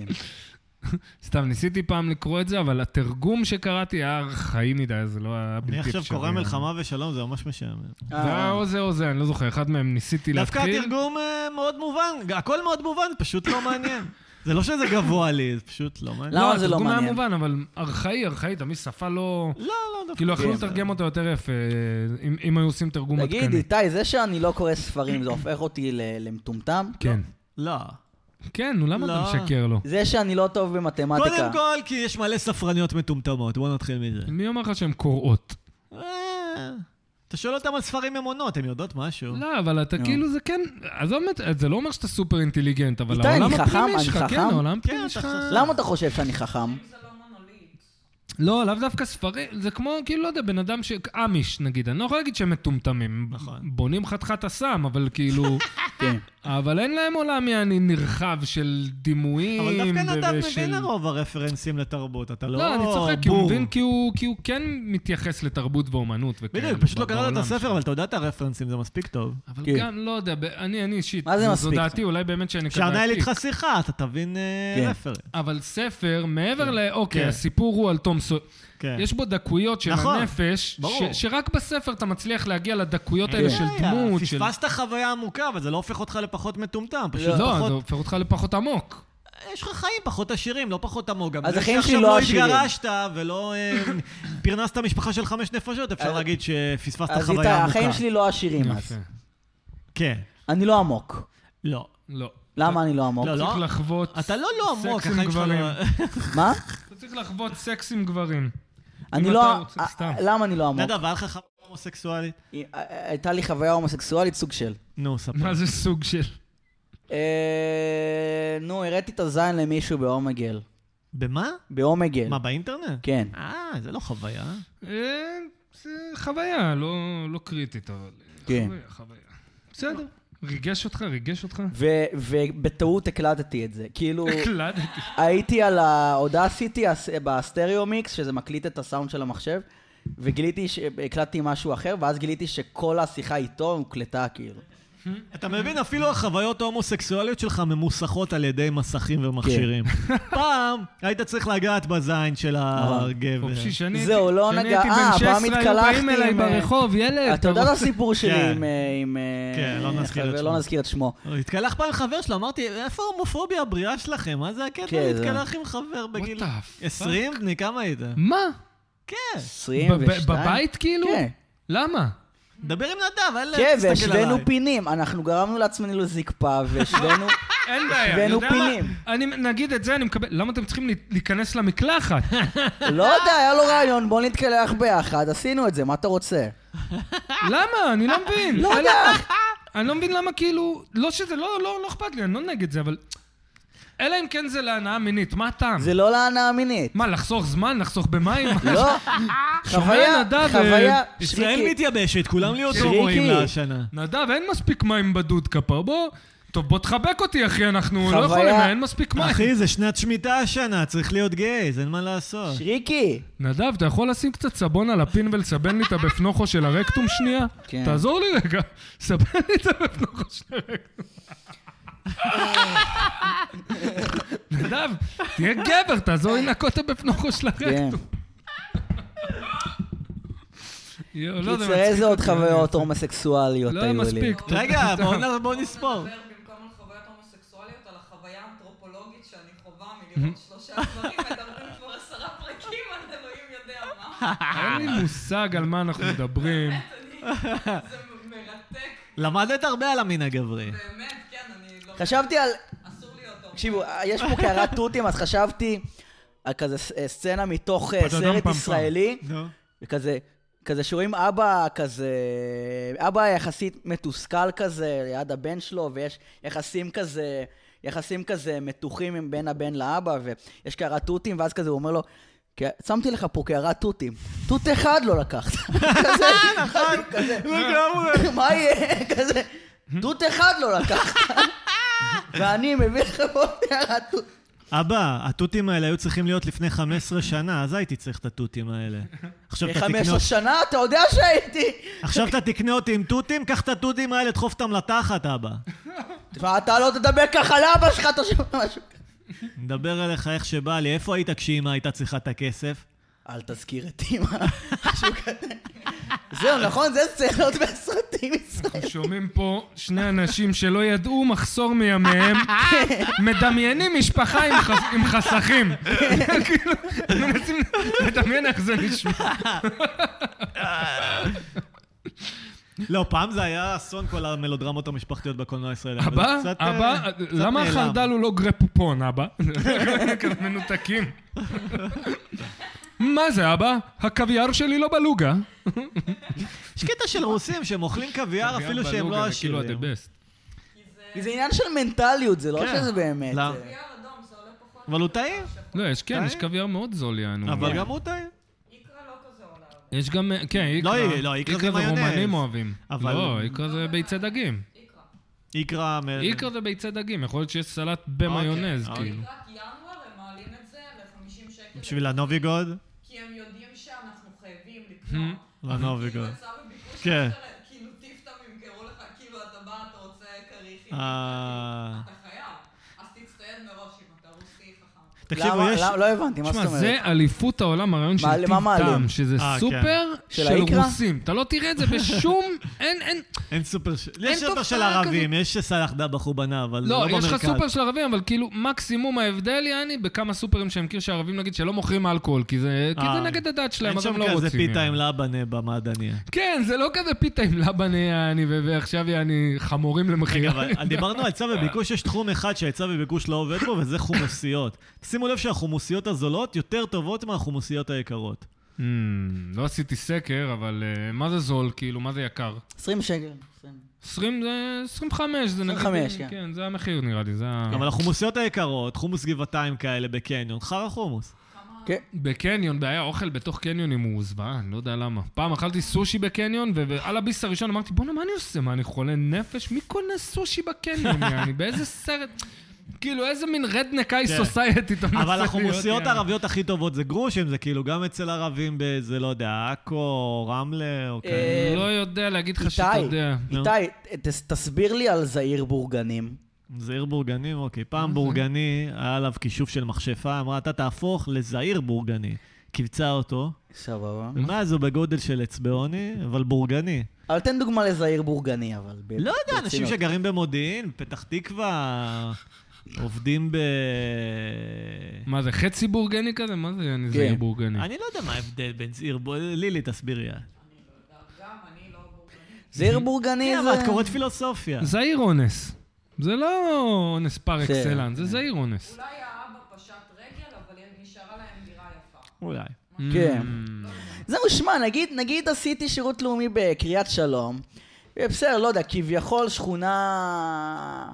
Speaker 3: סתם, ניסיתי פעם לקרוא את זה, אבל התרגום שקראתי היה ארכאי מדי, זה לא היה בלתי
Speaker 2: אני
Speaker 3: אפשרי.
Speaker 2: עכשיו קורא מלחמה ושלום, זה ממש משעמם.
Speaker 3: זה
Speaker 1: אה.
Speaker 3: היה או זה או זה, אני לא זוכר, אחד מהם ניסיתי
Speaker 2: דווקא
Speaker 3: להתחיל.
Speaker 2: התרגום אה, מאוד מובן, הכל מאוד מובן, פשוט לא מעניין. זה לא שזה גבוה לי, זה פשוט לא מעניין.
Speaker 1: למה זה לא
Speaker 3: אה, התרגום היה
Speaker 1: מעניין?
Speaker 3: מובן, אבל ארכאי, ארכאי, תמיד שפה לא...
Speaker 2: לא, לא, דווקא.
Speaker 3: כאילו, יכלו
Speaker 1: כן.
Speaker 3: לתרגם אותו יותר יפה, אה, אם- אם היו עושים תרגום
Speaker 1: תגיד,
Speaker 3: עדכני.
Speaker 1: איתי, זה שאני לא קורא ספרים, זה הופך אותי ל- למטומטם?
Speaker 3: כן.
Speaker 2: לא.
Speaker 3: כן, נו, למה אתה
Speaker 2: לא.
Speaker 3: משקר לו?
Speaker 1: זה שאני לא טוב במתמטיקה.
Speaker 2: קודם כל, כי יש מלא ספרניות מטומטמות, בואו נתחיל מזה.
Speaker 3: מי אומר לך שהן קוראות?
Speaker 2: אה, אתה שואל אותם על ספרים ממונות, הן יודעות משהו.
Speaker 3: לא, אבל אתה כאילו, זה כן, עזוב, את- זה לא אומר שאתה סופר אינטליגנט, אבל
Speaker 1: איתי,
Speaker 3: העולם
Speaker 1: אני חכם,
Speaker 3: הפנימי
Speaker 1: אני
Speaker 3: שלך,
Speaker 1: חכם.
Speaker 3: כן, העולם הפנימי
Speaker 2: אתה
Speaker 3: שלך.
Speaker 2: חכם.
Speaker 1: למה אתה חושב שאני חכם?
Speaker 5: זה לא מונוליט.
Speaker 3: לא, לאו דווקא ספרים, זה כמו, כאילו, לא יודע, בן אדם ש... אמיש, נגיד, אני לא יכול להגיד שהם מטומטמים.
Speaker 2: נכון.
Speaker 3: בונים חתיכת אסם, אבל כאילו...
Speaker 1: כן.
Speaker 3: אבל אין להם עולם יעני נרחב של דימויים.
Speaker 2: אבל דווקא נדב
Speaker 3: ושל-
Speaker 2: מבין לרוב הרפרנסים לתרבות, אתה לא...
Speaker 3: לא, אני צוחק, כי הוא
Speaker 2: בור.
Speaker 3: מבין כי הוא כי הוא כן מתייחס לתרבות ואומנות וכאלה.
Speaker 2: בדיוק, פשוט לא קראת את
Speaker 3: כן, בעולם
Speaker 2: הספר,
Speaker 3: שלו.
Speaker 2: אבל אתה יודע את הרפרנסים, זה מספיק טוב.
Speaker 3: אבל
Speaker 1: כן.
Speaker 3: גם, לא יודע, ב- אני, אני אישית,
Speaker 1: מה זה
Speaker 3: זו- זו
Speaker 1: מספיק?
Speaker 3: דעתי, אולי באמת שאני
Speaker 2: אפשר
Speaker 3: כדעתי.
Speaker 2: לנהל איתך שיחה, אתה תבין אה,
Speaker 1: כן.
Speaker 2: רפרנס.
Speaker 3: אבל ספר, מעבר ל... אוקיי,
Speaker 2: כן.
Speaker 3: הסיפור הוא על תום סויר.
Speaker 2: כן.
Speaker 3: יש בו דקויות של
Speaker 2: נכון,
Speaker 3: הנפש,
Speaker 2: ברור.
Speaker 3: ש- שרק בספר אתה מצליח להגיע לדקויות האלה
Speaker 1: כן.
Speaker 3: של
Speaker 2: אין בעיה,
Speaker 3: דמות, של...
Speaker 2: אה, פספסת חוויה עמוקה, אבל זה לא הופך אותך לפחות מטומטם, פשוט
Speaker 3: לא, זה
Speaker 2: פחות... אה,
Speaker 3: הופך אותך לפחות עמוק.
Speaker 2: יש לך חיים פחות עשירים, לא פחות עמוק. גם
Speaker 1: אז
Speaker 2: זה
Speaker 1: החיים שלי
Speaker 2: שעכשיו
Speaker 1: לא עשירים.
Speaker 2: התגרשת ולא אה, פרנסת משפחה של חמש נפשות, אפשר
Speaker 1: אז-
Speaker 2: להגיד שפספסת
Speaker 1: אז איתי,
Speaker 2: חוויה
Speaker 1: החיים
Speaker 2: עמוקה.
Speaker 1: שלי לא עשירים אז.
Speaker 3: יפה.
Speaker 2: כן.
Speaker 1: אני לא עמוק.
Speaker 2: לא.
Speaker 3: לא.
Speaker 1: למה אני לא עמוק?
Speaker 2: לא, לא.
Speaker 3: צריך לחוות...
Speaker 2: אתה לא לא עמוק,
Speaker 3: סקס עם
Speaker 2: החיים שלך
Speaker 3: גברים.
Speaker 2: לא...
Speaker 1: מה?
Speaker 3: אתה צריך לחוות סקס עם גברים.
Speaker 1: אני
Speaker 3: אם
Speaker 1: לא...
Speaker 3: אתה רוצה-
Speaker 1: אה,
Speaker 3: סתם.
Speaker 1: למה אני לא עמוק?
Speaker 2: נדב, היה לך חוויה הומוסקסואלית?
Speaker 1: אה, אה, הייתה לי חוויה הומוסקסואלית סוג של.
Speaker 2: נו, ספר.
Speaker 3: מה זה סוג של...
Speaker 1: אה, נו, הראתי את הזין למישהו בהומגל.
Speaker 2: במה?
Speaker 1: באומגל.
Speaker 2: מה, באינטרנט?
Speaker 1: כן.
Speaker 2: אה, זה לא חוויה.
Speaker 3: אה, זה חוויה, לא לא קריטית, אבל... אה,
Speaker 1: כן.
Speaker 3: חוויה, חוויה. בסדר. ריגש אותך, ריגש אותך.
Speaker 1: ו- ובטעות הקלטתי את זה. כאילו,
Speaker 3: הקלדתי.
Speaker 1: הייתי על האודסיטי בסטריאו מיקס, שזה מקליט את הסאונד של המחשב, וגיליתי שהקלטתי משהו אחר, ואז גיליתי שכל השיחה איתו הוקלטה כאילו.
Speaker 2: אתה מבין, אפילו החוויות ההומוסקסואליות שלך ממוסכות על ידי מסכים ומכשירים.
Speaker 1: כן.
Speaker 2: פעם היית צריך לגעת בזין של
Speaker 1: נכון.
Speaker 2: הגבר.
Speaker 3: חופשי שאני הייתי...
Speaker 1: זהו, לא
Speaker 3: כשאני
Speaker 1: נגע-
Speaker 3: הייתי בן
Speaker 1: אה, פעם
Speaker 3: 16, היו באים
Speaker 1: התקלחתי
Speaker 3: אליי
Speaker 1: עם, אה,
Speaker 3: ברחוב, ילד.
Speaker 1: אתה יודע את הסיפור שלי
Speaker 2: כן.
Speaker 1: עם, אה, עם... אה,
Speaker 2: כן, לא נזכיר את
Speaker 1: חבר-
Speaker 2: שמו.
Speaker 1: לא נזכיר את שמו.
Speaker 2: התקלח פעם עם חבר שלו, אמרתי, איפה ההומופוביה הבריאה שלכם? מה זה הקטע
Speaker 1: כן, זה-
Speaker 2: להתקלח עם חבר בגיל...
Speaker 3: the fuck?
Speaker 2: 20? בני כמה היית?
Speaker 3: מה?
Speaker 2: כן.
Speaker 1: 22.
Speaker 3: בב- בבית כאילו?
Speaker 1: כן.
Speaker 3: למה?
Speaker 2: דבר עם נדב, אל
Speaker 1: כן,
Speaker 2: תסתכל עליי.
Speaker 1: והשווינו פינים. אנחנו גרמנו לעצמנו זקפה, והשווינו...
Speaker 3: אין בעיה,
Speaker 1: הבאנו
Speaker 3: אתה יודע מה?
Speaker 1: פינים.
Speaker 3: אני, נגיד את זה, אני מקבל... למה אתם צריכים להיכנס למקלחת?
Speaker 1: לא יודע, היה לו רעיון, בוא נתקלח ביחד, עשינו את זה, מה אתה רוצה?
Speaker 3: למה? אני לא מבין.
Speaker 1: לא
Speaker 3: אני-
Speaker 1: יודע.
Speaker 3: אני לא מבין למה כאילו... לא שזה, לא, לא, לא אכפת לי, אני לא נגד זה, אבל... אלא אם כן זה להנאה מינית, מה הטעם?
Speaker 1: זה לא להנאה מינית.
Speaker 3: מה, לחסוך זמן? לחסוך במים?
Speaker 1: לא, חוויה,
Speaker 3: נדב,
Speaker 1: חוויה,
Speaker 3: אה,
Speaker 2: ישראל
Speaker 1: שריקי,
Speaker 2: מתייבשת, כולם להיות
Speaker 1: שריקי.
Speaker 2: הומואים לה השנה.
Speaker 3: נדב, אין מספיק מים בדוד כפר, בוא... טוב, בוא תחבק אותי, אחי, אנחנו לא
Speaker 1: חוויה-
Speaker 3: יכולים, אין מספיק מים.
Speaker 2: אחי, זה שנת שמיטה השנה, צריך להיות גייז, אין מה לעשות.
Speaker 1: שריקי.
Speaker 3: נדב, אתה יכול לשים קצת סבון על הפין ולסבן לי את הבפנוכו של הרקטום שנייה?
Speaker 1: כן.
Speaker 3: תעזור לי רגע, סבן לי את הבפנוכו של הרקטום. נדב, תהיה גבר, תעזור לי לנקות את הבפנוכו של
Speaker 1: כן.
Speaker 3: הרקטום. יואו, לא, זה
Speaker 1: קיצר,
Speaker 3: מצחיק
Speaker 1: איזה עוד
Speaker 3: אותי.
Speaker 1: חוויות הומוסקסואליות
Speaker 3: לא,
Speaker 1: היו לי.
Speaker 3: מספיק.
Speaker 2: רגע,
Speaker 3: טוב,
Speaker 2: בואו
Speaker 3: טוב.
Speaker 2: נ- בואו נספור.
Speaker 5: אנחנו נדבר במקום על חוויות הומוסקסואליות, על החוויה האנתרופולוגית שאני חווה מלראות שלושה דברים, מדברים כבר עשרה פרקים על אלוהים יודע מה.
Speaker 3: אין לי מושג על מה אנחנו מדברים.
Speaker 5: אני- זה מרתק,
Speaker 2: למדת הרבה על המין הגברי.
Speaker 5: באמת, כן, אני לא...
Speaker 1: חשבתי על,
Speaker 5: אסור להיות הומו.
Speaker 1: תקשיבו, יש פה קערת תותים, אז חשבתי על כזה ס- אה, סצנה מתוך אה,
Speaker 3: פדדם
Speaker 1: סרט
Speaker 3: פמפם.
Speaker 1: ישראלי, וכזה, כזה שרואים אבא כזה, אבא יחסית מתוסכל כזה ליד הבן שלו, ויש יחסים כזה, יחסים כזה מתוחים עם בין הבן לאבא, ויש קערת תותים, ואז כזה הוא אומר לו, "כן, שמתי לך פה קערת תותים, תות אחד לא לקחת. כזה, כזה, מה יהיה? כזה, תות אחד לא לקחת. ואני מביא לך פה קערת תות.
Speaker 2: אבא, התותים האלה היו צריכים להיות לפני 15 שנה, אז הייתי צריך את התותים האלה. עכשיו אתה
Speaker 1: חמש
Speaker 2: תקנה-
Speaker 1: עשרה שנה, אתה יודע שהייתי.
Speaker 2: עכשיו אתה תקנה אותי עם תותים, קח את התותים האלה, דחוף אותם לתחת, אבא.
Speaker 1: תשמע, אתה לא תדבר ככה לאבא שלך, אתה שומע משהו.
Speaker 2: נדבר אליך איך שבא לי, איפה היית כשאימא הייתה צריכה את הכסף?
Speaker 1: אל תזכיר את אימא, משהו כזה. זהו, נכון? זה צריך להיות בסרטים ישראלים.
Speaker 3: אנחנו שומעים פה שני אנשים שלא ידעו מחסור מימיהם, מדמיינים משפחה עם חס- עם חסכים. כאילו, מנסים לדמיין איך זה נשמע.
Speaker 2: לא, פעם זה היה אסון כל המלודרמות המשפחתיות בקולנוע הישראלי. אבל
Speaker 3: אבא,
Speaker 2: זה קצת, אה,
Speaker 3: אבא,
Speaker 2: קצת
Speaker 3: למה
Speaker 2: נעלם.
Speaker 3: החרדל הוא לא גרפופון, אבא? כזה מנותקים. מה זה, אבא? הקוויאר שלי לא בלוגה.
Speaker 2: יש קטע של רוסים שהם אוכלים קוויאר אפילו שהם לא
Speaker 3: בלוגה זה כאילו
Speaker 2: עשירים.
Speaker 3: the best.
Speaker 1: זה עניין של מנטליות, זה לא
Speaker 2: כן.
Speaker 1: שזה באמת.
Speaker 2: לא.
Speaker 1: זה-
Speaker 5: נייר אדום, זה עולה פחות.
Speaker 2: אבל הוא טעים,
Speaker 3: לא, יש, כן,
Speaker 2: די.
Speaker 3: יש קוויאר מאוד זול, יענו.
Speaker 2: אה? אבל גם הוא טעים.
Speaker 5: איקרה לא כזה עולה. הרבה.
Speaker 3: יש גם, אה, כן,
Speaker 2: לא,
Speaker 3: איקרה.
Speaker 2: לא, איקרה זה מיונז.
Speaker 3: רומנים אוהבים.
Speaker 2: אבל-
Speaker 3: לא, איקרה זה ביצי דגים.
Speaker 5: איקרה.
Speaker 2: איקרא... מ-
Speaker 3: איקרה זה ביצי דגים, יכול להיות שיש סלט במיונז,
Speaker 2: אוקיי.
Speaker 3: כאילו.
Speaker 5: לקראת ינואר הם מעלים את זה ל-50 שקל.
Speaker 2: בשביל הנוביגוד?
Speaker 5: כי הם יודעים שאנחנו חייבים לקנות.
Speaker 2: לנוביגוד.
Speaker 5: כאילו, היצע וביקוש,
Speaker 2: כן.
Speaker 5: כאילו טיפטם ימכרו לך, כאילו אתה בא, אתה רוצה כריך, עם
Speaker 2: אה...
Speaker 5: אתה חייב. אז תצטיין מראש אם אתה רוסי חכם.
Speaker 2: תקשיבו,
Speaker 1: למה?
Speaker 2: יש...
Speaker 1: למה- לא הבנתי, מה זאת
Speaker 3: תשמע,
Speaker 1: אומרת?
Speaker 3: זה אליפות העולם הרעיון של
Speaker 1: מה- למה
Speaker 3: טיב
Speaker 1: מעלים?
Speaker 3: טעם, שזה
Speaker 2: אה,
Speaker 3: סופר
Speaker 1: של
Speaker 3: של
Speaker 1: האיקרה?
Speaker 3: רוסים. אתה לא תראה את זה בשום... אין, אין...
Speaker 2: אין סופר... ש- יש סופר
Speaker 3: תופעה
Speaker 2: של ערבים, יש סלאח דבח ובנה, אבל לא
Speaker 3: לא, יש
Speaker 2: במרכז.
Speaker 3: לך סופר של ערבים, אבל כאילו, מקסימום ההבדל, יעני, בכמה סופרים שאני מכיר שהערבים, נגיד, שלא מוכרים אלכוהול, כי זה כי
Speaker 2: אה.
Speaker 3: זה נגד הדת שלהם,
Speaker 2: אין
Speaker 3: אז
Speaker 2: שם
Speaker 3: הם לא רוצים.
Speaker 2: כזה פיתה
Speaker 3: יעני.
Speaker 2: עם לבנה במעדניה.
Speaker 3: כן, זה לא כזה פיתה עם לבנה, יעני, ו- ועכשיו, יעני, חמורים
Speaker 2: רגע,
Speaker 3: למכירה.
Speaker 2: אבל דיברנו על היצע וביקוש, יש תחום אחד שההיצע וביקוש לא עובד בו, וזה חומוסיות. שימו לב שהחומוסיות הזולות יותר טובות מהחומוסיות היקרות.
Speaker 3: Hmm, לא עשיתי סקר, אבל אה, מה זה זול, כאילו, מה זה יקר?
Speaker 1: 20 שקל. 20.
Speaker 3: 20 זה 25, זה נגיד...
Speaker 1: 25, כן.
Speaker 3: כן, זה המחיר נראה לי, זה ה...
Speaker 2: אבל החומוסיות היקרות, חומוס גבעתיים כאלה בקניון, חרא חומוס.
Speaker 1: כן.
Speaker 3: בקניון, בעיה, אוכל בתוך קניונים הוא זוועה, אני לא יודע למה. פעם אכלתי סושי בקניון, ו- ועל הביס הראשון אמרתי, בואנה, מה אני עושה? מה, אני חולה נפש? מי קונה סושי בקניון? אני באיזה סרט... כאילו, איזה מין רדנק איי
Speaker 2: כן.
Speaker 3: סוסייטי אתה מנסה להיות.
Speaker 2: אבל החומוסיות
Speaker 3: יעני.
Speaker 2: הערביות הכי טובות זה גרושים, זה כאילו גם אצל ערבים באיזה, לא יודע, עכו, רמלה, או כאלה.
Speaker 1: אה,
Speaker 3: לא יודע להגיד לך שאתה
Speaker 1: איתי,
Speaker 3: יודע.
Speaker 2: נו.
Speaker 1: איתי, ת- תסביר לי על זעיר בורגנים.
Speaker 2: זעיר בורגנים, אוקיי. פעם בורגני, היה עליו כישוף של מכשפה, אמרה, אתה תהפוך לזעיר בורגני. קיבצה אותו,
Speaker 1: סבבה.
Speaker 2: ומאז הוא בגודל של אצבעוני, אבל בורגני.
Speaker 1: אבל תן דוגמה לזעיר בורגני, אבל. ב-
Speaker 2: לא יודע, אנשים
Speaker 1: ברצינות.
Speaker 2: שגרים במודיעין, פתח תקווה, עובדים ב...
Speaker 3: מה זה, חצי בורגני כזה? מה זה אני
Speaker 1: כן.
Speaker 3: זעיר בורגני?
Speaker 2: אני לא יודע מה ההבדל בין זעיר בורגני... לילי, תסבירי.
Speaker 1: זעיר בורגני
Speaker 2: כן,
Speaker 1: זה...
Speaker 2: אבל את קוראת פילוסופיה.
Speaker 3: זעיר אונס. זה לא אונס פר
Speaker 1: זה-
Speaker 3: אקסלנס, זה זעיר אונס.
Speaker 5: אולי האבא פשט רגל, אבל נשארה להם דירה יפה.
Speaker 2: אולי.
Speaker 1: כן.
Speaker 3: Mm.
Speaker 1: זהו, שמע, נגיד, נגיד עשיתי שירות לאומי בקריית שלום, בסדר, לא יודע, כביכול שכונה,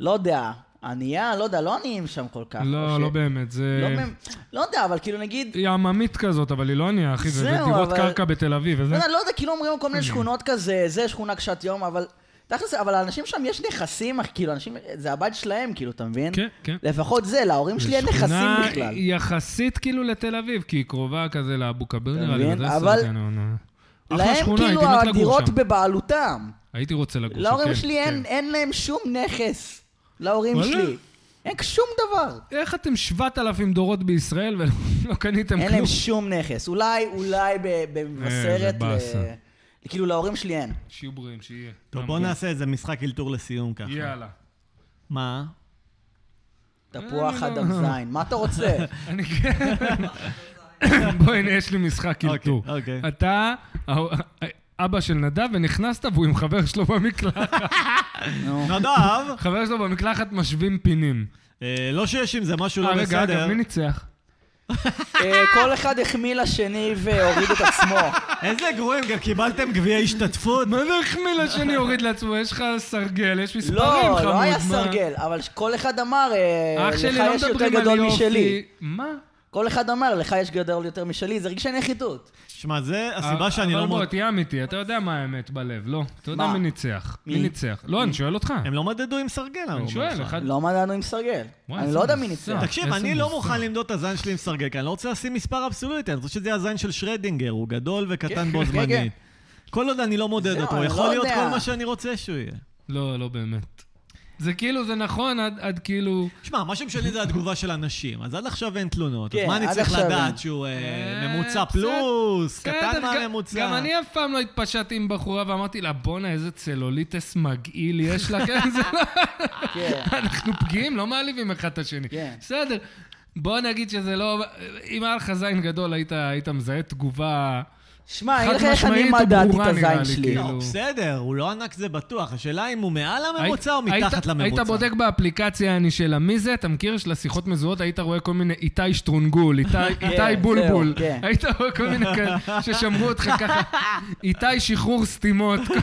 Speaker 1: לא יודע, ענייה, לא יודע, לא עניים שם כל כך. או
Speaker 3: לא, אה,
Speaker 1: ש-
Speaker 3: לא באמת,
Speaker 1: לא,
Speaker 3: זה...
Speaker 1: באמת, לא יודע, אבל כאילו נגיד,
Speaker 3: היא עממית כזאת, אבל היא לא ענייה, אחי, זה זה
Speaker 1: זהו,
Speaker 3: דירות
Speaker 1: אבל-
Speaker 3: קרקע בתל אביב,
Speaker 1: לא
Speaker 3: וזה...
Speaker 1: יודע, לא יודע, כאילו אומרים
Speaker 3: אה.
Speaker 1: כל מיני שכונות כזה, זה שכונה קשת יום, אבל... תכלס, אבל לאנשים שם יש נכסים, אך, כאילו, אנשים, זה הבית שלהם, כאילו, אתה מבין?
Speaker 3: כן, כן.
Speaker 1: לפחות זה, להורים שלי אין נכסים בכלל.
Speaker 3: שכונה יחסית כאילו לתל אביב, כי היא קרובה כזה לאבו כביר
Speaker 1: אתה
Speaker 3: נראה לי,
Speaker 1: מבין?
Speaker 3: וזה
Speaker 1: אבל-
Speaker 3: הסרט, נו, נו. אחלה
Speaker 1: להם,
Speaker 3: שכונה,
Speaker 1: כאילו,
Speaker 3: הייתי מת לגור
Speaker 1: הדירות
Speaker 3: שם.
Speaker 1: בבעלותם.
Speaker 3: הייתי רוצה לגור שם, כן.
Speaker 1: להורים שלי אין,
Speaker 3: כן.
Speaker 1: אין להם שום נכס, להורים
Speaker 3: וואלה.
Speaker 1: שלי. אין שום דבר.
Speaker 3: כן. איך אתם 7,000 דורות בישראל ולא לא קניתם
Speaker 1: אין
Speaker 3: כלום?
Speaker 1: להם שום נכס. אולי, אולי ב- במבשרת,
Speaker 3: אה, זה באסה.
Speaker 1: ל- כאילו להורים שלי אין.
Speaker 3: שיהיו בריאים, שיהיה. כן.
Speaker 2: טוב, בואו נעשה איזה משחק אלתור לסיום ככה.
Speaker 3: אוקיי. יאללה.
Speaker 2: מה?
Speaker 1: תפוח
Speaker 3: אה, אני לא-
Speaker 1: אדם זין, מה אתה רוצה?
Speaker 3: אני כן... בואי, הנה, יש לי משחק אלתור.
Speaker 2: אוקיי.
Speaker 3: אתה ה- אבא של נדב, ונכנסת והוא עם חבר שלו במקלחת.
Speaker 1: נו.
Speaker 2: נדב!
Speaker 3: חבר שלו במקלחת משווים פינים.
Speaker 2: אה, לא שיש עם זה משהו
Speaker 3: אה,
Speaker 2: לא
Speaker 3: רגע, אגב,
Speaker 2: בסדר.
Speaker 3: מי ניצח?
Speaker 1: אה, כל אחד החמיא לשני והוריד את עצמו.
Speaker 2: איזה גרועים, גם קיבלתם גביע השתתפות.
Speaker 3: מה זה החמיא לשני הוריד לעצמו? יש לך סרגל, יש מספרים, חמוד.
Speaker 1: לא, לא היה
Speaker 3: מה?
Speaker 1: סרגל, אבל כל אחד אמר, אה,
Speaker 3: אח שלי
Speaker 1: לך
Speaker 3: לא
Speaker 1: יש יותר
Speaker 3: מדברים על
Speaker 1: גדול משלי.
Speaker 3: יופי. מה?
Speaker 1: כל אחד אמר, לך יש גדול יותר משלי, זה רגשי נחיתות.
Speaker 2: שמע, זה הסיבה שאני
Speaker 3: אה, אבל
Speaker 2: לא...
Speaker 3: בוא,
Speaker 2: מוד-
Speaker 3: תהיה אמיתי, אתה יודע מה האמת בלב, לא? אתה יודע
Speaker 1: מה?
Speaker 3: מי ניצח. מי
Speaker 1: מי?
Speaker 3: ניצח? לא, אני שואל אותך.
Speaker 2: הם לא מדדו עם סרגל, אני אומר
Speaker 3: שואל,
Speaker 2: לך.
Speaker 3: אחד-
Speaker 1: לא מדענו עם סרגל.
Speaker 3: וואי,
Speaker 1: אני
Speaker 3: איזה
Speaker 1: לא יודע מי
Speaker 3: מוזר.
Speaker 1: ניצח.
Speaker 2: תקשיב,
Speaker 3: איזה
Speaker 2: אני לא
Speaker 3: מוזר.
Speaker 2: מוכן למדוד את הזין שלי עם סרגל, כי אני לא רוצה לשים מספר אבסולוטי, אני רוצה שזה יהיה הזין של שרדינגר, הוא גדול
Speaker 1: כן,
Speaker 2: וקטן בו
Speaker 1: כן, כן.
Speaker 2: זמנית. כל עוד אני לא מודד
Speaker 1: זהו,
Speaker 2: אותו,
Speaker 1: אני
Speaker 2: יכול
Speaker 1: לא
Speaker 2: להיות
Speaker 1: יודע.
Speaker 2: כל מה שאני רוצה שהוא יהיה.
Speaker 3: לא, לא באמת. זה כאילו, זה נכון עד- עד כאילו...
Speaker 2: שמע, מה שמשנה זה התגובה של אנשים, אז עד עכשיו אין תלונות, אז
Speaker 1: כן,
Speaker 2: מה אני
Speaker 1: עד
Speaker 2: צריך
Speaker 1: עכשיו
Speaker 2: לדעת
Speaker 1: אין.
Speaker 2: שהוא אה,
Speaker 3: אה,
Speaker 2: ממוצע
Speaker 3: בסדר,
Speaker 2: פלוס,
Speaker 3: בסדר,
Speaker 2: קטן
Speaker 3: גם-
Speaker 2: מהממוצע?
Speaker 3: גם אני אף פעם לא התפשטתי עם בחורה ואמרתי לה, בואנה, איזה צלוליטס מגעיל יש לה, כן? זה לא...
Speaker 1: כן.
Speaker 3: אנחנו פגיעים, לא מעליבים אחד את השני.
Speaker 1: כן.
Speaker 3: בסדר. בוא נגיד שזה לא... אם היה לך זין גדול, היית, היית מזהה תגובה...
Speaker 1: שמע, אני אגיד לך
Speaker 3: חד
Speaker 1: איך אני
Speaker 3: משמעית
Speaker 1: מדדתי את
Speaker 3: וברורה נראה לי,
Speaker 1: הזין שלי.
Speaker 3: כאילו.
Speaker 2: לא, בסדר, הוא לא ענק זה בטוח, השאלה אם הוא מעל
Speaker 3: היית-
Speaker 2: הממוצע או מתחת
Speaker 3: היית-
Speaker 2: לממוצע.
Speaker 3: היית בודק באפליקציה, אני שלה, מי זה? אתה מכיר? של השיחות מזוהות, היית רואה כל מיני איתי שטרונגול, איתי- איתי
Speaker 1: זהו,
Speaker 3: בולבול.
Speaker 1: כן.
Speaker 3: היית רואה כל מיני כאלה ששמרו אותך ככה. איתי שחרור סתימות, כל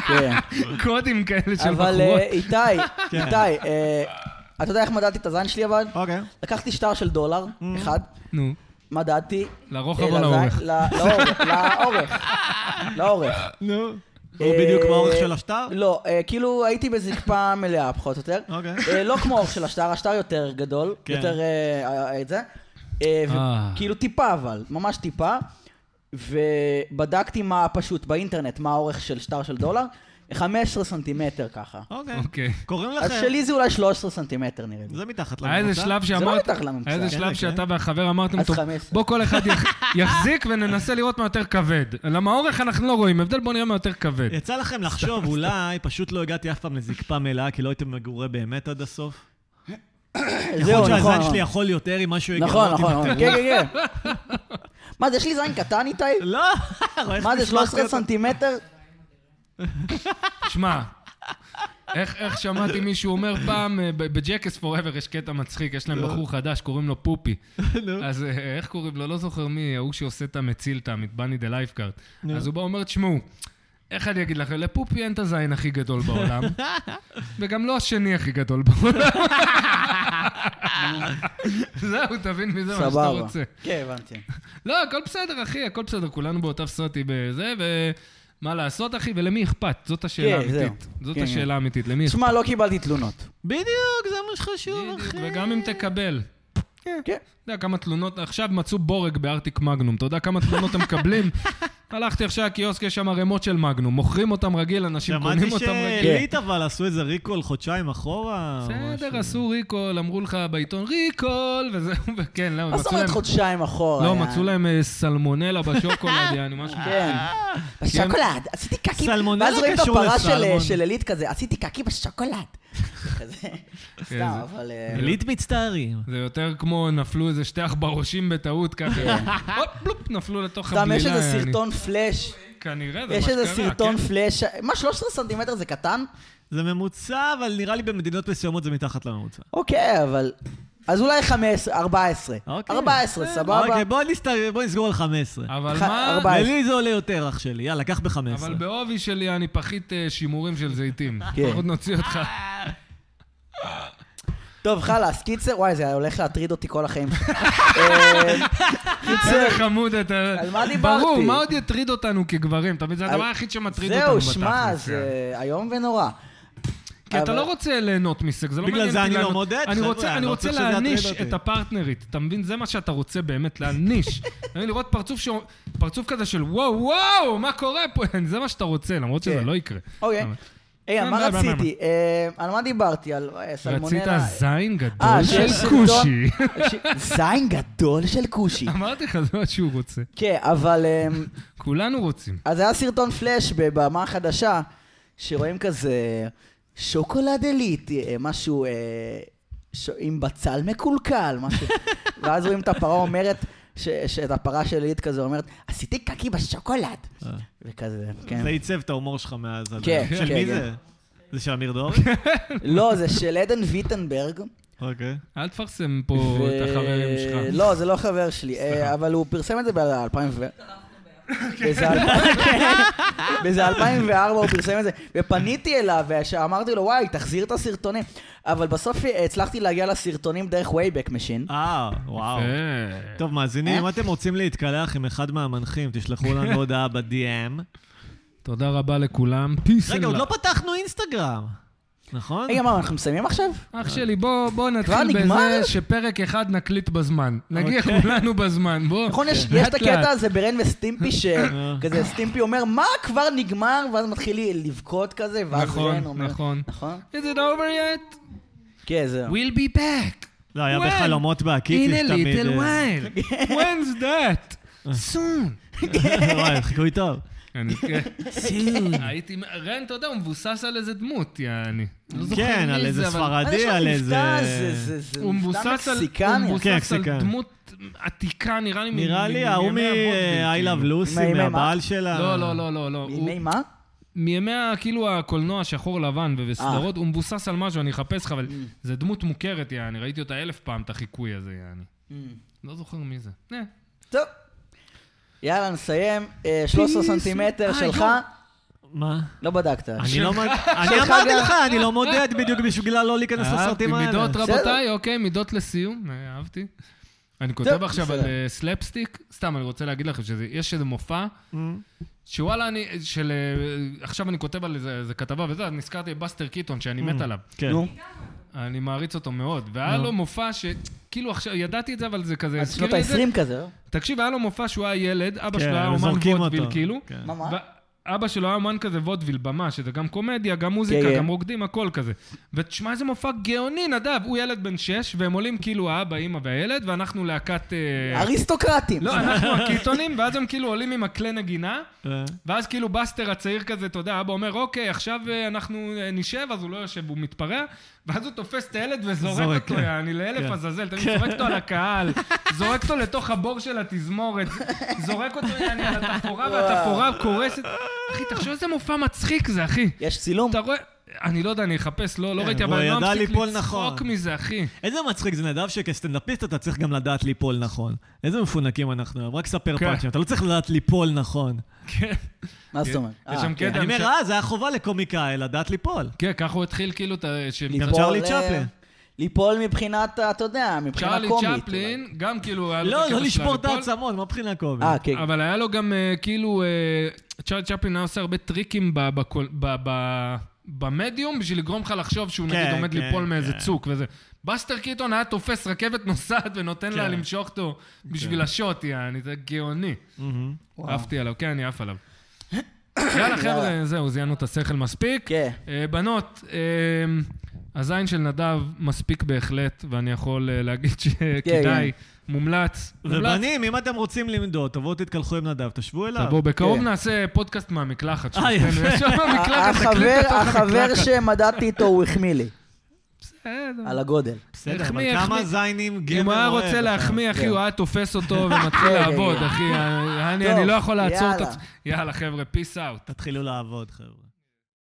Speaker 1: כן.
Speaker 3: מיני קודים כאלה של
Speaker 1: אבל
Speaker 3: בחורות. כן.
Speaker 1: אה, איתי, איתי, אה, אתה יודע איך מדדתי את הזין שלי אבל?
Speaker 2: אוקיי.
Speaker 1: לקחתי שטר של דולר, אחד,
Speaker 3: נו,
Speaker 1: מדדתי.
Speaker 3: Mm-hmm. לרוחב
Speaker 1: אה,
Speaker 3: או
Speaker 1: לזין-
Speaker 3: לאורך?
Speaker 1: ל- לאורך, לאורך, לאורך.
Speaker 2: נו. הוא
Speaker 1: אה,
Speaker 2: לא, בדיוק באורך של השטר?
Speaker 1: לא, אה, כאילו הייתי בזקפה מלאה פחות או יותר.
Speaker 2: אוקיי.
Speaker 1: אה, לא כמו אורך של השטר, השטר יותר גדול,
Speaker 2: כן.
Speaker 1: יותר אה, אה, את זה. אה, ו-
Speaker 3: אה.
Speaker 1: כאילו טיפה אבל, ממש טיפה. ובדקתי מה פשוט באינטרנט, מה האורך של שטר של דולר. 15 סנטימטר ככה.
Speaker 2: אוקיי.
Speaker 3: אוקיי.
Speaker 2: קוראים
Speaker 1: אז
Speaker 2: לכם.
Speaker 1: שלי זה אולי 13 סנטימטר נראה לי.
Speaker 2: זה מתחת לממוצע.
Speaker 3: היה איזה שלב
Speaker 1: לא
Speaker 3: שאמרת,
Speaker 1: מתחת לממוצע.
Speaker 3: היה איזה
Speaker 2: כן,
Speaker 3: שלב
Speaker 2: כן.
Speaker 3: שאתה והחבר אמרתם,
Speaker 1: אז
Speaker 3: טוב,
Speaker 1: 15.
Speaker 3: בוא כל אחד יח- יחזיק וננסה לראות מה יותר כבד. למה אורך אנחנו לא רואים, הבדל בוא נראה מה יותר כבד.
Speaker 2: יצא לכם לחשוב, אולי פשוט לא הגעתי אף פעם לזקפה מלאה, כי לא הייתם מגורי באמת עד הסוף? יכול
Speaker 1: זהו,
Speaker 2: להיות
Speaker 1: נכון.
Speaker 2: שהזין שלי יכול לא יותר עם משהו יגרום
Speaker 1: נכון,
Speaker 2: אותי-
Speaker 1: נכון, נכון. כן, כן, כן. מה זה, יש לי זין קטן איתי?
Speaker 2: לא, רואה
Speaker 1: כן.
Speaker 2: איך
Speaker 1: מה זה,
Speaker 2: נשמחתי
Speaker 1: 13
Speaker 2: אותו.
Speaker 1: סנטימטר?
Speaker 3: שמע, איך, איך שמעתי מישהו אומר פעם, אה, ב- בג'קס פוראבר יש קטע מצחיק, יש להם בחור חדש, קוראים לו פופי. אז אה, איך קוראים לו? לא זוכר מי, ההוא שעושה את המציל, את המתבני דה לייפקארט. אז הוא בא ואומר, תשמעו, איך אני אגיד לכם? לפופי אין את הזין הכי גדול בעולם, וגם לא השני הכי גדול בעולם. זהו, תבין מזה מה שאתה
Speaker 1: סבבה.
Speaker 3: רוצה.
Speaker 1: כן, הבנתי.
Speaker 3: לא, הכל בסדר, אחי, הכל בסדר, כולנו באותה אה, סרטי בזה, ומה לעשות, אחי, ולמי אכפת? זאת השאלה
Speaker 1: כן, זהו.
Speaker 3: האמיתית. זאת
Speaker 1: כן, כן.
Speaker 3: השאלה האמיתית, למי אכפת?
Speaker 1: תשמע, לא קיבלתי תלונות.
Speaker 2: בדיוק, זה מה שחשוב,
Speaker 3: בדיוק,
Speaker 2: אחי.
Speaker 3: וגם אם תקבל.
Speaker 1: כן.
Speaker 3: אתה יודע כמה תלונות, עכשיו מצאו בורג בארטיק מגנום, אתה יודע כמה תלונות הם מקבלים? הלכתי עכשיו לקיוסק, יש שם ערימות של מגנום, מוכרים אותם רגיל, אנשים
Speaker 2: שמעתי
Speaker 3: קונים אותם רגיל.
Speaker 2: שאלית אבל עשו איזה ריקול חודשיים אחורה.
Speaker 1: אה,
Speaker 2: או
Speaker 3: בסדר,
Speaker 1: לא.
Speaker 2: משהו.
Speaker 3: עשו ריקול, אמרו לך בעיתון ריקול, וזהו, וכן, לא,
Speaker 1: מה זאת
Speaker 3: מצאו להם...
Speaker 1: אומרת חודשיים אחורה?
Speaker 3: לא,
Speaker 1: יעני?
Speaker 3: מצאו להם אה, סלמונלה בשוקולד, יעני, משהו כזה.
Speaker 1: כן. בשוקולד, עשיתי קקי.
Speaker 2: סלמונלה
Speaker 1: ואז רואים את
Speaker 2: קשור
Speaker 1: הפרה
Speaker 2: לסלמון.
Speaker 1: של- של עילית כזה, עשיתי קקי בשוקולד. כזה. סתם,
Speaker 3: זה-
Speaker 1: אבל... אה,
Speaker 2: עילית מצטערים.
Speaker 3: זה יותר כמו נפלו איזה שתי עכברושים בטעות ככה. הופ, בלופ, נפלו לתוך
Speaker 1: סתם,
Speaker 3: הבלילה.
Speaker 1: כן. יש איזה
Speaker 3: יעני.
Speaker 1: סרטון פלאש.
Speaker 3: כנראה, זה מה
Speaker 1: יש
Speaker 3: שקרה.
Speaker 1: איזה סרטון
Speaker 3: כן.
Speaker 1: פלאש. מה, 13 סנטימטר זה קטן?
Speaker 2: זה ממוצע, אבל נראה לי במדינות מסוימות זה מתחת לממוצע.
Speaker 1: אוקיי, אבל... אז אולי 15, 14.
Speaker 2: אוקיי.
Speaker 1: 14,
Speaker 2: אה,
Speaker 1: סבבה?
Speaker 2: אוקיי, בוא נסת- בוא נסגור על 15.
Speaker 3: אבל
Speaker 1: ח-
Speaker 3: מה...
Speaker 1: ארבע- 14.
Speaker 2: ולי זה עולה יותר, אח שלי. יאללה, קח ב-15.
Speaker 3: אבל בעובי שלי אני פחית אה, שימורים של זיתים.
Speaker 1: כן.
Speaker 3: עוד נוציא אותך.
Speaker 1: טוב, חלאס, קיצר, וואי, זה הולך להטריד אותי כל החיים שלי. אה,
Speaker 3: איזה
Speaker 1: קיצר,
Speaker 3: חמוד אתה...
Speaker 1: על מה דיברתי?
Speaker 3: ברור, מה עוד יטריד אותנו כגברים? אתה מבין, זה
Speaker 1: על-
Speaker 3: הדבר היחיד שמטריד אותנו
Speaker 1: זהו,
Speaker 3: בתכלס. כן.
Speaker 1: שמע, זה איום ונורא.
Speaker 3: כי אתה
Speaker 1: אבל-
Speaker 3: לא רוצה ליהנות מסקס, זה לא
Speaker 2: בגלל
Speaker 3: מעניין אותי
Speaker 2: זה אני לא
Speaker 3: ליהנות.
Speaker 2: מודד,
Speaker 3: אני
Speaker 2: חבר'ה,
Speaker 3: רוצה,
Speaker 2: אני
Speaker 3: אני
Speaker 2: לא
Speaker 3: רוצה
Speaker 2: חושב שזה יטריד
Speaker 3: להעניש
Speaker 2: אותי.
Speaker 3: את הפרטנרית, אתה מבין? זה מה שאתה רוצה באמת, להעניש. אתה מבין, לראות פרצוף ש- פרצוף כזה של וואו, וואו, מה קורה פה? זה מה שאתה רוצה, למרות שזה
Speaker 1: כן.
Speaker 3: לא יקרה.
Speaker 1: אוקיי.
Speaker 3: אבל-
Speaker 1: היי, על מה
Speaker 3: מה, מה, מה?
Speaker 1: רציתי? אה, על מה דיברתי? על אה,
Speaker 3: רצית
Speaker 1: סלמונלה?
Speaker 3: זין גדול
Speaker 1: אה, שיש
Speaker 3: של
Speaker 1: סרטון-
Speaker 3: כושי.
Speaker 1: ש- זין גדול של כושי.
Speaker 3: אמרתי לך, זה מה שהוא רוצה.
Speaker 1: כן, אבל... אמ,
Speaker 3: כולנו רוצים.
Speaker 1: אז היה סרטון פלאש בבמה החדשה, שרואים כזה שוקולד עילית, אה, משהו אה, ש... עם בצל מקולקל, משהו. ואז רואים את הפרה אומרת, ש... שאת הפרה של עילית כזה אומרת, עשיתי קקי בשוקולד. וכזה, כן.
Speaker 2: אה. זה עיצב את ההומור שלך מאז. עד
Speaker 1: כן,
Speaker 2: היום. של
Speaker 1: כן, כן.
Speaker 2: מי זה? זה של אמיר דור?
Speaker 3: כן.
Speaker 1: לא, זה של עדן ויטנברג.
Speaker 2: אוקיי.
Speaker 3: אל תפרסם פה
Speaker 1: ו-
Speaker 3: את החברים שלך.
Speaker 1: לא, זה לא חבר שלי, אה, אבל הוא פרסם את זה ב-2000 ו... באיזה אלפיים-
Speaker 3: אוקיי.
Speaker 1: כן. באיזה 2004 הוא פרסם את זה, ופניתי אליו ואמרתי לו, וואי, תחזיר את הסרטונים. אבל בסוף אה, הצלחתי להגיע לסרטונים דרך Wayback Machine.
Speaker 2: אה, וואו.
Speaker 3: אה,
Speaker 2: טוב, מאזינים, אם אתם רוצים להתקלח עם אחד מהמנחים, תשלחו לנו הודעה ב-DM.
Speaker 3: תודה רבה לכולם. פיס
Speaker 2: רגע, עוד לא פתחנו אינסטגרם, נכון?
Speaker 1: רגע, מה, אנחנו מסיימים עכשיו?
Speaker 3: אח שלי, בוא, בוא
Speaker 1: כבר
Speaker 3: נתחיל
Speaker 1: נגמר?
Speaker 3: בזה שפרק אחד נקליט בזמן. נגיע
Speaker 2: אוקיי.
Speaker 3: כולנו בזמן, בוא.
Speaker 1: נכון, יש יש
Speaker 3: לאט
Speaker 1: את הקטע
Speaker 3: לאט. אה.
Speaker 1: הזה ברן וסטימפי, שכזה סטימפי אומר, מה, כבר נגמר? ואז מתחיל לי לבכות כזה, ואז
Speaker 3: נכון,
Speaker 1: רן אומר...
Speaker 3: נכון.
Speaker 1: נכון.
Speaker 3: Is it over yet?
Speaker 1: כן, זהו.
Speaker 3: We'll be back.
Speaker 2: לא, היה
Speaker 3: When?
Speaker 2: בחלומות בהקיץ,
Speaker 3: In
Speaker 2: יש
Speaker 3: a
Speaker 2: תמיד...
Speaker 3: little
Speaker 2: אה,
Speaker 3: while. When's that? soon.
Speaker 2: וואי, חיקוי טוב.
Speaker 3: אני- כן. הייתי... רן, אתה יודע, הוא מבוסס על איזה דמות, יעני. לא זוכר
Speaker 2: כן,
Speaker 3: מי
Speaker 2: על
Speaker 3: זה,
Speaker 2: איזה
Speaker 3: אבל-
Speaker 2: ספרדי, על איזה...
Speaker 3: הוא מבוסס על, הוא
Speaker 1: מקסיקני.
Speaker 2: כן,
Speaker 3: מבוסס על
Speaker 2: מקסיקני.
Speaker 3: דמות עתיקה, נראה לי. מ-
Speaker 2: נראה
Speaker 3: מ-
Speaker 2: לי
Speaker 3: מימי
Speaker 2: ההוא מ-I
Speaker 3: הוודוויל,
Speaker 2: Love
Speaker 3: כאילו.
Speaker 2: Lucy,
Speaker 1: מה, מה, מה?
Speaker 2: מהבעל שלה.
Speaker 3: לא, לא, לא, לא, לא. הוא-
Speaker 1: מימי מה?
Speaker 3: מימי, ה- כאילו, הקולנוע השחור לבן
Speaker 1: אה.
Speaker 3: ובסדרות, הוא מבוסס על משהו, אני אחפש לך, אבל זה דמות מוכרת, יעני, ראיתי אותה אלף פעם, את החיקוי הזה, יעני.
Speaker 1: אה.
Speaker 3: לא זוכר מי זה. אה,
Speaker 1: טוב. יאללה, נסיים. אה, 13 סנטימטר
Speaker 3: אה,
Speaker 1: שלך,
Speaker 3: יואו.
Speaker 2: מה?
Speaker 1: לא בדקת.
Speaker 2: אני לא מוד... אני
Speaker 1: שלך
Speaker 2: אמרתי
Speaker 1: גם.
Speaker 2: לך, אני לא מודד בדיוק בשביל לא להיכנס
Speaker 3: אהבתי,
Speaker 2: לסרטים האלה.
Speaker 3: מידות רבותיי,
Speaker 1: בסדר.
Speaker 3: אוקיי, מידות לסיום, אה, אהבתי. אני כותב
Speaker 1: טוב,
Speaker 3: עכשיו על
Speaker 1: בסדר.
Speaker 3: אה, סלפסטיק, סתם, אני רוצה להגיד לכם שיש איזה מופע, שוואלה, אני, של... אה, עכשיו אני כותב על איזה איזה כתבה וזה, אז נזכרתי בבאסטר קיטון, שאני מת עליו.
Speaker 2: כן.
Speaker 1: נו,
Speaker 3: אני מעריץ אותו מאוד. והיה לו מופע ש... כאילו עכשיו, ידעתי את זה, אבל זה כזה... כאילו
Speaker 1: אז
Speaker 3: הזכיר
Speaker 1: שנות
Speaker 3: לי את זה.
Speaker 1: ה-20 כזה, לא?
Speaker 3: תקשיב, היה לו מופע שהוא היה ילד, אבא
Speaker 2: כן,
Speaker 3: שלו היה אומן
Speaker 2: זורקים
Speaker 3: וודוויל,
Speaker 2: אותו.
Speaker 3: כאילו.
Speaker 2: כן.
Speaker 1: מה, מה?
Speaker 3: אבא שלו היה אומן כזה וודוויל, במה, שזה גם קומדיה, גם מוזיקה,
Speaker 1: כן.
Speaker 3: גם רוקדים, הכל כזה. ותשמע, איזה מופע גאוני, נדב. הוא ילד בן שש, והם עולים כאילו האבא, אימא והילד, ואנחנו להקת... אה,
Speaker 1: אריסטוקרטים.
Speaker 3: לא, אנחנו הקיטונים, ואז הם כאילו עולים עם הכלי נגינה,
Speaker 2: אה.
Speaker 3: ואז כאילו בסטר הצעיר כזה, אתה יודע, אבא אומר, אוקיי, עכשיו אה, אנחנו אה, נשב, אז הוא לא יושב, הוא מתפרע, ואז הוא תופס את הילד
Speaker 2: זורק,
Speaker 3: וזורק אותו,
Speaker 2: כן.
Speaker 3: יעני,
Speaker 2: כן.
Speaker 3: לאלף עזאזל, תמיד זורק אותו על הקהל, זורק אותו לתוך הבור של התזמורת, זורק אותו, יעני, על התפאורה, והתפאורה קורסת. אחי, תחשוב איזה מופע מצחיק זה, אחי.
Speaker 1: יש צילום?
Speaker 3: אתה רואה... אני לא יודע, אני אחפש, לא לא
Speaker 2: כן,
Speaker 3: ראיתי,
Speaker 2: והוא
Speaker 3: אבל אני לא
Speaker 2: ידע
Speaker 3: מפסיק
Speaker 2: ליפול
Speaker 3: לצחוק
Speaker 2: נכון.
Speaker 3: מזה, אחי.
Speaker 2: איזה מצחיק זה נדב שכסטנדאפיסט אתה צריך גם לדעת ליפול נכון. איזה מפונקים אנחנו היום, רק ספר
Speaker 3: כן.
Speaker 2: פאנצ'ים, אתה לא צריך לדעת ליפול נכון.
Speaker 3: כן.
Speaker 1: מה זאת אומרת?
Speaker 3: יש שם
Speaker 1: אה,
Speaker 3: קטע.
Speaker 2: אני
Speaker 3: אני
Speaker 2: אומר,
Speaker 3: ש-
Speaker 2: אה, זה היה חובה לקומיקאי, לדעת ליפול.
Speaker 3: כן, ככה הוא התחיל, כאילו, את ה- שהם-
Speaker 1: ליפול,
Speaker 2: צ'רלי
Speaker 1: אה,
Speaker 2: צ'פלין.
Speaker 1: ליפול מבחינת, ה- אתה יודע, מבחינה
Speaker 3: צ'רלי
Speaker 1: קומית. אולי.
Speaker 3: צ'פלין, גם כאילו... היה לו את
Speaker 2: לא,
Speaker 3: הקטע
Speaker 2: לא
Speaker 3: של
Speaker 2: לשבור את
Speaker 3: הליפול,
Speaker 2: העצמות, מה מבחינה קומית?
Speaker 1: אה, כן.
Speaker 3: אבל היה לו גם, אה, כאילו, אה, צ'רלי צ'פלין היה עושה הרבה טריקים ב- בקול- ב- ב- במדיום בשביל לגרום לך לחשוב שהוא
Speaker 2: כן,
Speaker 3: נגיד עומד
Speaker 2: כן,
Speaker 3: ליפול מאיזה
Speaker 2: כן.
Speaker 3: צוק וזה. בסטר קיטון היה תופס רכבת נוסעת ונותן לה
Speaker 2: כן.
Speaker 3: למשוך אותו בשביל השוט, יעני, זה גאוני.
Speaker 2: מהמם.
Speaker 1: וואו.
Speaker 3: עפתי עליו, כן, אני עף עליו. יאללה, חבר'ה, זהו, זיינו את השכל מספיק.
Speaker 1: כן.
Speaker 3: אה, בנות, אה, הזין של נדב מספיק בהחלט, ואני יכול אה, להגיד
Speaker 1: כן,
Speaker 3: שכדאי, מומלץ. מומלץ.
Speaker 2: ובנים, אם אתם רוצים למדוד, תבואו תתקלחו עם נדב, תשבו אליו.
Speaker 3: תבואו, בקרוב
Speaker 1: כן.
Speaker 3: נעשה פודקאסט מהמקלחת.
Speaker 2: אה,
Speaker 3: שלושתנו.
Speaker 2: יפה.
Speaker 3: יש שם מקלחת,
Speaker 1: החבר,
Speaker 3: תקליט לתוך
Speaker 1: החבר
Speaker 3: המקלחת.
Speaker 1: שמדדתי איתו, הוא החמיא לי
Speaker 3: בסדר.
Speaker 1: על הגודל.
Speaker 2: בסדר,
Speaker 3: החמיא,
Speaker 2: אבל כמה
Speaker 3: החמיא.
Speaker 2: זיינים גבר
Speaker 3: אה, אם הוא היה
Speaker 2: אוהב,
Speaker 3: רוצה
Speaker 2: אתה-
Speaker 3: להחמיא, אחי, הוא היה תופס אותו ומתחיל
Speaker 1: כן,
Speaker 3: לעבוד,
Speaker 1: כן.
Speaker 3: אחי. אני-
Speaker 1: טוב,
Speaker 3: אני לא יכול לעצור את
Speaker 1: יאללה.
Speaker 3: עצמי. יאללה, חבר'ה, peace out.
Speaker 2: תתחילו לעבוד, חבר'ה.